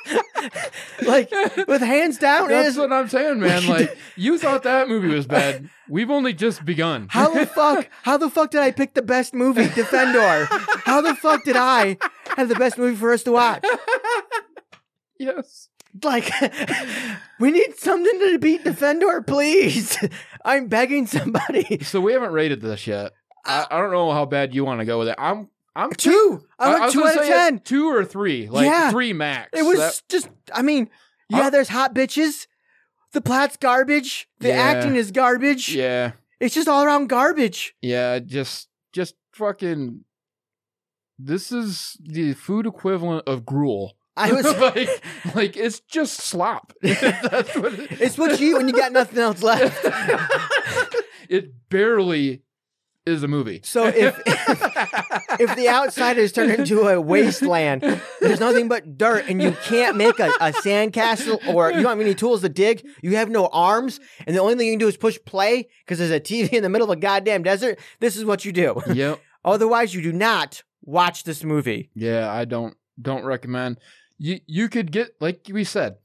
Speaker 1: [laughs] like, with hands down, it
Speaker 2: That's
Speaker 1: is
Speaker 2: what I'm
Speaker 1: [laughs]
Speaker 2: saying, man. Like you thought that movie was bad. We've only just begun.
Speaker 1: [laughs] How the fuck? How the fuck did I pick the best movie, Defendor? How the fuck did I have the best movie for us to watch?
Speaker 2: [laughs] yes.
Speaker 1: Like, [laughs] we need something to beat Defendor, please. [laughs] I'm begging
Speaker 2: [laughs]
Speaker 1: somebody.
Speaker 2: So we haven't rated this yet.
Speaker 1: Uh,
Speaker 2: I, I don't know how bad you want to go with it. I'm I'm
Speaker 1: Two. I
Speaker 2: I
Speaker 1: went
Speaker 2: was
Speaker 1: two
Speaker 2: gonna
Speaker 1: out of
Speaker 2: say it's
Speaker 1: ten.
Speaker 2: Two or three. Like
Speaker 1: Yeah.
Speaker 2: three max.
Speaker 1: It was
Speaker 2: That-
Speaker 1: just. I mean, yeah,
Speaker 2: Uh,
Speaker 1: there's hot bitches. The plot's garbage. The
Speaker 2: Yeah.
Speaker 1: acting is garbage.
Speaker 2: Yeah.
Speaker 1: It's just all around garbage.
Speaker 2: Yeah. Just just fucking this is the food equivalent of gruel.
Speaker 1: I was.
Speaker 2: like, [laughs]
Speaker 1: [laughs]
Speaker 2: like it's just slop. [laughs] That's what it-
Speaker 1: it's what you eat when you got nothing else left.
Speaker 2: [laughs] it barely is a movie.
Speaker 1: [laughs] So if if the outside is turned into a wasteland, there's nothing but dirt, and you can't make a, a sandcastle or you don't have any tools to dig. You have no arms, and the only thing you can do is push play because there's a TV in the middle of a goddamn desert. This is what you do.
Speaker 2: yep.
Speaker 1: Otherwise, you do not watch this movie.
Speaker 2: Yeah, I don't don't recommend. You you could get like we said,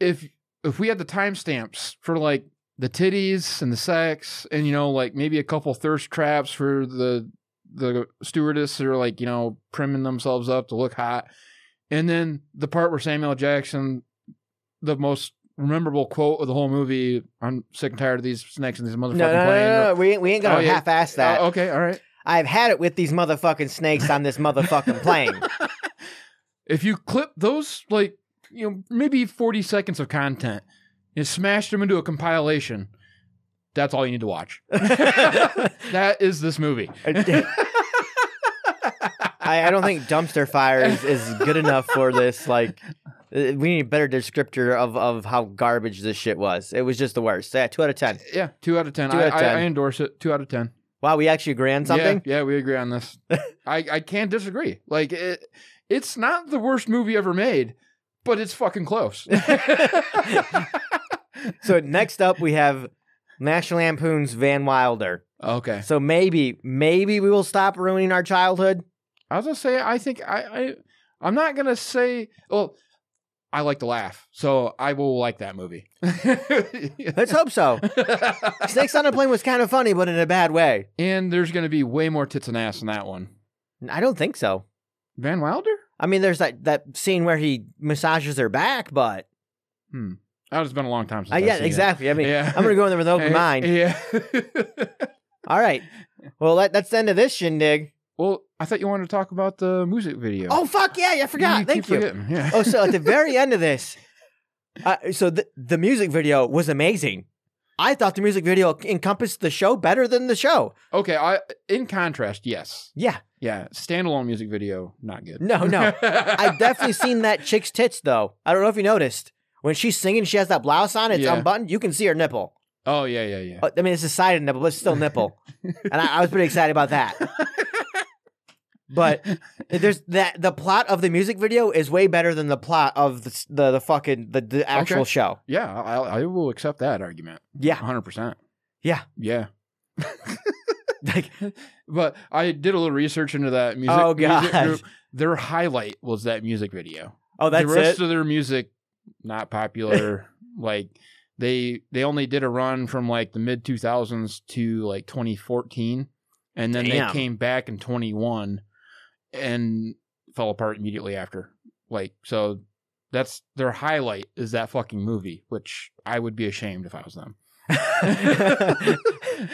Speaker 2: if if we had the timestamps for like the titties and the sex and you know like maybe a couple thirst traps for the the stewardess that are like you know priming themselves up to look hot, and then the part where Samuel Jackson, the most memorable quote of the whole movie, I'm sick and tired of these snakes and these motherfucking
Speaker 1: No, no, no,
Speaker 2: planes."
Speaker 1: no, no, we ain't we ain't gonna
Speaker 2: Oh, yeah.
Speaker 1: half-ass that.
Speaker 2: Oh, okay, all right.
Speaker 1: I've had it with these motherfucking snakes on this motherfucking
Speaker 2: [laughs]
Speaker 1: plane. [laughs]
Speaker 2: if you clip those like you know maybe 40 seconds of content and smash them into a compilation that's all you need to
Speaker 1: [laughs]
Speaker 2: watch that is this movie
Speaker 1: I, I don't think dumpster fire is, is good enough for this. Like, uh, we need a better descriptor of, of how garbage this shit was. It was just the worst. Yeah, two out of ten.
Speaker 2: yeah two out of ten,
Speaker 1: Two
Speaker 2: I,
Speaker 1: out of
Speaker 2: I-
Speaker 1: 10.
Speaker 2: I, endorse it two out of ten
Speaker 1: Wow, we actually agree on something.
Speaker 2: yeah, yeah we agree on
Speaker 1: [laughs]
Speaker 2: this I, I can't disagree like it, it's not the worst movie ever made but it's fucking
Speaker 1: [laughs]
Speaker 2: close [laughs]
Speaker 1: So next up, we have National Lampoon's Van Wilder.
Speaker 2: okay
Speaker 1: So maybe, maybe we will stop ruining our childhood.
Speaker 2: I was gonna say I think I, I I'm not gonna say well I like to laugh, so I will like
Speaker 1: [laughs]
Speaker 2: that movie.
Speaker 1: Let's hope so. Snakes on a Plane was kind of funny, but in a bad way.
Speaker 2: and there's gonna be way more tits and ass in that one.
Speaker 1: I don't think so.
Speaker 2: Van Wilder?
Speaker 1: I mean, there's that, that scene where he massages her back, but
Speaker 2: That has Oh, been a long time since.
Speaker 1: uh,
Speaker 2: I've
Speaker 1: yeah,
Speaker 2: seen it.
Speaker 1: exactly. I mean,
Speaker 2: Yeah.
Speaker 1: I'm gonna go in there with an
Speaker 2: [laughs]
Speaker 1: open
Speaker 2: Eh,
Speaker 1: mind.
Speaker 2: Yeah. [laughs]
Speaker 1: All right. Well, that, that's the end of this shindig.
Speaker 2: well, I thought you wanted to talk about the music video.
Speaker 1: Oh fuck yeah! I forgot.
Speaker 2: keep
Speaker 1: Thank you.
Speaker 2: forgetting, Yeah.
Speaker 1: oh, so at the very end of this, uh, so the, the music video was amazing. I thought the music video encompassed the show better than the show.
Speaker 2: [laughs] Okay. I in contrast, yes,
Speaker 1: Yeah,
Speaker 2: yeah. Standalone music video, not good.
Speaker 1: no,
Speaker 2: [laughs]
Speaker 1: no. I've definitely seen that chick's tits though. I don't know if you noticed when she's singing, she has that blouse on. It's
Speaker 2: Yeah.
Speaker 1: unbuttoned. You can see her nipple.
Speaker 2: Oh yeah, yeah, yeah.
Speaker 1: Uh, I mean, it's a side nipple, but it's still nipple. and I, I was pretty excited about that. But there's that the plot of the music video is way better than the plot of the s- the, the fucking the, the actual
Speaker 2: Okay.
Speaker 1: show.
Speaker 2: [laughs] yeah, I, I will accept that argument.
Speaker 1: Yeah,
Speaker 2: 100. percent
Speaker 1: Yeah.
Speaker 2: Yeah.
Speaker 1: [laughs] like
Speaker 2: But I did a little research into that music.
Speaker 1: Oh,
Speaker 2: music
Speaker 1: gosh.
Speaker 2: group. Their highlight was that music video.
Speaker 1: oh, that's
Speaker 2: the rest
Speaker 1: it.
Speaker 2: of their music
Speaker 1: [laughs]
Speaker 2: not popular. like they they only did a run from like the mid 2000s to like 2014, and then
Speaker 1: Damn.
Speaker 2: they came back in 21 and fell apart immediately after. Like so, that's their highlight is that fucking movie, which I would be ashamed if I
Speaker 1: [laughs]
Speaker 2: was them.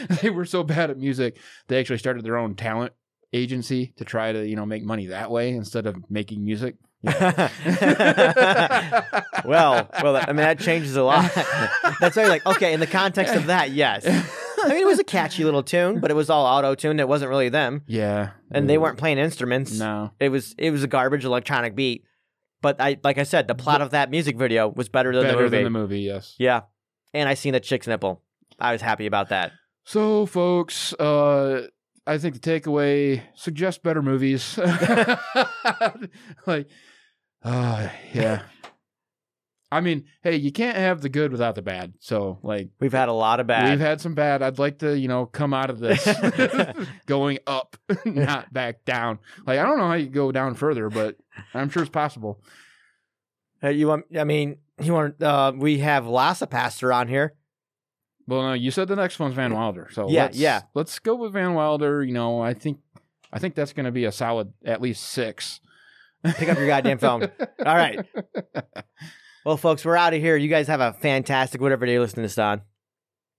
Speaker 2: [laughs] they were so bad at music, they actually started their own talent agency to try to you know make money that way instead of making music. [laughs]
Speaker 1: [laughs] well, well, I mean that changes a
Speaker 2: [laughs]
Speaker 1: lot. that's why you're like, okay, in the context of that, yes. I mean, it was a catchy little tune, but it was all auto tuned. It wasn't really them,
Speaker 2: yeah,
Speaker 1: and they weren't playing instruments.
Speaker 2: Mm. No,
Speaker 1: It was it was a garbage electronic beat. But I like I said, the plot of that music video was better than
Speaker 2: better
Speaker 1: the movie.
Speaker 2: than the movie. Yes.
Speaker 1: yeah, and I seen the chick's nipple. I was happy about that.
Speaker 2: So, folks, uh, I think the takeaway suggest better movies. [laughs] like, uh,
Speaker 1: [laughs]
Speaker 2: yeah. I mean, hey, you can't have the good without the bad. So, like,
Speaker 1: We've had a lot of bad.
Speaker 2: We've had some bad. I'd like to, you know, come out
Speaker 1: [laughs]
Speaker 2: of this [laughs] going up, [laughs] not back down. Like I don't know how you go down further, but I'm sure it's possible.
Speaker 1: Uh, you want? I mean, you want? Uh, we have Lassa Pastor on here.
Speaker 2: Well, no, you said the next one's Van Wilder, so
Speaker 1: Yeah,
Speaker 2: let's,
Speaker 1: yeah.
Speaker 2: Let's go with Van Wilder. You know, I think, I think that's going to be a solid at least six.
Speaker 1: Pick up your goddamn
Speaker 2: [laughs]
Speaker 1: phone. All right. Well, folks, we're out of here. You guys have a fantastic whatever day you're listening to this on.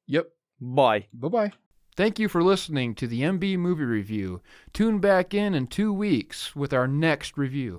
Speaker 2: Yep.
Speaker 1: Bye.
Speaker 2: Bye bye. Thank you for listening to the MB Movie Review. Tune back in in two weeks with our next review.